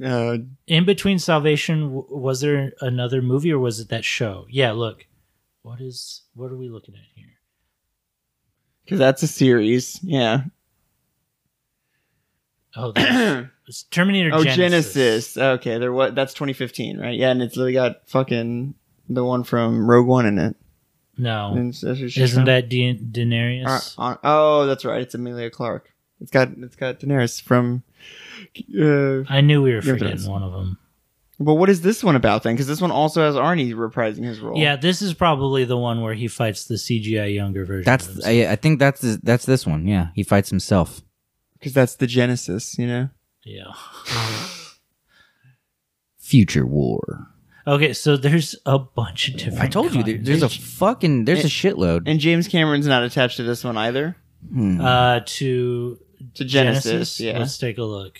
Speaker 5: Uh,
Speaker 6: In between Salvation, w- was there another movie or was it that show? Yeah, look, what is what are we looking at here?
Speaker 5: because that's a series. Yeah. <coughs>
Speaker 6: Oh, there's- it's Terminator.
Speaker 5: Oh, Genesis.
Speaker 6: Genesis.
Speaker 5: Okay, there was that's 2015, right? Yeah, and it's literally got fucking the one from Rogue One in it.
Speaker 6: No,
Speaker 5: And it's- that's just-
Speaker 6: Oh. Isn't that da- Daenerys?
Speaker 5: Uh, uh, oh, that's right. It's Amelia Clark. It's got it's got Daenerys from. Uh,
Speaker 6: I knew we were
Speaker 5: Yeah, it
Speaker 6: forgetting
Speaker 5: does.
Speaker 6: one of them.
Speaker 5: but what is this one about then? Because this one also has Arnie reprising his role.
Speaker 6: Yeah, this is probably the one where he fights the CGI younger version.
Speaker 4: That's
Speaker 6: of himself.
Speaker 4: I, I think that's this- that's this one. Yeah, he fights himself.
Speaker 5: because that's the Genesis. You know.
Speaker 6: yeah.
Speaker 4: Future War.
Speaker 6: Okay, so there's a bunch of different.
Speaker 4: I told you there,
Speaker 6: kinds.
Speaker 4: there's a fucking there's
Speaker 5: It-
Speaker 4: a shitload.
Speaker 5: And James Cameron's not attached to this one either.
Speaker 4: Hmm.
Speaker 6: uh to
Speaker 5: To
Speaker 6: Genesis.
Speaker 5: Genesis, yeah.
Speaker 6: Let's take a look.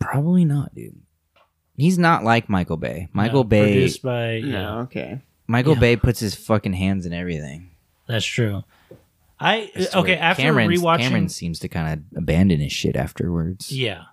Speaker 4: Probably not, dude. He's not like Michael Bay. Michael
Speaker 6: No,
Speaker 4: Bay
Speaker 6: produced by yeah,
Speaker 4: uh,
Speaker 5: No, okay.
Speaker 4: Michael
Speaker 6: Yeah.
Speaker 4: Bay puts his fucking hands in everything.
Speaker 6: that's true. I,
Speaker 4: I swear.
Speaker 6: Uh, okay after
Speaker 4: Cameron's-
Speaker 6: rewatching
Speaker 4: Cameron seems to kind of abandon his shit afterwards.
Speaker 6: yeah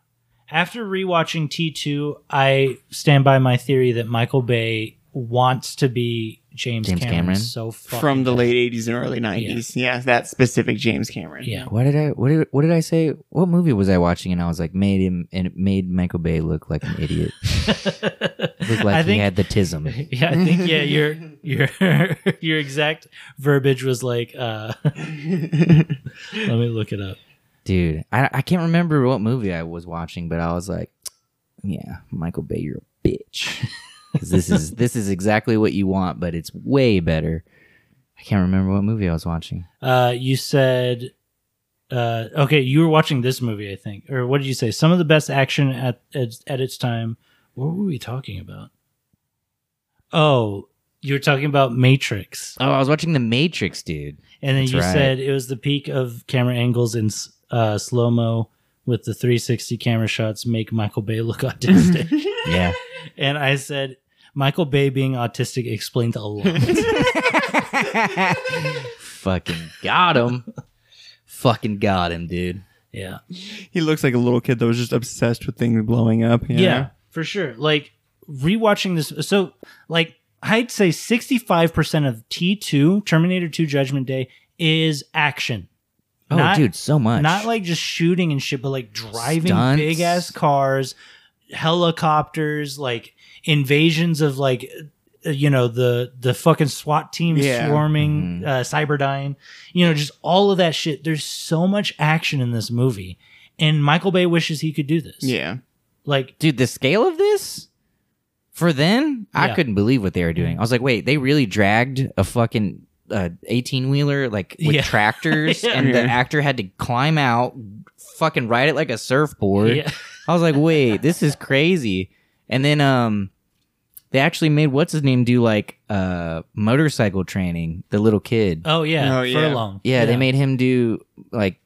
Speaker 6: after rewatching T two I stand by my theory that Michael Bay wants to be James,
Speaker 4: James
Speaker 6: Cameron,
Speaker 4: Cameron?
Speaker 6: so fucking
Speaker 5: From the
Speaker 6: bad.
Speaker 5: late 80s and early 90s. Yeah, that specific James Cameron.
Speaker 6: yeah
Speaker 4: What did I what did what did I say? What movie was I watching? And I was like, made him and it made Michael Bay look like an
Speaker 6: <laughs>
Speaker 4: idiot. look like
Speaker 6: I
Speaker 4: he
Speaker 6: think-
Speaker 4: had the
Speaker 6: <laughs>
Speaker 4: tism.
Speaker 6: Yeah, I think yeah, your <laughs> your your exact verbiage was like uh <laughs> let me look it up.
Speaker 4: Dude, I I can't remember what movie I was watching, but I was like, yeah, Michael Bay, you're a
Speaker 6: <laughs>
Speaker 4: bitch. 'Cause this is this is exactly what you want, but it's way better. I can't remember what movie I was watching.
Speaker 6: Uh you said uh okay, you were watching this movie, I think. Or what did you say? Some of the best action at at, at its time. What were we talking about? Oh, you were talking about Matrix.
Speaker 4: Oh, I was watching The Matrix, dude.
Speaker 6: And then
Speaker 4: That's
Speaker 6: you
Speaker 4: right.
Speaker 6: said it was the peak of camera angles in s- uh, slow mo with the 360 camera shots make Michael Bay look <laughs> autistic. <laughs>
Speaker 4: Yeah.
Speaker 6: And I said, Michael Bay being autistic explains
Speaker 4: <laughs>
Speaker 6: a lot.
Speaker 4: Fucking got him. Fucking got him, dude.
Speaker 6: yeah.
Speaker 5: He looks like a little kid that was just obsessed with things blowing up. you
Speaker 6: yeah.
Speaker 5: know?
Speaker 6: for sure. Like rewatching this. So, like, I'd say 65% of T2, Terminator 2 Judgment Day, is action.
Speaker 4: Oh,
Speaker 6: Not-
Speaker 4: dude, so much.
Speaker 6: Not like just shooting and shit, but like driving
Speaker 4: Stunts.
Speaker 6: big ass cars, helicopters, like invasions of like uh, you know the the fucking SWAT team
Speaker 5: Yeah.
Speaker 4: Mm-hmm.
Speaker 6: swarming uh, Cyberdyne, you know, just all of that shit. There's so much action in this movie, and Michael Bay wishes he could do this.
Speaker 5: Yeah.
Speaker 6: Like,
Speaker 4: dude, the scale of this for then, I
Speaker 6: Yeah.
Speaker 4: couldn't believe what they were doing. I was like, wait, they really dragged a fucking eighteen wheeler like with
Speaker 6: Yeah. <laughs>
Speaker 4: tractors, and the actor had to climb out, fucking ride it like a surfboard.
Speaker 6: Yeah.
Speaker 4: I was like, wait, this is crazy. And then, um, they actually made what's his name do like uh motorcycle training. The little kid.
Speaker 6: oh yeah,
Speaker 5: Oh, yeah.
Speaker 6: furlong.
Speaker 4: yeah, they made him do like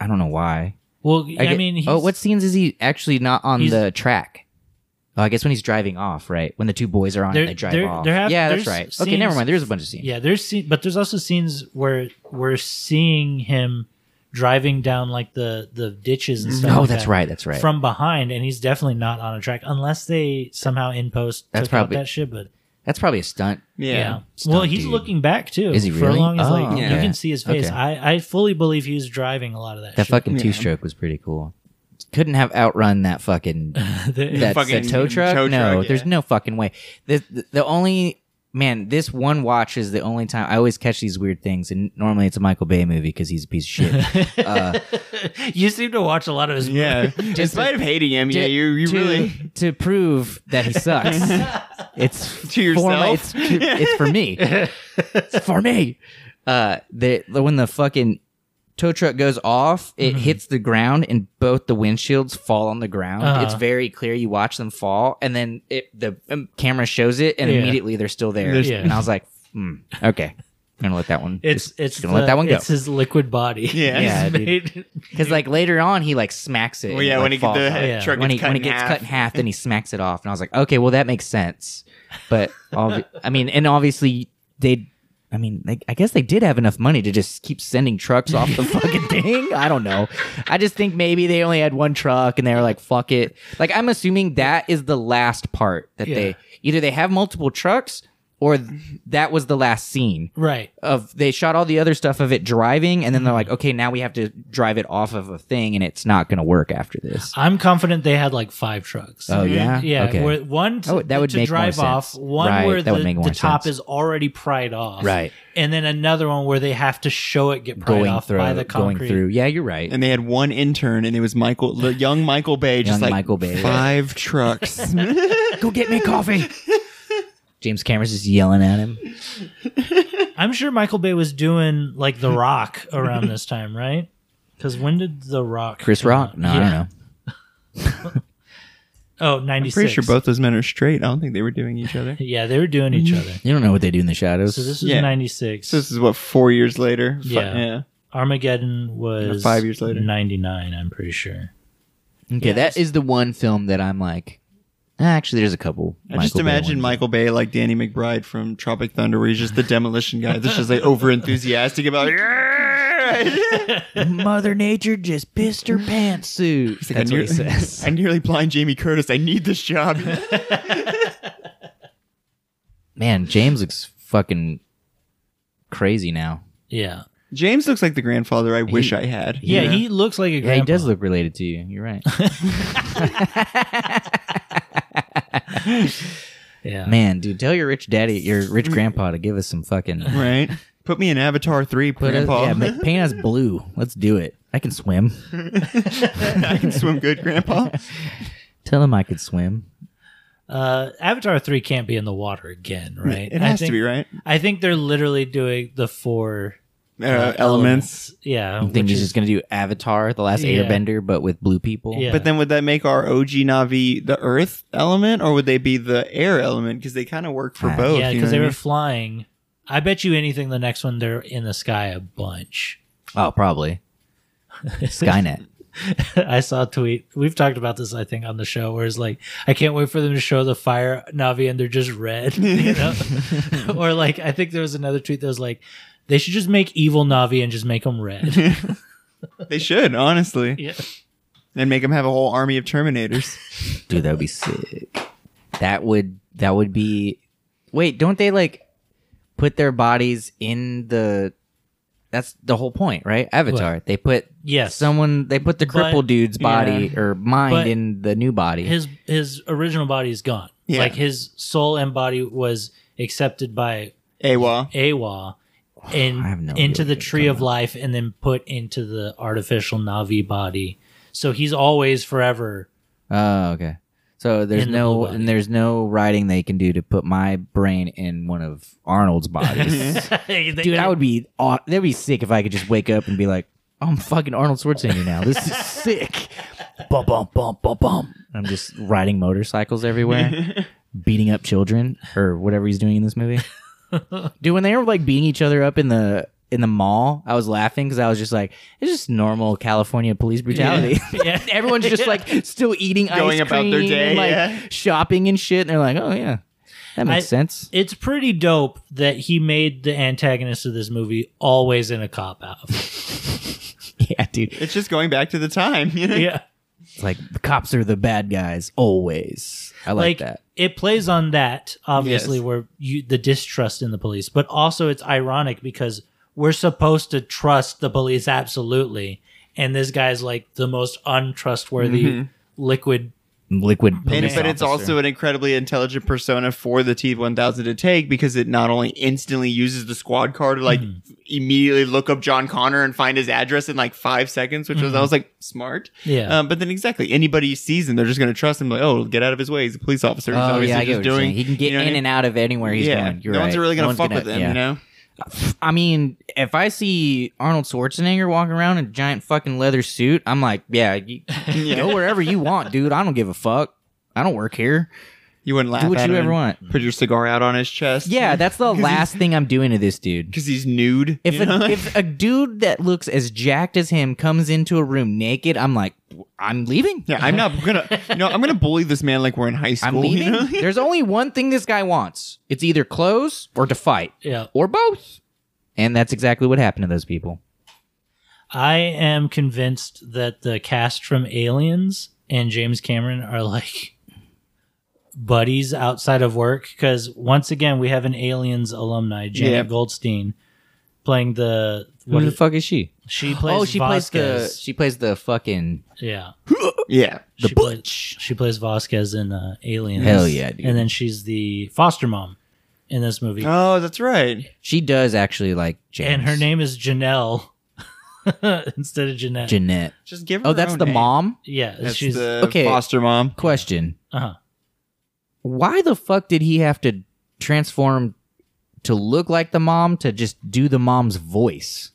Speaker 4: I don't know why.
Speaker 6: Well, I,
Speaker 4: get-
Speaker 6: mean, he's,
Speaker 4: oh, what scenes is he actually not on
Speaker 6: he's-
Speaker 4: the track? Oh, I guess when he's driving off, right? When the two boys are on, it,
Speaker 6: There-
Speaker 4: they drive
Speaker 6: there-
Speaker 4: off.
Speaker 6: there have-
Speaker 4: yeah, that's
Speaker 6: there's
Speaker 4: right. okay, never
Speaker 6: scenes-
Speaker 4: mind. There's a bunch of scenes.
Speaker 6: Yeah, there's scene, but there's also scenes where we're seeing him driving down like the the ditches and stuff.
Speaker 4: Oh,
Speaker 6: like
Speaker 4: that's
Speaker 6: that
Speaker 4: right. That's right.
Speaker 6: From behind, and he's definitely not on a track unless they somehow in post
Speaker 4: That's
Speaker 6: took out
Speaker 4: probably-
Speaker 6: that shit. But
Speaker 4: that's probably a stunt.
Speaker 5: Yeah.
Speaker 6: yeah,
Speaker 4: Stunt
Speaker 6: well, he's
Speaker 4: dude.
Speaker 6: looking back too.
Speaker 4: Is he
Speaker 6: For
Speaker 4: really?
Speaker 6: long as
Speaker 4: Oh,
Speaker 6: like
Speaker 4: okay.
Speaker 6: you can see his face.
Speaker 4: Okay.
Speaker 6: I I fully believe he was driving a lot of that.
Speaker 4: That
Speaker 6: shit.
Speaker 4: fucking two-stroke was pretty cool. Couldn't have outrun that
Speaker 6: <laughs>
Speaker 4: fucking that,
Speaker 5: fucking
Speaker 4: that tow truck.
Speaker 5: tow
Speaker 4: no,
Speaker 5: truck, yeah.
Speaker 4: there's no fucking way. The, the the only man, this one watch is the only time I always catch these weird things, and normally it's a Michael Bay movie because he's a piece of shit.
Speaker 6: you seem to watch a lot of his.
Speaker 4: <laughs>
Speaker 5: Yeah. In spite of hating him, yeah, you, you
Speaker 4: to,
Speaker 5: really.
Speaker 4: to prove that
Speaker 5: <laughs>
Speaker 4: he sucks. it's
Speaker 5: To
Speaker 4: For my,
Speaker 5: yourself?
Speaker 4: it's, to- it's for me.
Speaker 5: <laughs>
Speaker 4: it's for me. Uh, the, the when the fucking tow truck goes off, it
Speaker 5: Mm-hmm.
Speaker 4: hits the ground and both the windshields fall on the ground.
Speaker 6: Uh-huh.
Speaker 4: It's very clear. You watch them fall, and then it the um, camera shows it, and
Speaker 6: Yeah.
Speaker 4: immediately they're still there.
Speaker 6: They're- Yeah.
Speaker 4: And I was like, hmm, okay, I'm gonna let that one.
Speaker 6: It's
Speaker 4: just
Speaker 6: it's
Speaker 4: gonna
Speaker 6: the-
Speaker 4: let that one go.
Speaker 6: It's his liquid body.
Speaker 5: Yeah.
Speaker 4: Yeah,
Speaker 6: <laughs> He's
Speaker 4: dude.
Speaker 6: made-
Speaker 4: Because like later on, he like smacks it.
Speaker 5: Well,
Speaker 4: and
Speaker 5: yeah,
Speaker 4: like,
Speaker 5: when he
Speaker 4: falls
Speaker 5: the
Speaker 4: off.
Speaker 6: Yeah.
Speaker 5: truck
Speaker 4: when
Speaker 5: gets
Speaker 4: he
Speaker 5: cut
Speaker 4: when it
Speaker 5: in
Speaker 4: gets
Speaker 5: half.
Speaker 4: cut in half, then he smacks it off, and I was like, okay, well that makes sense.
Speaker 5: <laughs>
Speaker 4: But obvi- I mean, and obviously they, I mean, like I guess they did have enough money to just keep sending trucks off
Speaker 5: <laughs>
Speaker 4: the fucking thing. I don't know. I just think maybe they only had one truck, and they were like, fuck it. Like I'm assuming that is the last part that
Speaker 6: Yeah.
Speaker 4: they either they have multiple trucks or th- that was the last scene
Speaker 6: Right.
Speaker 4: of they shot all the other stuff of it driving and then they're like okay now we have to drive it off of a thing and it's not going to work after this
Speaker 6: I'm confident they had like five trucks.
Speaker 4: oh yeah
Speaker 6: Yeah,
Speaker 4: okay
Speaker 6: where one to,
Speaker 4: Oh, that would
Speaker 6: to
Speaker 4: make
Speaker 6: drive
Speaker 4: more
Speaker 6: off,
Speaker 4: sense.
Speaker 6: one
Speaker 4: Right,
Speaker 6: where
Speaker 4: that would
Speaker 6: the,
Speaker 4: make more
Speaker 6: the top
Speaker 4: sense.
Speaker 6: is already pried off,
Speaker 4: Right.
Speaker 6: and then another one where they have to show it get pried
Speaker 4: going
Speaker 6: off
Speaker 4: through
Speaker 6: by the concrete.
Speaker 4: going through yeah you're right
Speaker 5: And they had one intern, and it was Michael, the young Michael Bay, just
Speaker 4: Young
Speaker 5: like
Speaker 4: Michael Bay.
Speaker 5: five
Speaker 4: <laughs>
Speaker 5: trucks.
Speaker 4: go get me coffee <laughs> james cameron's just yelling at him
Speaker 6: I'm sure Michael Bay was doing like The Rock <laughs> around this time, right? Because when did The Rock?
Speaker 4: chris
Speaker 6: come
Speaker 4: rock
Speaker 6: out?
Speaker 4: no i
Speaker 6: Yeah.
Speaker 4: don't know
Speaker 6: Oh,
Speaker 5: I'm
Speaker 6: 96.
Speaker 5: pretty sure both those men are straight. I don't think they were doing each other.
Speaker 6: Yeah, they were doing each other.
Speaker 5: <laughs>
Speaker 4: you don't know what they do in the shadows
Speaker 6: So this was
Speaker 5: Yeah.
Speaker 6: 96.
Speaker 5: So this is what four years later. Fi-
Speaker 6: Yeah.
Speaker 5: yeah.
Speaker 6: Armageddon was
Speaker 5: Five years later.
Speaker 6: 99. I'm pretty sure.
Speaker 4: okay that is the one film that i'm like ah, actually there's a couple
Speaker 5: I just
Speaker 4: Michael Bay
Speaker 5: imagine
Speaker 4: ones.
Speaker 5: Michael Bay like Danny McBride from Tropic Thunder, where he's just the demolition guy that's just like over enthusiastic about.
Speaker 4: <laughs> mother nature just pissed her pantsuit <laughs> that's what
Speaker 5: <laughs>
Speaker 4: he
Speaker 6: <laughs>
Speaker 4: says
Speaker 5: I nearly blind Jamie Curtis. I need this job.
Speaker 4: <laughs> man james looks fucking crazy now
Speaker 6: Yeah.
Speaker 5: James looks like the grandfather I wish I had.
Speaker 6: Yeah, he looks like a
Speaker 4: Yeah,
Speaker 6: grandpa.
Speaker 4: he does look related to you. You're right. <laughs>
Speaker 6: Yeah.
Speaker 4: Man, dude, tell your rich daddy, your rich grandpa to give us some fucking.
Speaker 5: Right. Put me in Avatar three,
Speaker 4: Put us,
Speaker 5: Grandpa.
Speaker 4: yeah,
Speaker 5: <laughs>
Speaker 4: ma- paint us blue. Let's do it. I can swim.
Speaker 5: I can swim good,
Speaker 4: <laughs>
Speaker 5: Grandpa.
Speaker 4: Tell him I could swim.
Speaker 6: Uh, Avatar three can't be in the water again, right?
Speaker 5: It has
Speaker 6: I think,
Speaker 5: to be right.
Speaker 6: I think they're literally doing the four
Speaker 5: Uh,
Speaker 6: uh,
Speaker 5: elements.
Speaker 6: Yeah,
Speaker 4: I think
Speaker 6: which
Speaker 4: he's
Speaker 6: is-
Speaker 4: just gonna do Avatar, the last
Speaker 6: Yeah.
Speaker 4: Airbender, but with blue people.
Speaker 6: Yeah.
Speaker 5: But then would that make our OG Navi the Earth element, or would they be the air element? Because they kind of work for
Speaker 4: Ah.
Speaker 5: both.
Speaker 6: Uh, yeah
Speaker 5: you know
Speaker 6: because
Speaker 5: what
Speaker 6: they
Speaker 5: I
Speaker 6: were
Speaker 5: mean?
Speaker 6: flying. I bet you anything, the next one they're in the sky a bunch. <laughs>
Speaker 4: Oh, <laughs> probably. Skynet.
Speaker 6: I saw a tweet. We've talked about this, I think, on the show, where it's like, I can't wait for them to show the fire Navi and they're just red, <laughs>
Speaker 5: <laughs>
Speaker 6: you know? or like, I think there was another tweet that was like, they should just make evil Navi and just make
Speaker 5: <laughs>
Speaker 6: them red.
Speaker 5: They should honestly,
Speaker 6: <laughs> yeah.
Speaker 5: and make them have a whole army of
Speaker 6: <laughs>
Speaker 5: Terminators.
Speaker 4: Dude, that would be sick. That would that would be Wait, don't they like put their bodies in the that's the whole point, right? Avatar. They put
Speaker 6: Yes.
Speaker 4: someone they put the
Speaker 6: But-
Speaker 4: crippled dude's body or mind
Speaker 6: But-
Speaker 4: in the new body.
Speaker 6: his his original body is gone.
Speaker 5: Yeah.
Speaker 6: Like his soul and body was accepted by
Speaker 5: Awa.
Speaker 6: Awa
Speaker 4: <sighs>
Speaker 6: in,
Speaker 4: have no
Speaker 6: into
Speaker 4: idea
Speaker 6: the
Speaker 4: what
Speaker 6: tree of life and then put into the artificial Navi body. So he's always forever.
Speaker 4: Oh, okay. So there's
Speaker 6: In the
Speaker 4: no
Speaker 6: blue body.
Speaker 4: and there's no writing they can do to put my brain in one of Arnold's
Speaker 6: <laughs>
Speaker 4: bodies. Dude, I <laughs> would be aw- that'd be sick if I could just wake up and be like, I'm fucking Arnold Schwarzenegger now. This
Speaker 5: <laughs>
Speaker 4: is sick. Bum bum bum bum bum. I'm just riding
Speaker 5: <laughs>
Speaker 4: motorcycles everywhere, beating up children or whatever he's doing in this movie. Dude, when they were like beating each other up in the in the mall, I was laughing because I was just like, it's just normal California police
Speaker 5: <laughs>
Speaker 4: brutality.
Speaker 6: Yeah.
Speaker 4: Everyone's just like still eating
Speaker 5: Going
Speaker 4: ice
Speaker 5: about their
Speaker 4: cream
Speaker 5: day,
Speaker 4: and, like
Speaker 5: yeah.
Speaker 4: shopping and shit. And they're like, oh yeah, that makes
Speaker 6: I-
Speaker 4: sense.
Speaker 6: <laughs> It's pretty dope that he made the antagonist of this movie always in a cop out.
Speaker 4: Yeah, dude.
Speaker 5: It's just going back to the time. <laughs> You know?
Speaker 6: yeah.
Speaker 4: It's like the cops are the bad guys always. I like, that.
Speaker 6: It plays on that obviously
Speaker 5: Yes.
Speaker 6: where you the distrust in the police, but also it's ironic because we're supposed to trust the police absolutely, and this guy's like the most untrustworthy
Speaker 4: Mm-hmm.
Speaker 6: liquid.
Speaker 4: Liquid.
Speaker 5: And-
Speaker 4: police
Speaker 5: but it's
Speaker 4: officer.
Speaker 5: also an incredibly intelligent persona for the T1000 to take because it not only instantly uses the squad car to like
Speaker 4: Mm-hmm.
Speaker 5: immediately look up John Connor and find his address in like five seconds, which was
Speaker 4: Mm-hmm.
Speaker 5: I was like smart.
Speaker 6: Yeah.
Speaker 5: Um, but then exactly anybody he sees and they're just going to trust him like, oh, get out of his way. He's a police officer. He's
Speaker 4: Oh
Speaker 5: obviously
Speaker 4: yeah, I
Speaker 5: just
Speaker 4: get what you're
Speaker 5: doing.
Speaker 4: saying. He can get in and out of anywhere he's
Speaker 5: yeah,
Speaker 4: going. You're
Speaker 5: no
Speaker 4: right.
Speaker 5: one's really gonna
Speaker 4: No one's
Speaker 5: fuck
Speaker 4: gonna-
Speaker 5: with him,
Speaker 4: yeah.
Speaker 5: you know.
Speaker 4: I mean, if I see Arnold Schwarzenegger walking around in a giant fucking leather suit, I'm like, yeah, you,
Speaker 5: <laughs>
Speaker 4: go wherever you want, dude. I don't give a fuck. I don't work here.
Speaker 5: You wouldn't laugh.
Speaker 4: Do what
Speaker 5: at
Speaker 4: you
Speaker 5: him
Speaker 4: ever
Speaker 5: and
Speaker 4: want.
Speaker 5: Put your cigar out on his chest.
Speaker 4: Yeah,
Speaker 5: <laughs>
Speaker 4: that's the last thing I'm doing to this dude.
Speaker 5: because he's nude.
Speaker 4: If
Speaker 5: you know?
Speaker 4: <laughs> a, if a dude that looks as jacked as him comes into a room naked, I'm like, I'm leaving.
Speaker 5: yeah, I'm not gonna. You know, I'm gonna bully this man like we're in high school.
Speaker 4: I'm leaving.
Speaker 5: You know?
Speaker 4: There's only one thing this guy wants. It's either clothes or to fight
Speaker 6: Yeah.
Speaker 4: or both. And that's exactly what happened to those people.
Speaker 6: I am convinced that the cast from Aliens and James Cameron are like buddies outside of work because once again we have an Aliens alumni, Janet
Speaker 5: Yeah.
Speaker 6: Goldstein, playing the
Speaker 4: Who
Speaker 6: what
Speaker 4: the
Speaker 6: is-
Speaker 4: fuck is she?
Speaker 6: she plays.
Speaker 4: oh, she plays the
Speaker 6: Vasquez.
Speaker 4: she plays the fucking
Speaker 6: yeah.
Speaker 5: Yeah.
Speaker 6: she plays, she plays Vasquez in uh, Aliens.
Speaker 4: Hell yeah, dude.
Speaker 6: And then she's the foster mom in this movie,
Speaker 5: Oh, that's right.
Speaker 4: She does actually like James.
Speaker 6: and her name is Janelle <laughs> instead of Jeanette.
Speaker 4: Jeanette.
Speaker 5: Just give her.
Speaker 4: Oh, that's
Speaker 5: her own
Speaker 4: the
Speaker 5: name.
Speaker 4: mom.
Speaker 6: yeah,
Speaker 5: That's
Speaker 6: she's
Speaker 5: the
Speaker 4: okay.
Speaker 5: foster mom.
Speaker 4: Question:
Speaker 6: uh-huh.
Speaker 4: Why the fuck did he have to transform to look like the mom to just do the mom's voice?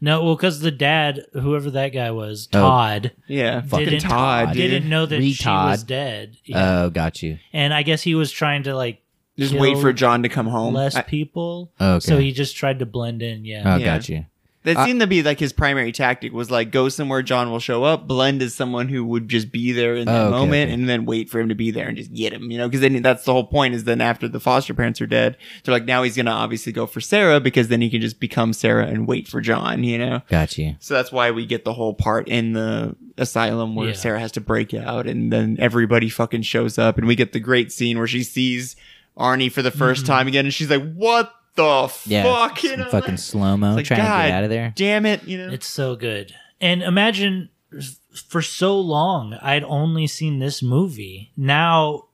Speaker 6: no, well, because the dad, whoever that guy was,
Speaker 4: Oh.
Speaker 6: Todd.
Speaker 5: Yeah, fucking
Speaker 6: didn't,
Speaker 5: Todd, dude.
Speaker 6: didn't know that she
Speaker 4: Retod.
Speaker 6: was dead,
Speaker 4: Oh,
Speaker 6: Yeah.
Speaker 4: got you.
Speaker 6: and I guess he was trying to like
Speaker 5: Just
Speaker 6: kill
Speaker 5: wait for John to come home.
Speaker 6: less
Speaker 5: I-
Speaker 6: people.
Speaker 4: Oh, Okay.
Speaker 6: So he just tried to blend in. Yeah,
Speaker 4: Oh,
Speaker 5: Yeah.
Speaker 4: got you.
Speaker 5: that seemed to be like his primary tactic was like go somewhere John will show up, blend as someone who would just be there in that
Speaker 4: Oh, okay,
Speaker 5: moment,
Speaker 4: okay.
Speaker 5: and then wait for him to be there and just get him, you know? Because then that's the whole point is then after the foster parents are dead, they're like now he's gonna obviously go for Sarah because then he can just become Sarah and wait for John, you know?
Speaker 4: Got you.
Speaker 5: So that's why we get the whole part in the asylum where
Speaker 6: Yeah.
Speaker 5: Sarah has to break out and then everybody fucking shows up and we get the great scene where she sees Arnie for the 1st time again and she's like, What the
Speaker 4: Mm-hmm. Yeah.
Speaker 5: fuck? You
Speaker 4: some
Speaker 5: know?
Speaker 4: fucking slow mo
Speaker 5: It's like,
Speaker 4: trying to
Speaker 5: God
Speaker 4: get out of there.
Speaker 5: Damn it, you know.
Speaker 6: it's so good. And imagine f- for so long I'd only seen this movie. Now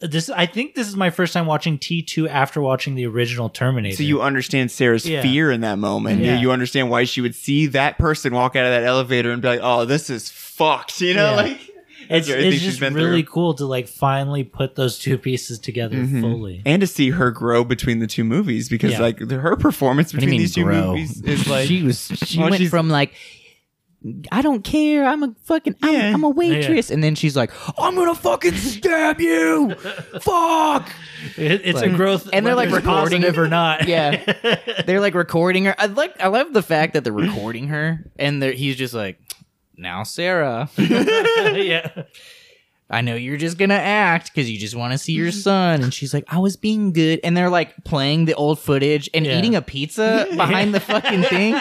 Speaker 6: this I think this is my first time watching T2 after watching the original Terminator.
Speaker 5: so you understand Sarah's
Speaker 6: Yeah.
Speaker 5: fear in that moment. You-
Speaker 6: Yeah.
Speaker 5: You, understand why she would see that person walk out of that elevator and be like, "Oh, this is fucked," you know,
Speaker 6: Yeah.
Speaker 5: like
Speaker 6: it's,
Speaker 5: everything
Speaker 6: it's
Speaker 5: she's
Speaker 6: just
Speaker 5: been
Speaker 6: really
Speaker 5: through. Mm-hmm.
Speaker 6: cool to like finally put those two pieces together fully.
Speaker 5: And to see her grow between the two movies because
Speaker 6: Yeah.
Speaker 5: like the- her performance
Speaker 4: What do
Speaker 5: between
Speaker 4: you mean
Speaker 5: these two
Speaker 4: grow?
Speaker 5: movies is like
Speaker 4: <laughs> she was she
Speaker 5: Well,
Speaker 4: went
Speaker 5: she's-
Speaker 4: from like I don't care. I'm a fucking I'm,
Speaker 5: Yeah.
Speaker 4: I'm a waitress, and then she's like, I'm gonna fucking stab you. Fuck.
Speaker 6: It- it's a
Speaker 4: Like-
Speaker 6: growth
Speaker 4: And they're, like,
Speaker 6: whether it's
Speaker 4: recording-
Speaker 6: positive or not.
Speaker 4: Yeah. They're like recording her. I like I love the fact that they're recording her, and they're, he's just like, now Sarah,
Speaker 6: <laughs> yeah.
Speaker 4: I know you're just gonna act because you just want to see your son. And she's like, I was being good, and they're like playing the old footage and
Speaker 6: Yeah.
Speaker 4: eating a pizza behind the fucking thing.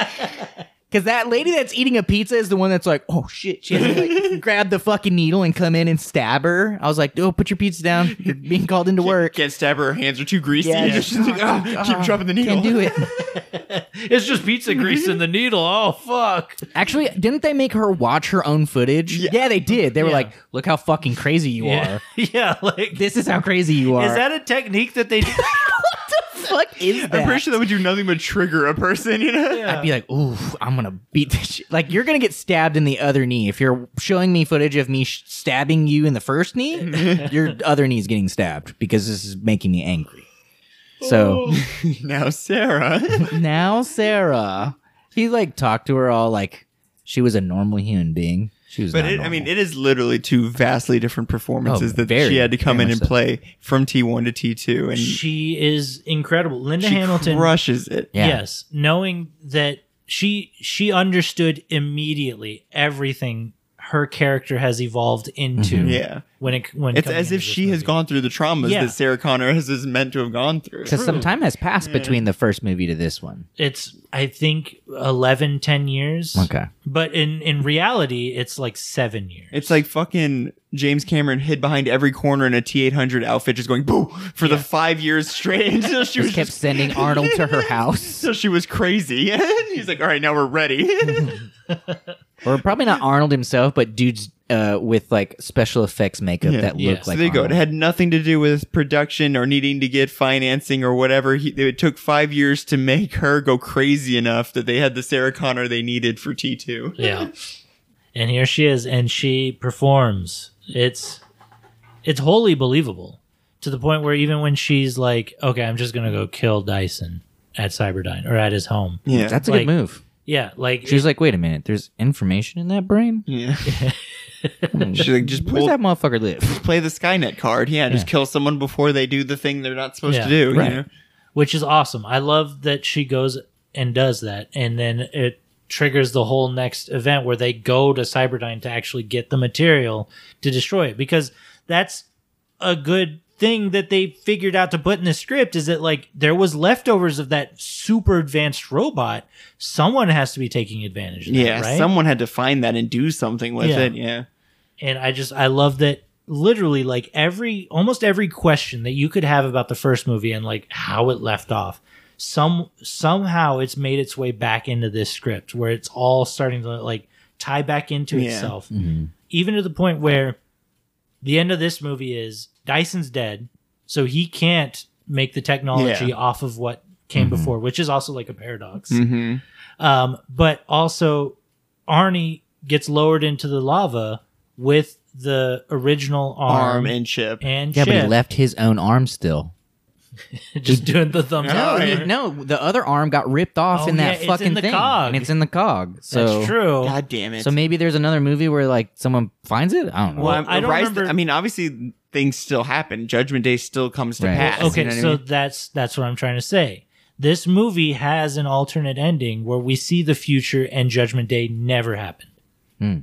Speaker 4: Cause that lady that's eating a pizza is the one that's like, oh shit, she has to like grab the fucking needle and come in and stab her. I was like, oh, put your pizza down. You're being called into <laughs> work.
Speaker 5: can't stab her. Her hands are too greasy. <laughs>
Speaker 4: Yeah.
Speaker 5: She's like, "Ah, keep dropping the needle.
Speaker 4: Can't do it.
Speaker 6: It's just pizza grease in the needle.
Speaker 5: <laughs>
Speaker 6: Oh fuck.
Speaker 4: Actually, didn't they make her watch her own footage? Yeah, they did. They were
Speaker 6: Yeah.
Speaker 4: like, look how fucking crazy you
Speaker 6: Yeah. <laughs>
Speaker 4: are.
Speaker 6: yeah, like
Speaker 4: This is how crazy you
Speaker 5: <laughs>
Speaker 4: are.
Speaker 6: Is that a technique that they
Speaker 4: <laughs> what the fuck is that?
Speaker 5: I'm pretty sure that would do nothing but trigger a person, you know?
Speaker 4: I'd be like, ooh, I'm gonna beat this. Shit. Like, you're gonna get stabbed in the other knee if you're showing me footage of me sh- stabbing you in the
Speaker 5: <laughs>
Speaker 4: first knee. your other knee's getting stabbed because this is making me angry. So
Speaker 5: now Sarah.
Speaker 4: <laughs> now Sarah, he like talked to her all like she was a normal human being. She was,
Speaker 5: But
Speaker 4: not
Speaker 5: it, I mean,
Speaker 4: normal.
Speaker 5: it is literally two vastly different performances
Speaker 4: Oh,
Speaker 5: that
Speaker 4: very,
Speaker 5: she had to come
Speaker 4: very
Speaker 5: in
Speaker 4: much
Speaker 5: and
Speaker 4: so.
Speaker 5: play from T1 to T2, and she,
Speaker 6: she is incredible. Linda Hamilton
Speaker 5: crushes it.
Speaker 4: Yeah.
Speaker 6: Yes, knowing that she she understood immediately everything her character has evolved into.
Speaker 4: Mm-hmm.
Speaker 5: Yeah.
Speaker 6: When it when
Speaker 5: It's
Speaker 6: coming
Speaker 5: as
Speaker 6: into
Speaker 5: if
Speaker 6: this
Speaker 5: she has
Speaker 6: movie.
Speaker 5: gone through the traumas
Speaker 6: Yeah.
Speaker 5: that Sarah Connor has is meant to have gone through.
Speaker 4: because some time has passed between the first movie to this one.
Speaker 6: It's I think 11, 10 years.
Speaker 4: Okay.
Speaker 6: But in in reality, it's like seven years.
Speaker 5: It's like fucking James Cameron hid behind every corner in a T eight hundred outfit, just going boo for the five years straight <laughs> until she was
Speaker 4: Just kept
Speaker 5: just-
Speaker 4: sending Arnold to
Speaker 5: <laughs>
Speaker 4: her house,
Speaker 5: until she was crazy. <laughs> He's like, all right, now we're ready.
Speaker 4: or probably not Arnold himself, but dudes uh, with like special effects makeup that
Speaker 6: Yeah.
Speaker 4: look
Speaker 5: so
Speaker 4: like.
Speaker 5: there you go. It
Speaker 4: Arnold.
Speaker 5: had nothing to do with production or needing to get financing or whatever. He, it took five years to make her go crazy enough that they had the Sarah Connor they needed for T two.
Speaker 6: <laughs> Yeah. and here she is, and she performs. It's it's wholly believable to the point where even when she's like, "Okay, I'm just gonna go kill Dyson at Cyberdyne or at his home,"
Speaker 5: Yeah,
Speaker 4: That's a
Speaker 6: Like-
Speaker 4: good move.
Speaker 6: yeah, like
Speaker 4: She's like, wait a minute, there's information in that brain?
Speaker 5: yeah. She's like, just
Speaker 4: Where
Speaker 5: pull
Speaker 4: does that motherfucker live?
Speaker 5: play the Skynet card. Yeah, just kill someone before they do the thing they're not supposed
Speaker 6: Yeah,
Speaker 5: to do. you
Speaker 4: right.
Speaker 5: know?
Speaker 6: which is awesome. I love that she goes and does that, and then it triggers the whole next event where they go to Cyberdyne to actually get the material to destroy it because that's a good thing that they figured out to put in the script is that like there was leftovers of that super advanced robot someone has to be taking advantage of that,
Speaker 5: Yeah,
Speaker 6: right
Speaker 5: someone had to find that and do something with
Speaker 6: Yeah.
Speaker 5: it. Yeah.
Speaker 6: and I just I love that literally like every almost every question that you could have about the first movie and like how it left off some somehow it's made its way back into this script where it's all starting to like tie back into
Speaker 5: Yeah.
Speaker 6: itself even to the point where the end of this movie is Dyson's dead so he can't make the technology
Speaker 5: Yeah. Mm-hmm.
Speaker 6: off of what came before which is also like a paradox um, but also Arnie gets lowered into the lava with the original arm,
Speaker 5: Arm and chip.
Speaker 6: and
Speaker 4: Yeah, but he
Speaker 6: Chip
Speaker 4: left his own arm still.
Speaker 6: <laughs> just doing the thumbs
Speaker 5: No,
Speaker 6: up.
Speaker 4: No,
Speaker 5: he-
Speaker 4: he- no, the other arm got ripped off
Speaker 6: Oh,
Speaker 4: in
Speaker 6: yeah,
Speaker 4: that
Speaker 6: it's in
Speaker 4: fucking
Speaker 6: the
Speaker 4: thing.
Speaker 6: cog.
Speaker 4: And it's in the cog. So
Speaker 6: That's true.
Speaker 5: God damn it.
Speaker 4: So maybe there's another movie where like someone finds it. I don't know.
Speaker 5: well,
Speaker 6: Well,
Speaker 5: I'm-
Speaker 6: I don't
Speaker 5: Rise-
Speaker 6: remember-
Speaker 5: I mean, obviously things still happen. Judgment Day still comes to
Speaker 4: Right.
Speaker 5: pass. you
Speaker 6: okay,
Speaker 5: know what I
Speaker 6: so
Speaker 5: mean?
Speaker 6: that's that's what I'm trying to say. This movie has an alternate ending where we see the future and Judgment Day never happened.
Speaker 4: Hmm.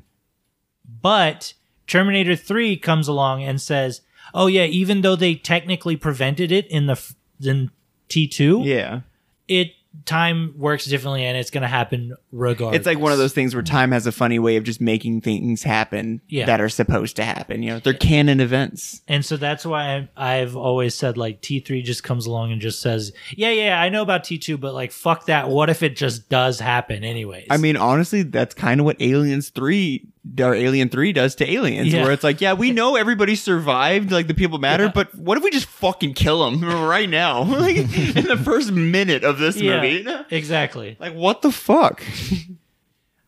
Speaker 6: But Terminator 3 comes along and says, "Oh yeah, even though they technically prevented it in the f- in T2,
Speaker 5: yeah.
Speaker 6: it time works differently and it's going to happen regardless.
Speaker 5: It's like one of those things where time has a funny way of just making things happen
Speaker 6: Yeah.
Speaker 5: that are supposed to happen. You know, they're canon events.
Speaker 6: and so that's why I'm, I've always said like T3 just comes along and just says, yeah, yeah, I know about T2, but like fuck that. What if it just does happen anyways?
Speaker 5: I mean, honestly, that's kind of what Aliens Three or Alien Three does to aliens,
Speaker 6: Yeah.
Speaker 5: where it's like, yeah, we know everybody survived, like the people matter, but what if we just fucking kill them <laughs> right now, like in the first minute of this
Speaker 6: yeah,
Speaker 5: movie?
Speaker 6: exactly.
Speaker 5: Like, what the fuck? <laughs>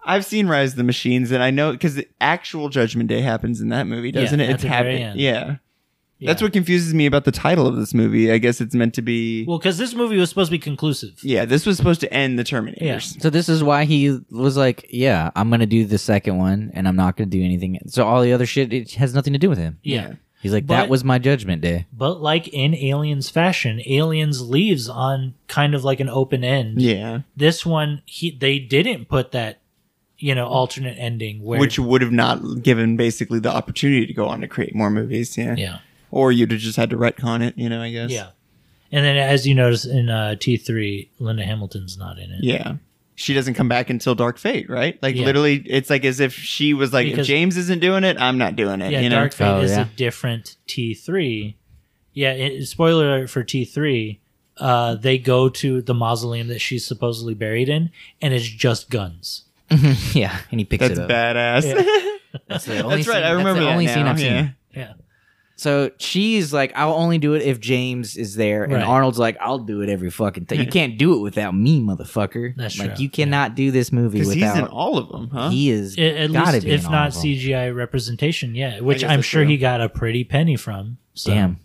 Speaker 5: I've seen Rise of the Machines, and I know because the actual Judgment Day happens in that movie, doesn't
Speaker 6: Yeah,
Speaker 5: it?
Speaker 6: at
Speaker 5: It's
Speaker 6: the very
Speaker 5: happening.
Speaker 6: end.
Speaker 5: Yeah.
Speaker 6: Yeah.
Speaker 5: that's what confuses me about the title of this movie. I guess it's meant to be.
Speaker 6: Well, because this movie was supposed to be conclusive.
Speaker 5: yeah, this was supposed to end the Terminators.
Speaker 4: So this is why he was like, "Yeah, I'm gonna do the second one, and I'm not gonna do anything." So all the other shit it has nothing to do with him.
Speaker 6: Yeah.
Speaker 4: He's like,
Speaker 6: But-
Speaker 4: "That was my judgment day." <laughs>
Speaker 6: But like in Aliens fashion, Aliens leaves on kind of like an open end.
Speaker 5: Yeah,
Speaker 6: This one, he they didn't put that, you know, alternate ending where
Speaker 5: which would have not given basically the opportunity to go on to create more movies. Yeah,
Speaker 6: yeah.
Speaker 5: or you'd have just had to retcon it. You know, I guess.
Speaker 6: Yeah. And then as you notice in uh, T3, Linda Hamilton's not in it.
Speaker 5: yeah. She doesn't come back until Dark Fate, right? Like
Speaker 6: Yeah.
Speaker 5: literally, it's like as if she was like,
Speaker 6: Because-
Speaker 5: if James isn't doing it, I'm not doing it.
Speaker 6: Yeah,
Speaker 5: you know?
Speaker 6: Dark Fate
Speaker 4: Oh,
Speaker 6: is
Speaker 4: yeah.
Speaker 6: a different T3. Yeah, it, spoiler alert for T3, uh, they go to the mausoleum that she's supposedly buried in, and it's just guns.
Speaker 4: yeah, and he picks
Speaker 5: That's
Speaker 4: it up.
Speaker 5: badass.
Speaker 6: Yeah.
Speaker 4: That's, the only
Speaker 5: That's right.
Speaker 4: scene-
Speaker 5: I remember
Speaker 4: that's the
Speaker 5: that
Speaker 4: only
Speaker 5: now.
Speaker 4: scene I've
Speaker 5: yeah.
Speaker 4: seen.
Speaker 6: Yeah.
Speaker 4: So she's like, I'll only do it if James is there, and
Speaker 6: Right.
Speaker 4: Arnold's like, I'll do it every fucking
Speaker 6: <laughs>
Speaker 4: thing. You can't do it without me, motherfucker.
Speaker 6: That's
Speaker 4: like
Speaker 6: true,
Speaker 4: you cannot do
Speaker 5: <laughs>
Speaker 4: this movie
Speaker 5: Because
Speaker 4: without.
Speaker 5: he's in all of them, huh?
Speaker 4: He is
Speaker 6: A- at
Speaker 4: gotta
Speaker 6: least
Speaker 4: be
Speaker 6: if
Speaker 4: in all
Speaker 6: not
Speaker 4: of 'em.
Speaker 6: CGI representation, yeah, which
Speaker 5: guess
Speaker 6: I'm
Speaker 5: that's
Speaker 6: sure
Speaker 5: true.
Speaker 6: he got a pretty penny from. So.
Speaker 4: Damn.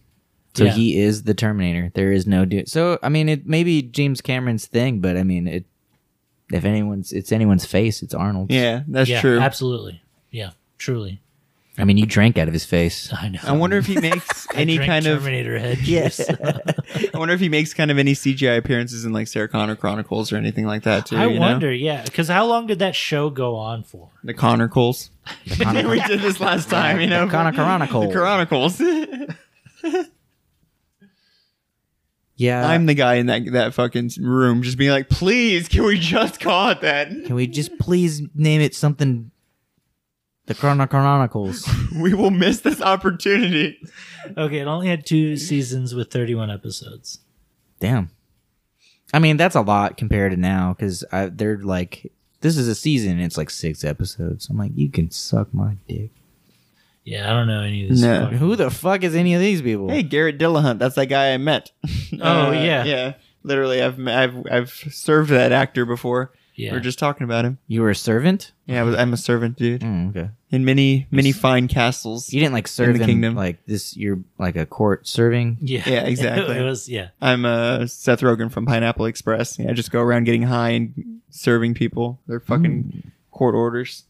Speaker 4: So
Speaker 6: Yeah.
Speaker 4: he is the Terminator. There is no dude. So I mean, it may be James Cameron's thing, but I mean, it if anyone's it's anyone's face, it's Arnold's.
Speaker 5: yeah, that's
Speaker 6: yeah,
Speaker 5: true.
Speaker 6: Absolutely. Yeah, truly.
Speaker 4: I mean, you drank out of his
Speaker 6: <laughs>
Speaker 4: face.
Speaker 6: I know.
Speaker 5: I wonder if he makes
Speaker 6: <laughs> I
Speaker 5: any
Speaker 6: drank
Speaker 5: kind of.
Speaker 6: Terminator head
Speaker 5: Yeah.
Speaker 6: juice.
Speaker 5: <laughs> I wonder if he makes kind of any CGI appearances in like Sarah Connor Chronicles or anything like that too.
Speaker 6: I
Speaker 5: you know?
Speaker 6: wonder, yeah, because how long did that show go on for?
Speaker 5: the
Speaker 6: <laughs>
Speaker 5: Chronicles. <laughs> we did this last
Speaker 4: <laughs>
Speaker 5: time, you know.
Speaker 4: Connor
Speaker 5: <laughs>
Speaker 4: Chronicle.
Speaker 5: The Chronicles.
Speaker 4: Yeah,
Speaker 5: I'm the guy in that that fucking room, just being like, "Please, can we just call it that? <laughs>
Speaker 4: Can we just please name it something? The Chrono Chronicles.
Speaker 5: We will miss this opportunity."
Speaker 6: Okay, it only had two seasons with 31 episodes.
Speaker 4: Damn. I mean, that's a lot compared to now because they're like, this is a season. And it's like six episodes. I'm like, you can suck my dick.
Speaker 6: Yeah, I don't know any of these.
Speaker 5: No.
Speaker 6: fucking-
Speaker 4: Who the fuck is any of these people?
Speaker 5: Hey, Garrett Dillahunt, that's that guy I met. <laughs> Uh,
Speaker 6: Oh, yeah.
Speaker 5: yeah. Literally, I've I've I've served that actor before.
Speaker 6: Yeah.
Speaker 5: We are just talking about him.
Speaker 4: you were a servant.
Speaker 5: Yeah, I was, I'm a servant, dude.
Speaker 4: Mm, okay.
Speaker 5: In many many fine castles.
Speaker 4: You didn't like serve
Speaker 5: the
Speaker 4: in,
Speaker 5: kingdom.
Speaker 4: like this. You're like a court serving.
Speaker 6: <laughs> Yeah,
Speaker 5: Yeah, exactly.
Speaker 6: <laughs> it was yeah.
Speaker 5: I'm uh, Seth Rogen from Pineapple Express. Yeah, I just go around getting high and serving people their fucking court orders.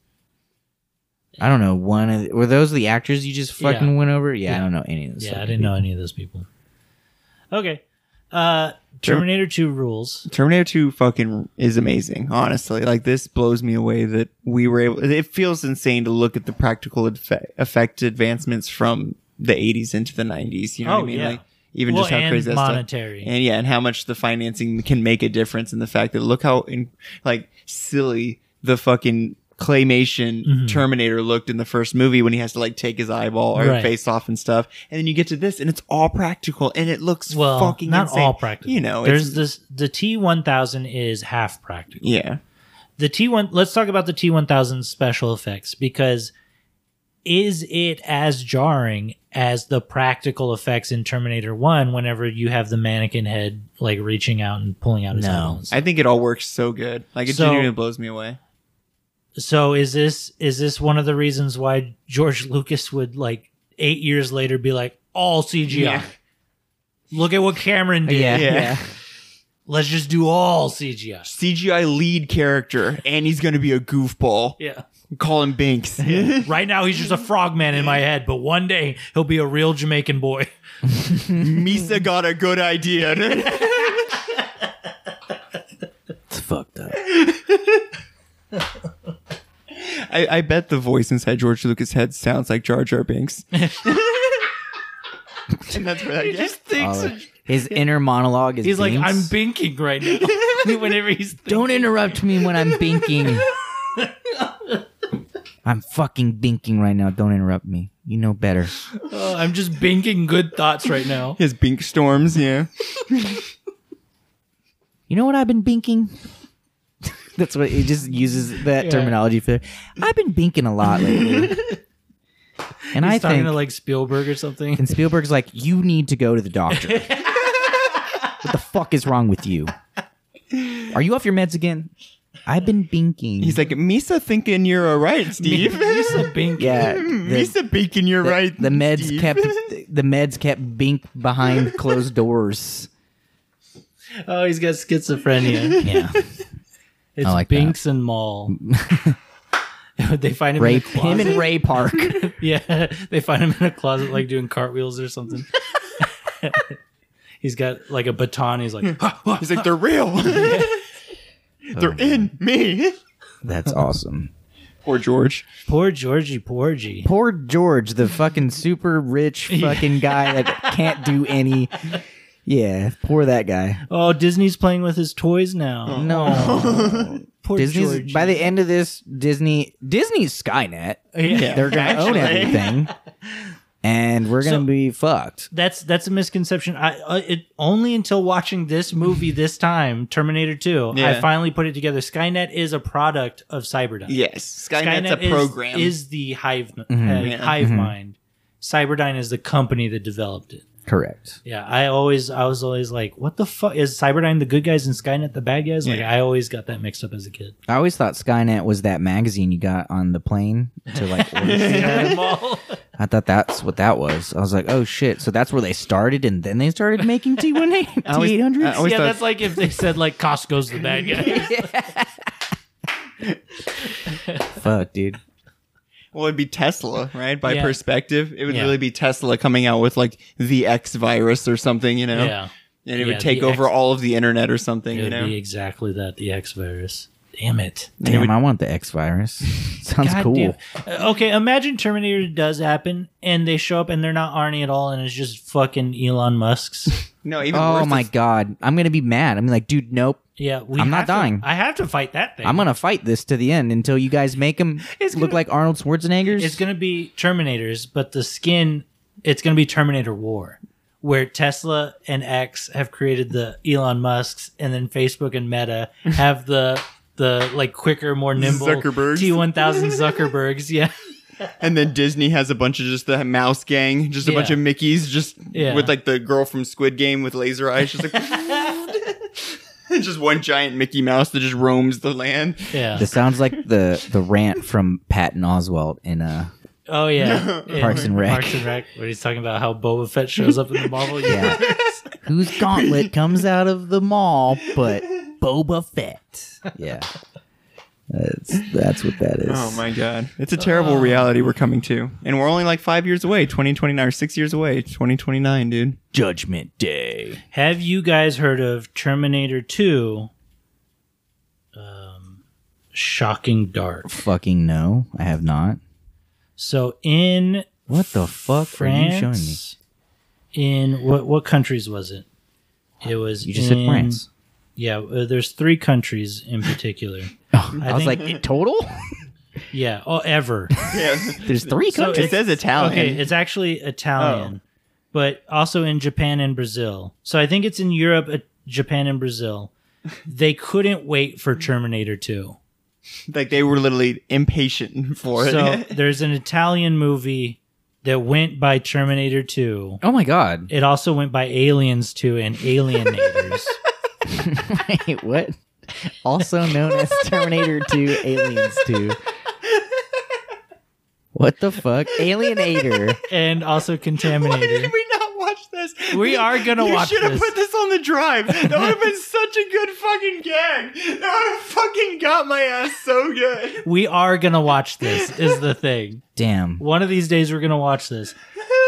Speaker 4: I don't know. One of the, were those the actors you just
Speaker 6: Yeah.
Speaker 4: fucking went over? Yeah, I
Speaker 6: Yeah.
Speaker 4: don't know any of this.
Speaker 6: Yeah, I didn't know any of those people. Okay. Uh Terminator 2 rules.
Speaker 5: Terminator 2 fucking is amazing, honestly. Like, this blows me away that we were able. It feels insane to look at the practical effect, effect advancements from the 80s into the 90s. You know what
Speaker 6: Oh,
Speaker 5: I mean?
Speaker 6: yeah.
Speaker 5: Like, even
Speaker 6: Well,
Speaker 5: just how
Speaker 6: and
Speaker 5: crazy that's
Speaker 6: monetary.
Speaker 5: and yeah, and how much the financing can make a difference, and the fact that look how in, like silly the fucking claymation
Speaker 6: Mm-hmm.
Speaker 5: Terminator looked in the first movie when he has to like take his eyeball or
Speaker 6: Right.
Speaker 5: face off and stuff, and then you get to this, and it's all practical, and it looks
Speaker 6: Well,
Speaker 5: fucking
Speaker 6: not
Speaker 5: insane.
Speaker 6: all practical.
Speaker 5: You know,
Speaker 6: there's
Speaker 5: it's,
Speaker 6: this the T1000 is half practical.
Speaker 5: yeah.
Speaker 6: The T1 let's talk about the T1000 special effects because is it as jarring as the practical effects in Terminator 1 whenever you have the mannequin head like reaching out and pulling out his
Speaker 4: No.
Speaker 6: eyeballs?
Speaker 5: I think it all works so good. Like it
Speaker 6: So-
Speaker 5: genuinely blows me away.
Speaker 6: So is this is this one of the reasons why George <laughs> Lucas would like eight years later be like all CGI?
Speaker 5: Yeah.
Speaker 6: Look at what Cameron did.
Speaker 4: Yeah.
Speaker 5: Yeah.
Speaker 6: Let's just do all CGI.
Speaker 5: CGI lead character, and he's gonna be a goofball.
Speaker 6: Yeah.
Speaker 5: Call him Binks.
Speaker 6: Right now he's just a frogman in my head, but one day he'll be a real Jamaican boy.
Speaker 5: Misa got a good idea.
Speaker 4: <laughs> It's fucked up.
Speaker 5: I, I bet the voice inside George Lucas' head sounds like Jar Jar Binks. and that's <laughs> where that gets.
Speaker 4: All of- his inner monologue is.
Speaker 6: He's like,
Speaker 4: beams.
Speaker 6: I'm binking right now. <laughs> Whenever he's
Speaker 4: Don't interrupt me when I'm binking. I'm fucking binking right now. Don't interrupt me. You know better.
Speaker 6: "Oh, I'm just binking good thoughts right now.
Speaker 5: His Bink storms, yeah.
Speaker 4: You know what I've been binking? <laughs> That's what he just uses that terminology for. I've been binking a lot lately. and I
Speaker 6: He's talking
Speaker 4: think
Speaker 6: to like Spielberg or something.
Speaker 4: <laughs> and Spielberg's like, "You need to go to the doctor." what the fuck is wrong with you? Are you off your meds again? I've been binking.
Speaker 5: He's like, Misa thinking you're all right, Steve.
Speaker 6: He's a bink.
Speaker 4: "Yeah,
Speaker 5: <laughs>
Speaker 4: the-
Speaker 5: Misa thinking you're
Speaker 4: the,
Speaker 5: right.
Speaker 4: the meds
Speaker 5: Steve."
Speaker 4: kept the meds kept bink behind closed doors."
Speaker 6: Oh, he's got schizophrenia.
Speaker 4: Yeah.
Speaker 6: <laughs> It's
Speaker 4: I like that.
Speaker 6: Binks and
Speaker 4: <laughs>
Speaker 6: Maul. they find him
Speaker 4: Ray,
Speaker 6: in a closet.
Speaker 4: him and Ray Park.
Speaker 6: <laughs> yeah, they find him in a closet like doing cartwheels or something. <laughs> he's got like a baton. He's <laughs> like, "Ah, "Ha, ha."
Speaker 5: He's like, they're real. they're in me.
Speaker 4: That's awesome.
Speaker 5: Poor George.
Speaker 6: poor Georgie, Porgy.
Speaker 4: Poor George, the fucking super rich fucking guy that can't do any. Yeah, poor that guy.
Speaker 6: Oh, Disney's playing with his toys now.
Speaker 4: <laughs> No,
Speaker 6: Poor
Speaker 4: Disney's
Speaker 6: George.
Speaker 4: by the end of this Disney Disney's Skynet.
Speaker 6: <laughs> yeah.
Speaker 4: They're gonna own everything, and we're gonna
Speaker 6: So-
Speaker 4: be fucked.
Speaker 6: That's that's a misconception. I uh, it only until watching
Speaker 5: <laughs>
Speaker 6: this movie this time, Terminator Two, I
Speaker 5: Yeah.
Speaker 6: finally put it together. Skynet is a product of Cyberdyne.
Speaker 5: Yes. Skynet's
Speaker 6: Skynet
Speaker 5: a program.
Speaker 6: is, is the hive uh,
Speaker 5: Yeah.
Speaker 6: hive mind. Cyberdyne is the company that developed it.
Speaker 4: Correct.
Speaker 6: Yeah, I always, I was always like, what the fuck is Cyberdyne the good guys and Skynet the bad guys? Like, I always got that mixed up as
Speaker 5: <laughs>
Speaker 6: a kid.
Speaker 4: I always thought Skynet was that magazine you got on the plane to like. order shit out of. I thought that's what that was. I was like, oh shit! So that's where they started, and then they started
Speaker 6: <laughs>
Speaker 4: making T one eight T eight hundred.
Speaker 6: yeah, that's like if they said like Costco's
Speaker 5: <laughs>
Speaker 6: the bad guy.
Speaker 4: Fuck, dude.
Speaker 5: Well, it'd be Tesla, right? By
Speaker 6: Yeah.
Speaker 5: perspective, it would
Speaker 6: Yeah.
Speaker 5: really be Tesla coming out with like the X virus or something, you know?
Speaker 6: Yeah.
Speaker 5: And it
Speaker 6: Yeah,
Speaker 5: would take
Speaker 6: the
Speaker 5: over
Speaker 6: X-
Speaker 5: all of the internet or something,
Speaker 6: It
Speaker 5: you
Speaker 6: would
Speaker 5: know?
Speaker 6: be exactly that, the X virus. Damn it.
Speaker 4: Damn, I want the X virus. <laughs> Sounds
Speaker 6: God
Speaker 4: cool.
Speaker 6: damn- Uh, Okay, imagine Terminator does happen and they show up and they're not Arnie at all and it's just fucking Elon
Speaker 4: <laughs>
Speaker 6: Musk's.
Speaker 5: No, even
Speaker 4: Oh
Speaker 5: worse.
Speaker 4: my
Speaker 5: if-
Speaker 4: god, I'm gonna be mad. I'm like, dude, nope.
Speaker 6: Yeah, we
Speaker 4: I'm not
Speaker 6: have to-
Speaker 4: dying.
Speaker 6: I have to fight that thing.
Speaker 4: I'm gonna fight this to the end until you guys make him
Speaker 6: <laughs> It's
Speaker 4: look
Speaker 6: gonna-
Speaker 4: like Arnold Schwarzenegger's.
Speaker 6: It's going to be Terminators, but the skin, it's going to be Terminator War, where Tesla and X have created the Elon Musk's, and then Facebook
Speaker 4: <laughs>
Speaker 6: and Meta have the the like quicker, more nimble
Speaker 5: Zuckerbergs.
Speaker 6: T1000 Zuckerbergs. Yeah,
Speaker 5: And then Disney has a bunch of just the mouse gang, just a bunch
Speaker 6: Yeah.
Speaker 5: of Mickeys, just
Speaker 6: Yeah.
Speaker 5: with like the girl from Squid Game with laser eyes, just like. <laughs> just one giant Mickey Mouse that just roams the land.
Speaker 6: yeah.
Speaker 4: this sounds like the the rant from Patton Oswalt in uh
Speaker 6: Oh yeah, Yeah.
Speaker 4: Parks and Rec.
Speaker 6: Parks and Rec, where he's talking about how Boba Fett shows up in the
Speaker 4: <laughs>
Speaker 6: Marvel universe.
Speaker 4: whose
Speaker 6: <laughs>
Speaker 4: gauntlet comes out of the mall, but Boba Fett. Yeah. That's that's what that is.
Speaker 5: Oh my god. It's a terrible
Speaker 6: Oh.
Speaker 5: reality we're coming to. And we're only like five years away, 2029 or six years away, 2029, dude.
Speaker 4: Judgment Day.
Speaker 6: Have you guys heard of Terminator Two? Um, shocking Dark.
Speaker 4: Fucking no, I have not.
Speaker 6: So in
Speaker 4: What the fuck
Speaker 6: France,
Speaker 4: are you showing me?
Speaker 6: in what what countries was it? It was
Speaker 4: You just
Speaker 6: in,
Speaker 4: said France.
Speaker 6: Yeah, uh, there's three countries
Speaker 4: <laughs>
Speaker 6: in particular.
Speaker 4: Oh, I, was like, in total?
Speaker 6: <laughs> yeah, oh, ever.
Speaker 4: <laughs> There's three
Speaker 6: So
Speaker 4: countries.
Speaker 5: It says
Speaker 4: Oh,
Speaker 5: Italian.
Speaker 6: Okay, it's actually Italian, but also in Japan and Brazil. So I think it's in Europe, uh, Japan and Brazil. They couldn't wait for Terminator 2.
Speaker 5: like they were literally impatient for <laughs> it.
Speaker 6: So there's an Italian movie that went by Terminator 2.
Speaker 4: oh my god.
Speaker 6: It also went by Aliens 2 and
Speaker 5: <laughs>
Speaker 6: Alienators.
Speaker 4: <laughs> Wait, what? Also known as Terminator 2, Aliens 2. What the fuck? Alienator.
Speaker 6: and also Contaminator.
Speaker 5: Did we not watch this?
Speaker 6: We are gonna
Speaker 5: you
Speaker 6: watch
Speaker 5: You should
Speaker 6: this.
Speaker 5: have put this on the drive. That would <laughs> have been such a good fucking gag. That would have fucking got my ass so good.
Speaker 6: We are going to watch this, is the thing.
Speaker 4: Damn.
Speaker 6: One of these days we're going to watch <laughs> this.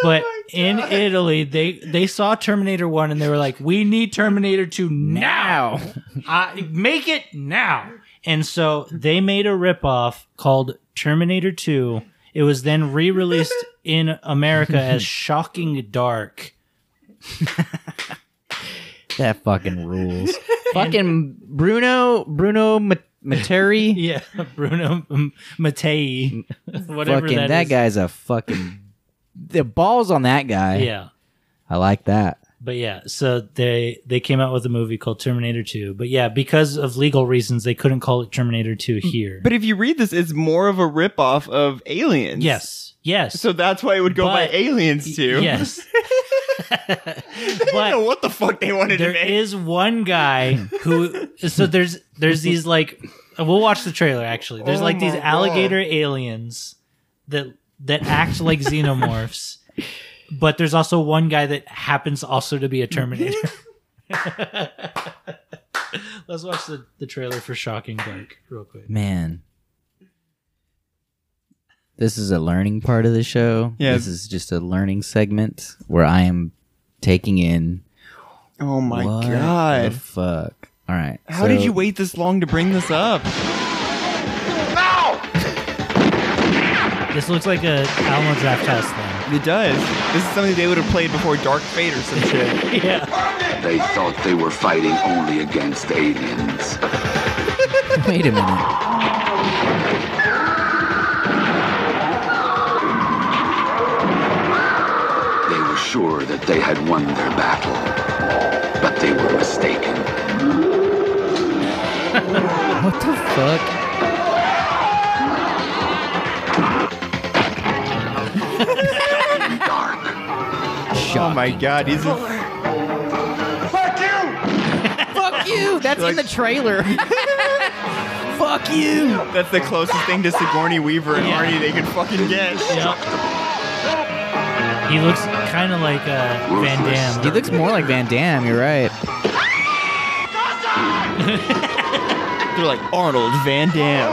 Speaker 6: But in Italy, they, they saw Terminator 1 and they were like, we need Terminator 2 now. <laughs> I, make it now. And so they made a ripoff called Terminator 2. It was then re released <laughs> in <laughs> America as Shocking Dark.
Speaker 4: That fucking rules. fucking Bruno Bruno Mat- Materi.
Speaker 6: Yeah, Bruno M- <laughs> Mattei, <laughs> whatever
Speaker 4: fucking that,
Speaker 6: that is.
Speaker 4: guy's a fucking the balls on that guy.
Speaker 6: Yeah.
Speaker 4: I like that.
Speaker 6: But yeah, so they they came out with a movie called Terminator 2. But yeah, because of legal reasons, they couldn't call it Terminator 2 here.
Speaker 5: Mm, But if you read this, it's more of a ripoff of Aliens.
Speaker 6: yes, yes.
Speaker 5: So that's why it would go by
Speaker 6: But-
Speaker 5: Aliens too.
Speaker 6: Yes.
Speaker 5: <laughs>
Speaker 6: <laughs>
Speaker 5: I don't know
Speaker 6: but
Speaker 5: what the fuck they wanted to
Speaker 6: there
Speaker 5: make.
Speaker 6: is one
Speaker 4: <laughs>
Speaker 6: guy who so there's there's these like we'll watch the trailer actually. There's
Speaker 5: Oh
Speaker 6: like these
Speaker 5: my God.
Speaker 6: alligator aliens that that act like
Speaker 5: <laughs>
Speaker 6: xenomorphs. But there's also one guy that happens also to be a Terminator.
Speaker 5: <laughs>
Speaker 6: Let's watch the, the trailer for Shocking Dark real quick.
Speaker 4: Man. This is a learning part of the show.
Speaker 5: Yeah.
Speaker 4: This is just a learning segment where I am taking in
Speaker 5: oh my
Speaker 4: what
Speaker 5: god.
Speaker 4: the fuck. All right.
Speaker 5: How did
Speaker 4: so-
Speaker 5: you wait this long to bring this up?
Speaker 6: This looks like a Alamo Draft House thing.
Speaker 5: It does. This is something they would have played before Dark Fate or some <laughs> shit.
Speaker 3: They thought they were fighting only against aliens.
Speaker 4: <laughs> Wait a minute.
Speaker 3: They were sure that they had won their battle, but they were mistaken.
Speaker 4: What the fuck?
Speaker 5: Oh my god, he's
Speaker 1: Fuck you!
Speaker 4: Fuck you! That's in the trailer. <laughs> Fuck you!
Speaker 5: That's the closest thing to Sigourney Weaver and Arnie they could fucking get.
Speaker 6: He looks kind of like uh, Van Damme.
Speaker 4: He looks more like Van Damme. You're right.
Speaker 5: They're like Arnold Van Damme.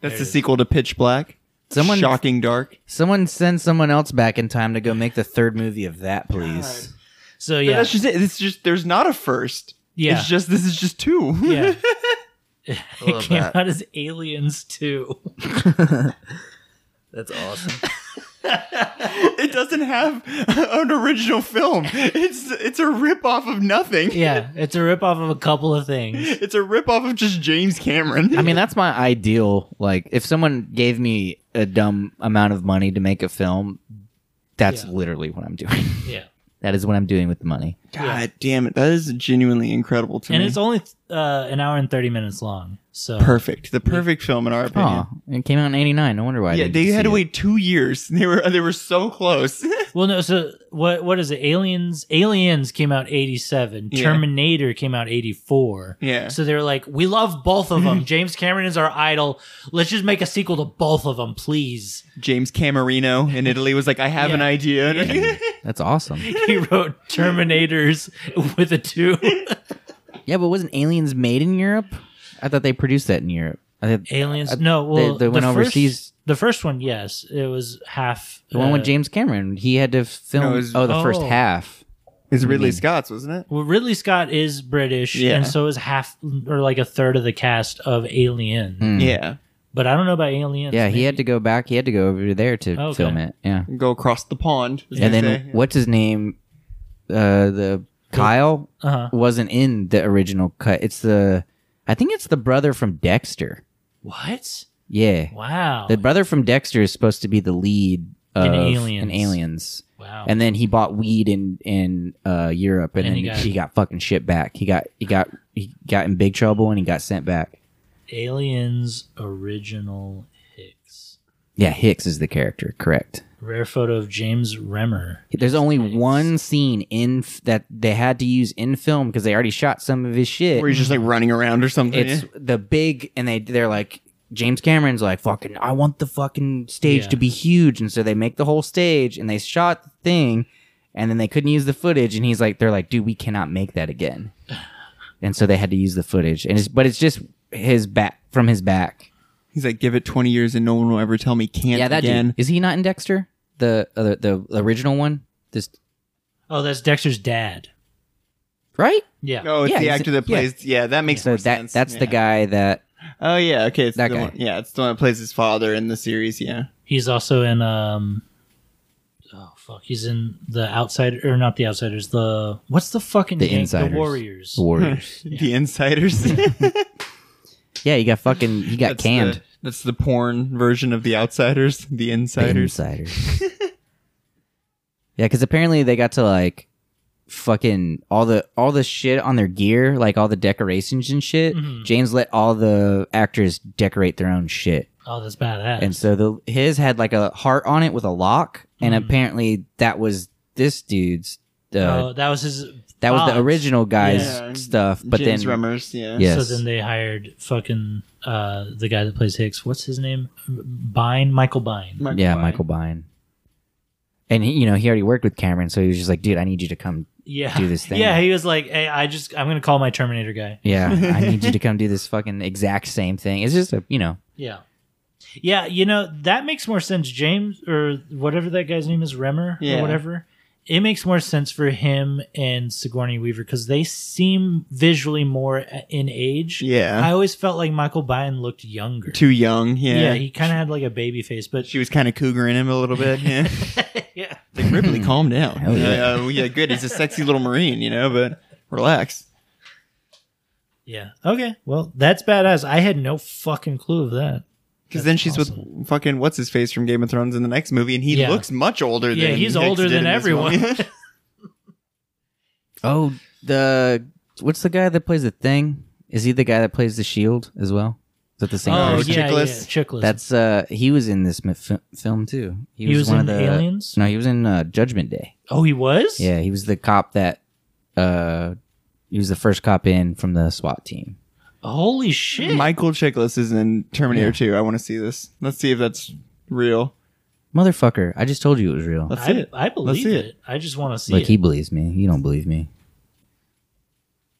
Speaker 5: That's the sequel to Pitch Black.
Speaker 4: Someone-
Speaker 5: shocking dark.
Speaker 4: Someone send someone else back in time to go make the third movie of that, please.
Speaker 6: So
Speaker 5: But
Speaker 6: yeah,
Speaker 5: that's just it. It's just there's not a first.
Speaker 6: Yeah.
Speaker 5: It's just this is just two.
Speaker 6: <laughs> yeah. it
Speaker 4: love
Speaker 6: came
Speaker 4: that.
Speaker 6: out as Aliens too.
Speaker 4: That's awesome.
Speaker 5: <laughs> it doesn't have <laughs> an original <laughs> film. It's it's a rip off of nothing.
Speaker 6: <laughs> Yeah, it's a ripoff of a couple of things.
Speaker 5: It's a rip off of just James Cameron.
Speaker 4: I <laughs> mean, that's my ideal. Like, if someone gave me a dumb amount of money to make a film, that's
Speaker 6: Yeah.
Speaker 4: literally what I'm doing. <laughs>
Speaker 6: Yeah,
Speaker 4: that is what I'm doing with the money.
Speaker 5: God damn it. That is genuinely incredible to
Speaker 6: and
Speaker 5: me.
Speaker 6: it's only uh, an hour and thirty minutes long. So
Speaker 5: perfect. The perfect film in our opinion.
Speaker 4: Oh, it came out in '89. No wonder why. I
Speaker 5: Yeah,
Speaker 4: didn't
Speaker 5: they
Speaker 4: see
Speaker 5: had to
Speaker 4: it.
Speaker 5: wait two years. <laughs> They were they were so
Speaker 4: <laughs>
Speaker 5: close.
Speaker 6: well, no. So what? What is it? Aliens. Aliens came out eighty seven.
Speaker 5: Yeah.
Speaker 6: Terminator came out eighty four.
Speaker 5: Yeah.
Speaker 6: So they're like, we love both of them. James Cameron is our idol. Let's just make a sequel to both of them, please.
Speaker 5: James Camerino in Italy was like, I have an
Speaker 6: Yeah.
Speaker 5: idea.
Speaker 4: That's awesome.
Speaker 6: He <laughs> wrote Terminators with a two.
Speaker 4: yeah, but wasn't Aliens made in Europe? I thought they produced that in Europe. I thought
Speaker 6: Aliens.
Speaker 4: I-
Speaker 6: no. Well,
Speaker 4: Uh, they, they went
Speaker 6: the first-
Speaker 4: overseas.
Speaker 6: The first one, yes, it was half.
Speaker 4: The one with
Speaker 6: uh,
Speaker 4: James Cameron. He had to film.
Speaker 5: No, it was-
Speaker 4: oh, the first
Speaker 6: Oh.
Speaker 4: half.
Speaker 5: <laughs> It's Ridley
Speaker 4: Mm-hmm.
Speaker 5: Scott's, wasn't it?
Speaker 6: Well, Ridley Scott is British,
Speaker 5: Yeah.
Speaker 6: and so is half or like a third of the cast of Alien.
Speaker 4: Mm.
Speaker 5: Yeah.
Speaker 6: But I don't know about Aliens.
Speaker 4: Hmm. Yeah, he
Speaker 6: maybe.
Speaker 4: had to go back. He had to go over there to
Speaker 6: Okay.
Speaker 4: film it. Yeah.
Speaker 5: Go across the pond. as
Speaker 4: And
Speaker 5: they
Speaker 4: then
Speaker 5: say.
Speaker 4: what's his name? Uh, the Kyle
Speaker 6: Uh-huh.
Speaker 4: wasn't in the original cut. It's the, I think it's the brother from Dexter.
Speaker 6: What?
Speaker 4: Yeah,
Speaker 6: Wow.
Speaker 4: the brother from Dexter is supposed to be the lead of in Aliens.
Speaker 6: Aliens.
Speaker 4: Wow.
Speaker 6: Wow.
Speaker 4: And then he bought weed in in uh, Europe, and,
Speaker 6: And
Speaker 4: then
Speaker 6: he
Speaker 4: he got,
Speaker 6: got-
Speaker 4: fucking shit back. He got he got he got in big trouble, and he got sent back.
Speaker 6: Aliens original Hicks.
Speaker 4: Yeah, Hicks is the character, correct?
Speaker 6: Rare photo of James Remmer.
Speaker 4: There's only one scene in f- that they had to use in film because they already shot some of his shit.
Speaker 5: Where he's just like running around or something.
Speaker 4: it's the big, and they they're like James Cameron's like fucking. I want the fucking stage
Speaker 6: Yeah.
Speaker 4: to be huge, and so they make the whole stage, and they shot the thing, and then they couldn't use the footage, and he's like, they're like, dude, we cannot make
Speaker 5: <sighs>
Speaker 4: that again, and so they had to use the footage, and it's, but it's just his back from his back.
Speaker 5: He's like, give it 20 years and no one will ever tell me can't
Speaker 4: yeah, that
Speaker 5: again.
Speaker 4: dude is he not in Dexter the uh, the, the original one? This
Speaker 6: Oh, that's Dexter's dad.
Speaker 4: right?
Speaker 6: Yeah.
Speaker 5: Oh, it's
Speaker 4: Yeah,
Speaker 5: the
Speaker 4: he's-
Speaker 5: actor that
Speaker 4: yeah.
Speaker 5: plays. Yeah, that makes
Speaker 4: So
Speaker 5: more
Speaker 4: that
Speaker 5: sense.
Speaker 4: that's the
Speaker 5: Yeah.
Speaker 4: guy that
Speaker 5: Oh yeah, okay, it's
Speaker 4: That
Speaker 5: the
Speaker 4: guy.
Speaker 5: One, yeah, it's the one that plays his father in the series. Yeah,
Speaker 6: He's also in um Oh fuck, he's in the outside or not the outsiders, the what's the fucking
Speaker 4: The
Speaker 6: gang-
Speaker 4: Insiders.
Speaker 6: the Warriors.
Speaker 4: The Warriors.
Speaker 5: the Insiders.
Speaker 4: <laughs> yeah, he got fucking he got
Speaker 5: That's
Speaker 4: canned.
Speaker 5: The, that's the porn version of the Outsiders. The
Speaker 4: The
Speaker 5: Insiders.
Speaker 4: insiders. yeah, because apparently they got to like fucking all the all the shit on their gear, like all the decorations and shit. James let all the actors decorate their own shit,
Speaker 6: oh, that's badass.
Speaker 4: and so the his had like a heart on it with a lock, and apparently that was this dude's. Uh,
Speaker 6: oh, that was his
Speaker 4: that was the
Speaker 6: Bob's.
Speaker 4: original guy's
Speaker 5: Yeah.
Speaker 4: stuff, but
Speaker 5: James
Speaker 4: then
Speaker 5: Remers. Yeah.
Speaker 4: yes,
Speaker 6: So then they hired fucking uh the guy that plays Hicks. What's his name? Bine, Michael Bine.
Speaker 5: Michael
Speaker 4: yeah,
Speaker 5: Bay.
Speaker 4: Michael Bine. And he, you know, he already worked with Cameron, so he was just like, "Dude, I need you to come
Speaker 6: yeah.
Speaker 4: do this thing.
Speaker 6: Yeah, he was like, "Hey, I just I'm going to call my Terminator guy."
Speaker 4: Yeah, I need you to come do this fucking exact same thing. It's just a, you know,
Speaker 6: Yeah. Yeah, you know, that makes more sense. James or whatever that guy's name is, Remmer
Speaker 5: Yeah.
Speaker 6: or whatever. It makes more sense for him and Sigourney Weaver because they seem visually more a- in age.
Speaker 5: Yeah.
Speaker 6: I always felt like Michael Byan looked younger.
Speaker 5: Too young. Yeah.
Speaker 6: yeah. he kind of had like a baby face, but
Speaker 5: she was kind of cougaring him a little bit.
Speaker 4: <laughs>
Speaker 5: Yeah.
Speaker 6: yeah.
Speaker 5: like Ripley, calm down.
Speaker 4: Hell yeah.
Speaker 5: Uh, uh, yeah, good. He's a sexy little marine, you know, but relax.
Speaker 6: Yeah. Okay. Well, that's badass. I had no fucking clue of that.
Speaker 5: Because then she's with fucking what's his face from Game of Thrones in the next movie, and he
Speaker 6: Yeah.
Speaker 5: looks much older.
Speaker 6: Yeah,
Speaker 5: than
Speaker 6: he's
Speaker 5: Hicks
Speaker 6: older
Speaker 5: did
Speaker 6: than
Speaker 5: in this
Speaker 6: everyone. <laughs>
Speaker 5: one.
Speaker 4: oh, the what's the guy that plays the thing? Is he the guy that plays the Shield as well? Is that the same?
Speaker 6: Oh,
Speaker 4: person?
Speaker 6: yeah,
Speaker 5: Chiklis.
Speaker 6: yeah, Chiklis.
Speaker 4: That's uh, he was in this mi- fi- film too.
Speaker 6: He was
Speaker 4: one
Speaker 6: in
Speaker 4: of the
Speaker 6: Aliens?
Speaker 4: No, he was in uh, Judgment Day.
Speaker 6: oh, he was.
Speaker 4: Yeah, he was the cop that uh, he was the first cop in from the SWAT team.
Speaker 6: Holy shit!
Speaker 5: Michael Chiklis is in Terminator 2. I want to see this. Let's see if that's real.
Speaker 4: Motherfucker, I just told you it was real.
Speaker 5: Let's
Speaker 6: I,
Speaker 5: see it.
Speaker 6: I believe
Speaker 5: Let's see
Speaker 6: it. I just want to see
Speaker 4: Like
Speaker 6: it.
Speaker 4: he believes me. You don't believe me.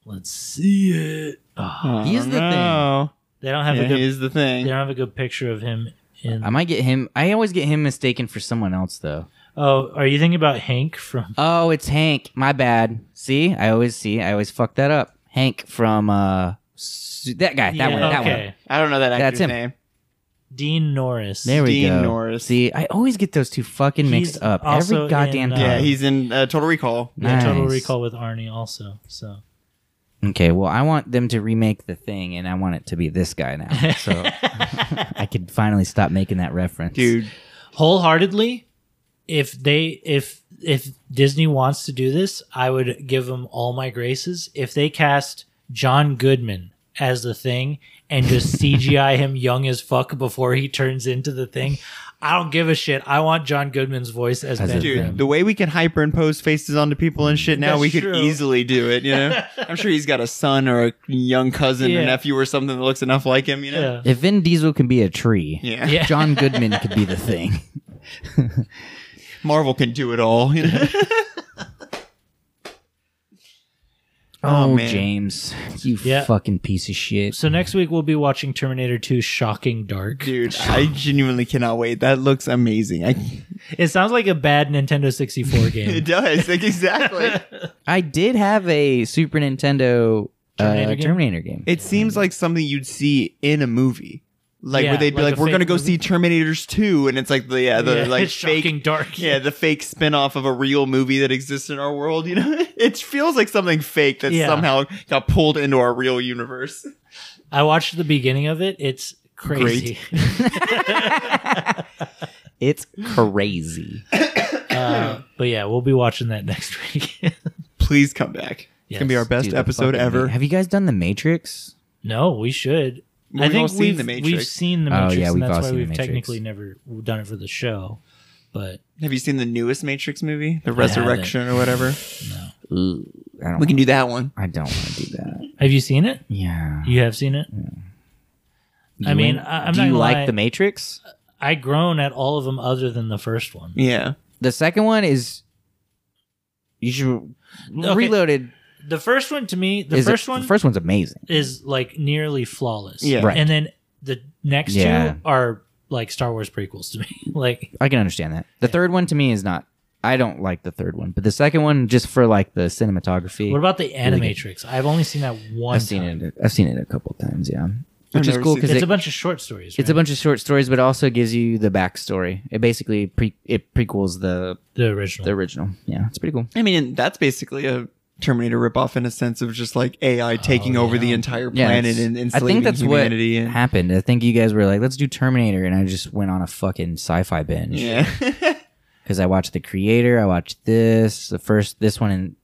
Speaker 6: Let's see it. Ah,
Speaker 5: Oh,
Speaker 4: He is the
Speaker 5: no.
Speaker 6: they don't have
Speaker 5: Yeah,
Speaker 6: a good.
Speaker 5: he is the
Speaker 6: They
Speaker 5: thing.
Speaker 6: don't have a good picture of him. In
Speaker 4: I might get him. I always get him mistaken for someone else though.
Speaker 6: oh, are you thinking about Hank from?
Speaker 4: Oh, it's Hank. My bad. See, I always see. I always fuck that up. Hank from uh s- that guy. That
Speaker 6: Yeah,
Speaker 4: one. That
Speaker 6: okay.
Speaker 4: one.
Speaker 5: I don't know that
Speaker 4: That's
Speaker 5: actor's
Speaker 4: him.
Speaker 5: name.
Speaker 6: Dean Norris.
Speaker 4: There we
Speaker 5: Dean
Speaker 4: go.
Speaker 5: Norris.
Speaker 4: See, I always get those two fucking mixed
Speaker 6: He's
Speaker 4: up
Speaker 6: also
Speaker 4: every goddamn
Speaker 6: in, uh,
Speaker 4: time.
Speaker 5: Yeah, he's in uh, Total Recall.
Speaker 6: Yeah, Total
Speaker 4: Nice.
Speaker 6: Recall with Arnie also. So
Speaker 4: Okay, well, I want them to remake the thing, and I want it to be this guy
Speaker 6: <laughs>
Speaker 4: now, so I can finally stop making that reference,
Speaker 5: Dude,
Speaker 6: wholeheartedly, if they if if Disney wants to do this, I would give them all my graces. If they cast John Goodman as the thing and just CGI him young as fuck before he turns into the thing, I don't give a shit. I want John Goodman's voice as,
Speaker 4: As
Speaker 6: Ben.
Speaker 4: a-
Speaker 5: dude,
Speaker 4: Him.
Speaker 5: the way we can hyperimpose faces onto people and shit now,
Speaker 6: That's
Speaker 5: we could
Speaker 6: true.
Speaker 5: easily do it, you <laughs> know? I'm sure he's got a son or a young cousin or
Speaker 6: Yeah.
Speaker 5: nephew or something that looks enough like him, you know?
Speaker 6: Yeah.
Speaker 4: If Vin Diesel can be a tree,
Speaker 5: Yeah.
Speaker 6: <laughs>
Speaker 4: John Goodman could be the thing.
Speaker 5: Marvel can do it all. You know?
Speaker 4: Oh,
Speaker 5: man.
Speaker 4: James, you
Speaker 6: Yeah.
Speaker 4: fucking piece of shit.
Speaker 6: So next week we'll be watching Terminator 2 Shocking Dark.
Speaker 5: <laughs> Dude, I genuinely cannot wait. That looks amazing. I,
Speaker 6: It sounds like a bad Nintendo 64 game.
Speaker 5: <laughs> it does. Like, exactly.
Speaker 4: I did have a Super Nintendo
Speaker 6: Terminator
Speaker 4: uh,
Speaker 6: game?
Speaker 4: Terminator game.
Speaker 5: <laughs> It seems like something you'd see in a movie. Like
Speaker 6: Yeah,
Speaker 5: where they'd be
Speaker 6: like
Speaker 5: like,
Speaker 6: a
Speaker 5: "We're gonna
Speaker 6: fake
Speaker 5: go
Speaker 6: movie.
Speaker 5: see Terminators 2. and it's like the yeah, the
Speaker 6: Yeah,
Speaker 5: like
Speaker 6: <laughs> Shocking
Speaker 5: fake,
Speaker 6: Dark.
Speaker 5: yeah, the fake spin-off of a real movie that exists in our world. You know, <laughs> it feels like something fake that
Speaker 6: Yeah.
Speaker 5: somehow got pulled into our real universe.
Speaker 6: I watched the beginning of it. It's crazy.
Speaker 4: It's crazy.
Speaker 6: Uh, but yeah, we'll be watching that <laughs> next week.
Speaker 5: Please come back. It's gonna be
Speaker 6: Yes,
Speaker 5: our best
Speaker 4: Dude, the
Speaker 5: episode
Speaker 4: fucking-
Speaker 5: ever.
Speaker 4: Have you guys done the Matrix?
Speaker 6: no, we should. I
Speaker 5: We've
Speaker 6: think
Speaker 5: all seen
Speaker 6: we've,
Speaker 5: The Matrix.
Speaker 6: we've seen the
Speaker 4: Oh,
Speaker 6: Matrix,
Speaker 4: yeah,
Speaker 6: and
Speaker 4: we've
Speaker 6: that's
Speaker 4: all
Speaker 6: why
Speaker 4: seen The
Speaker 6: we've
Speaker 4: Matrix.
Speaker 6: technically never done it for the show. But
Speaker 5: Have you seen the newest Matrix movie, The Resurrection or whatever?
Speaker 4: Ooh, I don't.
Speaker 5: do that one.
Speaker 4: I don't want to do that.
Speaker 6: have you seen it?
Speaker 4: Yeah.
Speaker 6: You have seen it.
Speaker 4: Mm.
Speaker 6: I
Speaker 4: You ain't-
Speaker 6: mean, I, I'm
Speaker 4: do
Speaker 6: not
Speaker 4: you
Speaker 6: gonna
Speaker 4: like
Speaker 6: lie.
Speaker 4: the Matrix?
Speaker 6: I groan at all of them other than the first one.
Speaker 5: Yeah,
Speaker 4: The second one is you should
Speaker 6: Okay.
Speaker 4: reloaded.
Speaker 6: The first one to me, the
Speaker 4: is
Speaker 6: first
Speaker 4: a,
Speaker 6: one
Speaker 4: the first one's amazing.
Speaker 6: is like nearly flawless.
Speaker 5: Yeah. Right.
Speaker 6: And then the next
Speaker 4: Yeah.
Speaker 6: two are like Star Wars prequels to me. <laughs> like
Speaker 4: I can understand that. The third one to me is not. I don't like the third one, but the second one just for like the cinematography.
Speaker 6: What about the
Speaker 4: good.
Speaker 6: Animatrix? I've only seen that one.
Speaker 4: I've seen
Speaker 6: time.
Speaker 4: it. I've seen it a couple times. Yeah, which is
Speaker 5: never
Speaker 4: cool
Speaker 5: seen
Speaker 4: because
Speaker 6: It's
Speaker 4: it,
Speaker 6: a bunch of short stories.
Speaker 4: it's a bunch of short stories, but also gives you the backstory. It basically pre it prequels the
Speaker 6: the original.
Speaker 4: the original. Yeah, it's pretty cool.
Speaker 5: I mean, and that's basically a Terminator ripoff in a sense of just like AI taking over the entire
Speaker 4: Yeah,
Speaker 5: planet
Speaker 4: it's-
Speaker 5: and
Speaker 4: I
Speaker 5: enslaving
Speaker 4: think that's
Speaker 5: humanity.
Speaker 4: what
Speaker 5: and,
Speaker 4: happened. I think you guys were like, "Let's do Terminator," and I just went on a fucking sci-fi binge.
Speaker 5: yeah,
Speaker 4: because I watched The Creator, I watched this, the first, this one, and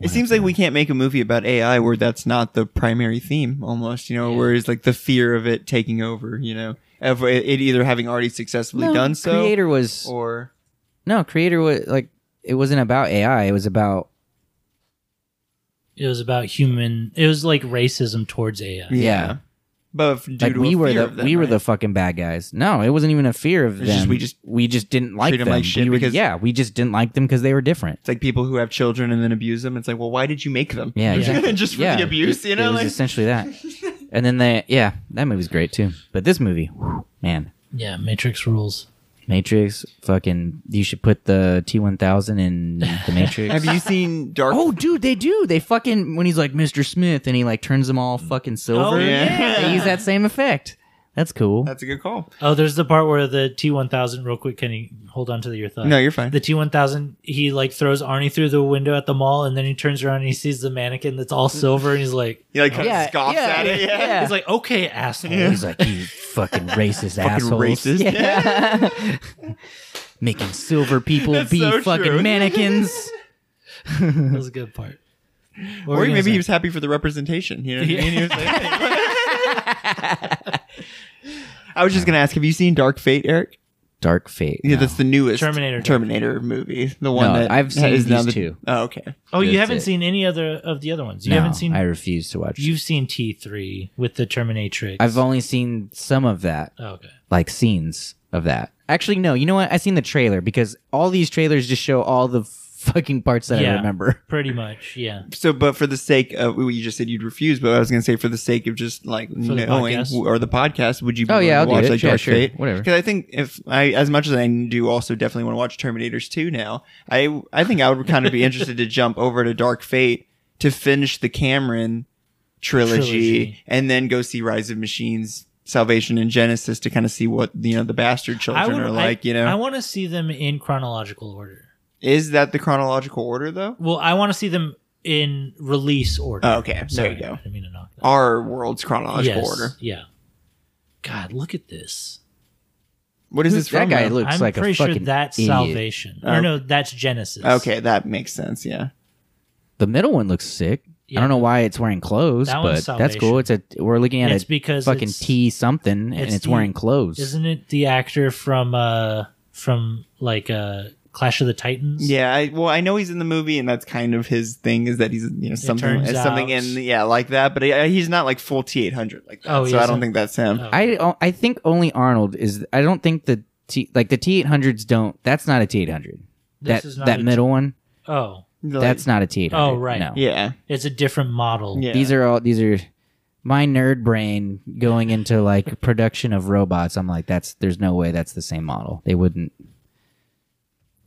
Speaker 5: it seems like we can't make a movie about AI where that's not the primary theme. Almost, you know, whereas like the fear of it taking over, you know, of it it either having already successfully done so,
Speaker 4: Creator was
Speaker 5: or
Speaker 4: no Creator was like it wasn't about AI, it was about
Speaker 6: it was about human. It was like racism towards AI.
Speaker 5: yeah,
Speaker 4: Yeah.
Speaker 5: but if- due
Speaker 4: like
Speaker 5: to
Speaker 4: we
Speaker 5: a
Speaker 4: were
Speaker 5: fear
Speaker 4: the
Speaker 5: of them,
Speaker 4: we were
Speaker 5: right?
Speaker 4: the fucking bad guys. No, it wasn't even a fear of them.
Speaker 5: It's just we just
Speaker 4: we just didn't like
Speaker 5: treat 'em
Speaker 4: them.
Speaker 5: like shit
Speaker 4: we were,
Speaker 5: because-
Speaker 4: yeah, we just didn't like them because they were different.
Speaker 5: It's like people who have children and then abuse them. It's like, well, why did you make them? <laughs>
Speaker 4: Yeah, exactly.
Speaker 5: just for
Speaker 4: yeah,
Speaker 5: the abuse,
Speaker 4: it-
Speaker 5: you know,
Speaker 4: it was
Speaker 5: like <laughs>
Speaker 4: essentially that. and then they, yeah, that movie's great too. But this movie, whew, man,
Speaker 6: Yeah, Matrix rules.
Speaker 4: Matrix, fucking, you should put the T one thousand in the
Speaker 5: <laughs>
Speaker 4: Matrix.
Speaker 5: have you seen Dark?
Speaker 4: <laughs> Oh, dude, they do. They fucking when he's like Mr. Smith and he like turns them all fucking silver.
Speaker 5: Oh, yeah.
Speaker 4: They use that same effect. That's cool.
Speaker 5: that's a good call.
Speaker 6: Oh, there's the part where the T1000. Real quick, can you hold on to your thought?
Speaker 5: No, you're fine.
Speaker 6: The T1000. He like throws Arnie through the window at the mall, and then he turns around and he sees the mannequin that's all silver, and he's like,
Speaker 5: He like kind
Speaker 4: Yeah,
Speaker 5: of scoffs
Speaker 4: yeah,
Speaker 5: at
Speaker 4: <laughs>
Speaker 5: it. Yeah.
Speaker 6: he's like, okay, asshole.
Speaker 4: He's like, you fucking
Speaker 5: <laughs>
Speaker 4: racist assholes.
Speaker 5: racist.
Speaker 4: Yeah. <laughs> Making silver people be
Speaker 5: so
Speaker 4: fucking
Speaker 5: true. <laughs>
Speaker 4: mannequins.
Speaker 6: That was a good part. were
Speaker 5: or
Speaker 6: you
Speaker 5: maybe
Speaker 6: gonna
Speaker 5: he was happy for the representation. You know what I mean? He was like, "Hey." <laughs> I was just gonna ask, have you seen Dark Fate, Eric?
Speaker 4: Dark Fate.
Speaker 5: Yeah, that's the newest
Speaker 6: Terminator.
Speaker 5: Terminator movie. The one
Speaker 4: No,
Speaker 5: that
Speaker 4: I've seen
Speaker 5: is now
Speaker 4: these
Speaker 5: the,
Speaker 4: two.
Speaker 5: Oh, okay.
Speaker 6: Oh, you
Speaker 4: That's
Speaker 6: haven't
Speaker 4: it.
Speaker 6: seen any other of the other ones. You
Speaker 4: No,
Speaker 6: haven't seen.
Speaker 4: I refuse to watch.
Speaker 6: you've seen T three with the Terminatrix.
Speaker 4: I've only seen some of that,
Speaker 6: Oh, okay.
Speaker 4: like scenes of that. Actually, no. You know what? I seen the trailer because all these trailers just show all the <laughs> fucking parts that I
Speaker 6: Yeah.
Speaker 4: remember.
Speaker 6: Pretty much, yeah.
Speaker 5: So, but for the sake of well, you just said you'd refuse, but I was gonna say for the sake of just like
Speaker 6: the
Speaker 5: knowing
Speaker 6: podcast?
Speaker 5: or the podcast, would you? Be
Speaker 4: Oh,
Speaker 5: willing
Speaker 4: yeah,
Speaker 5: to
Speaker 4: I'll do
Speaker 5: watch
Speaker 4: it.
Speaker 5: like
Speaker 4: Yeah,
Speaker 5: Dark
Speaker 4: sure.
Speaker 5: Fate?
Speaker 4: Whatever.
Speaker 5: Because I think if I, as much as I do, also definitely want to watch Terminators two now. I I think I would kind
Speaker 4: <laughs>
Speaker 5: of be interested to jump over to Dark Fate to finish the Cameron trilogy,
Speaker 6: Trilogy.
Speaker 5: and then go see Rise of Machines, Salvation, and Genesis to kind of see what you know the bastard
Speaker 6: I
Speaker 5: children
Speaker 6: would
Speaker 5: are
Speaker 6: I-
Speaker 5: like. you know,
Speaker 6: I want to see them in chronological order.
Speaker 5: is that the chronological order though?
Speaker 6: Well, I want to see them in release order.
Speaker 5: Oh, okay. There you go.
Speaker 6: I didn't mean to knock that.
Speaker 5: Our world's chronological
Speaker 6: Yes,
Speaker 5: order.
Speaker 6: Yeah. God, look at this.
Speaker 5: What
Speaker 4: <laughs>
Speaker 5: is this
Speaker 4: that
Speaker 5: from?
Speaker 4: guy
Speaker 5: though?
Speaker 4: looks
Speaker 6: I'm
Speaker 4: like
Speaker 6: pretty
Speaker 4: a
Speaker 6: sure
Speaker 4: fucking
Speaker 6: that's
Speaker 4: idiot.
Speaker 6: Salvation.
Speaker 5: Oh.
Speaker 6: or no, that's Genesis.
Speaker 5: Okay, that makes sense. Yeah.
Speaker 4: The middle one looks sick.
Speaker 6: Yeah.
Speaker 4: I don't know why it's wearing clothes,
Speaker 6: That
Speaker 4: but
Speaker 6: one's
Speaker 4: that's cool. It's a we're looking at
Speaker 6: It's
Speaker 4: a
Speaker 6: because
Speaker 4: fucking
Speaker 6: it's-
Speaker 4: T something, and
Speaker 6: it's
Speaker 4: it's,
Speaker 6: the-
Speaker 4: wearing clothes.
Speaker 6: Isn't it the actor from uh from like uh Clash of the Titans?
Speaker 5: Yeah. I, well, I know he's in the movie, and that's kind of his thing is that he's you know something
Speaker 6: turns
Speaker 5: something
Speaker 6: out-
Speaker 5: in yeah like that, but he, uh, he's not like full T eight hundred like that.
Speaker 6: Oh, he
Speaker 5: so I don't
Speaker 6: isn't?
Speaker 5: think that's him.
Speaker 6: Oh.
Speaker 4: I I think only Arnold is. I don't think the T like the T eight hundreds don't. That's not a T eight hundred.
Speaker 6: This
Speaker 4: That
Speaker 6: is not
Speaker 4: that
Speaker 6: a-
Speaker 4: middle one.
Speaker 6: Oh.
Speaker 5: Like-
Speaker 4: that's not a T eight hundred.
Speaker 6: Oh, right.
Speaker 4: No.
Speaker 5: yeah.
Speaker 6: It's a different model.
Speaker 5: Yeah.
Speaker 4: These are all these are my nerd brain going
Speaker 5: <laughs>
Speaker 4: into like production of robots. I'm like, that's there's no way that's the same model. They wouldn't.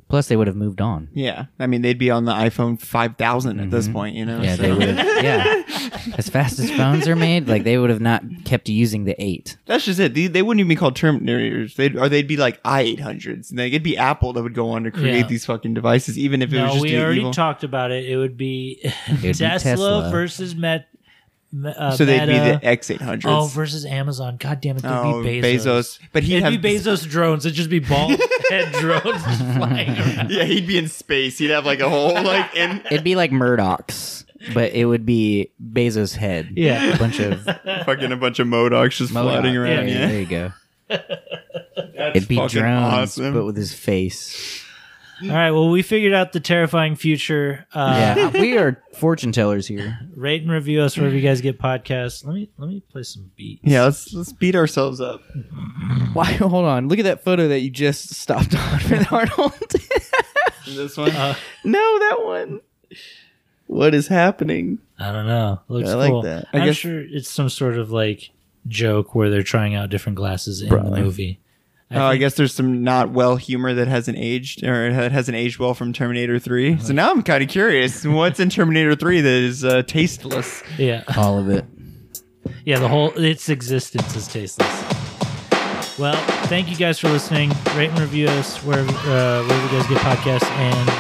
Speaker 4: Plus, they would have moved on.
Speaker 5: Yeah. I mean, they'd be on the iPhone five at this point. You know.
Speaker 4: Mm-hmm. Yeah,
Speaker 5: so-
Speaker 4: they would. have Yeah,
Speaker 5: <laughs>
Speaker 4: as fast as phones are made, like they would have not kept using the eight.
Speaker 5: That's just it. They, they wouldn't even be called Terminators. They'd or they'd be like i eight hundreds. Like it'd be Apple that would go on to create
Speaker 6: Yeah.
Speaker 5: these fucking devices, even if it was
Speaker 6: No,
Speaker 5: just
Speaker 6: we
Speaker 5: an
Speaker 6: already
Speaker 5: evil.
Speaker 6: talked about it. It would be
Speaker 4: be
Speaker 6: <laughs> Tesla,
Speaker 4: Tesla.
Speaker 6: versus Met. Me- uh,
Speaker 5: so they'd be
Speaker 6: Meta.
Speaker 5: the X eight hundreds.
Speaker 6: Oh, versus Amazon. God damn it, there'd
Speaker 5: Oh,
Speaker 6: be Bezos.
Speaker 5: Bezos. But he'd
Speaker 6: It'd
Speaker 5: have
Speaker 6: be Bezos drones. It'd just
Speaker 5: <laughs>
Speaker 6: be bald head drones just flying around.
Speaker 5: Yeah, he'd be in space. He'd have like a whole like in
Speaker 4: It'd be like Murdoch's, but it would be Bezos' head.
Speaker 6: Yeah.
Speaker 4: a bunch of
Speaker 5: fucking a bunch of Modocs just <laughs> floating
Speaker 4: Modoc.
Speaker 5: around.
Speaker 4: Yeah,
Speaker 5: Yeah,
Speaker 4: There you go.
Speaker 5: <laughs> That's
Speaker 4: It'd be
Speaker 5: fucking
Speaker 4: drones,
Speaker 5: awesome.
Speaker 4: but with his face.
Speaker 6: All right. Well, we figured out the terrifying future. Uh,
Speaker 4: Yeah, we are fortune tellers here.
Speaker 6: Rate and review us wherever you guys get podcasts. Let me let me play some beats.
Speaker 5: yeah, let's let's beat ourselves up.
Speaker 4: Why? <laughs> Hold on. Look at that photo that you just stopped on <laughs> with Arnold.
Speaker 5: This one.
Speaker 4: no, that one.
Speaker 5: what is happening?
Speaker 6: I don't know. Looks
Speaker 5: I like
Speaker 6: cool.
Speaker 5: that. I
Speaker 6: I'm
Speaker 5: guess-
Speaker 6: sure it's some sort of like joke where they're trying out different glasses in
Speaker 5: Probably.
Speaker 6: the movie.
Speaker 5: oh, I guess there's some not well humor that hasn't aged or that hasn't aged well from Terminator 3. So now I'm kind of curious. What's in Terminator 3 that is uh, tasteless?
Speaker 6: Yeah.
Speaker 4: All of it.
Speaker 6: Yeah, the whole its existence is tasteless. Well, thank you guys for listening. Rate and review us wherever uh, wherever you guys get podcasts, and uh,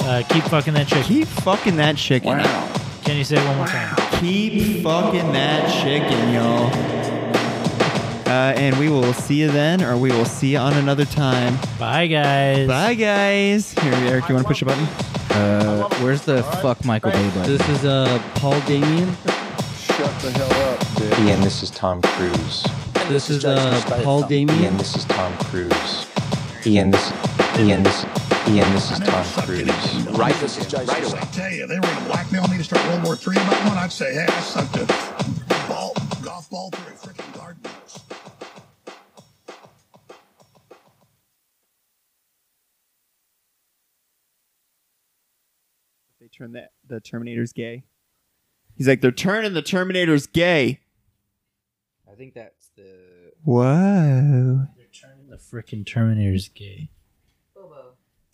Speaker 6: uh, keep fucking that chicken.
Speaker 5: Keep fucking that chicken.
Speaker 3: Wow.
Speaker 6: Can you say it one more time?
Speaker 5: Keep fucking that chicken, y'all. Uh, and we will see you then, or we will see you on another time.
Speaker 6: Bye, guys.
Speaker 5: Bye, guys. Here, Eric, you want to push a button?
Speaker 4: Uh, where's the fuck Michael Bay button?
Speaker 12: This is uh, Paul Damien.
Speaker 1: Shut the hell up, bitch.
Speaker 9: Ian, this is Tom Cruise.
Speaker 12: This is uh, Paul
Speaker 9: Ian,
Speaker 12: Damien.
Speaker 9: this is Tom Cruise. Ian, this. Ian, this. Ian, this is Tom Cruise.
Speaker 3: Right, this is right away.
Speaker 1: I tell you, they were going to blackmail me to start World War III about one. I'd say, hey, I sucked a ball, golf ball through a freaking garden hose.
Speaker 5: They turn that the Terminator's gay. He's like, they're turning the Terminator's gay.
Speaker 4: I think that's the.
Speaker 5: Whoa.
Speaker 6: They're turning the freaking Terminator's gay.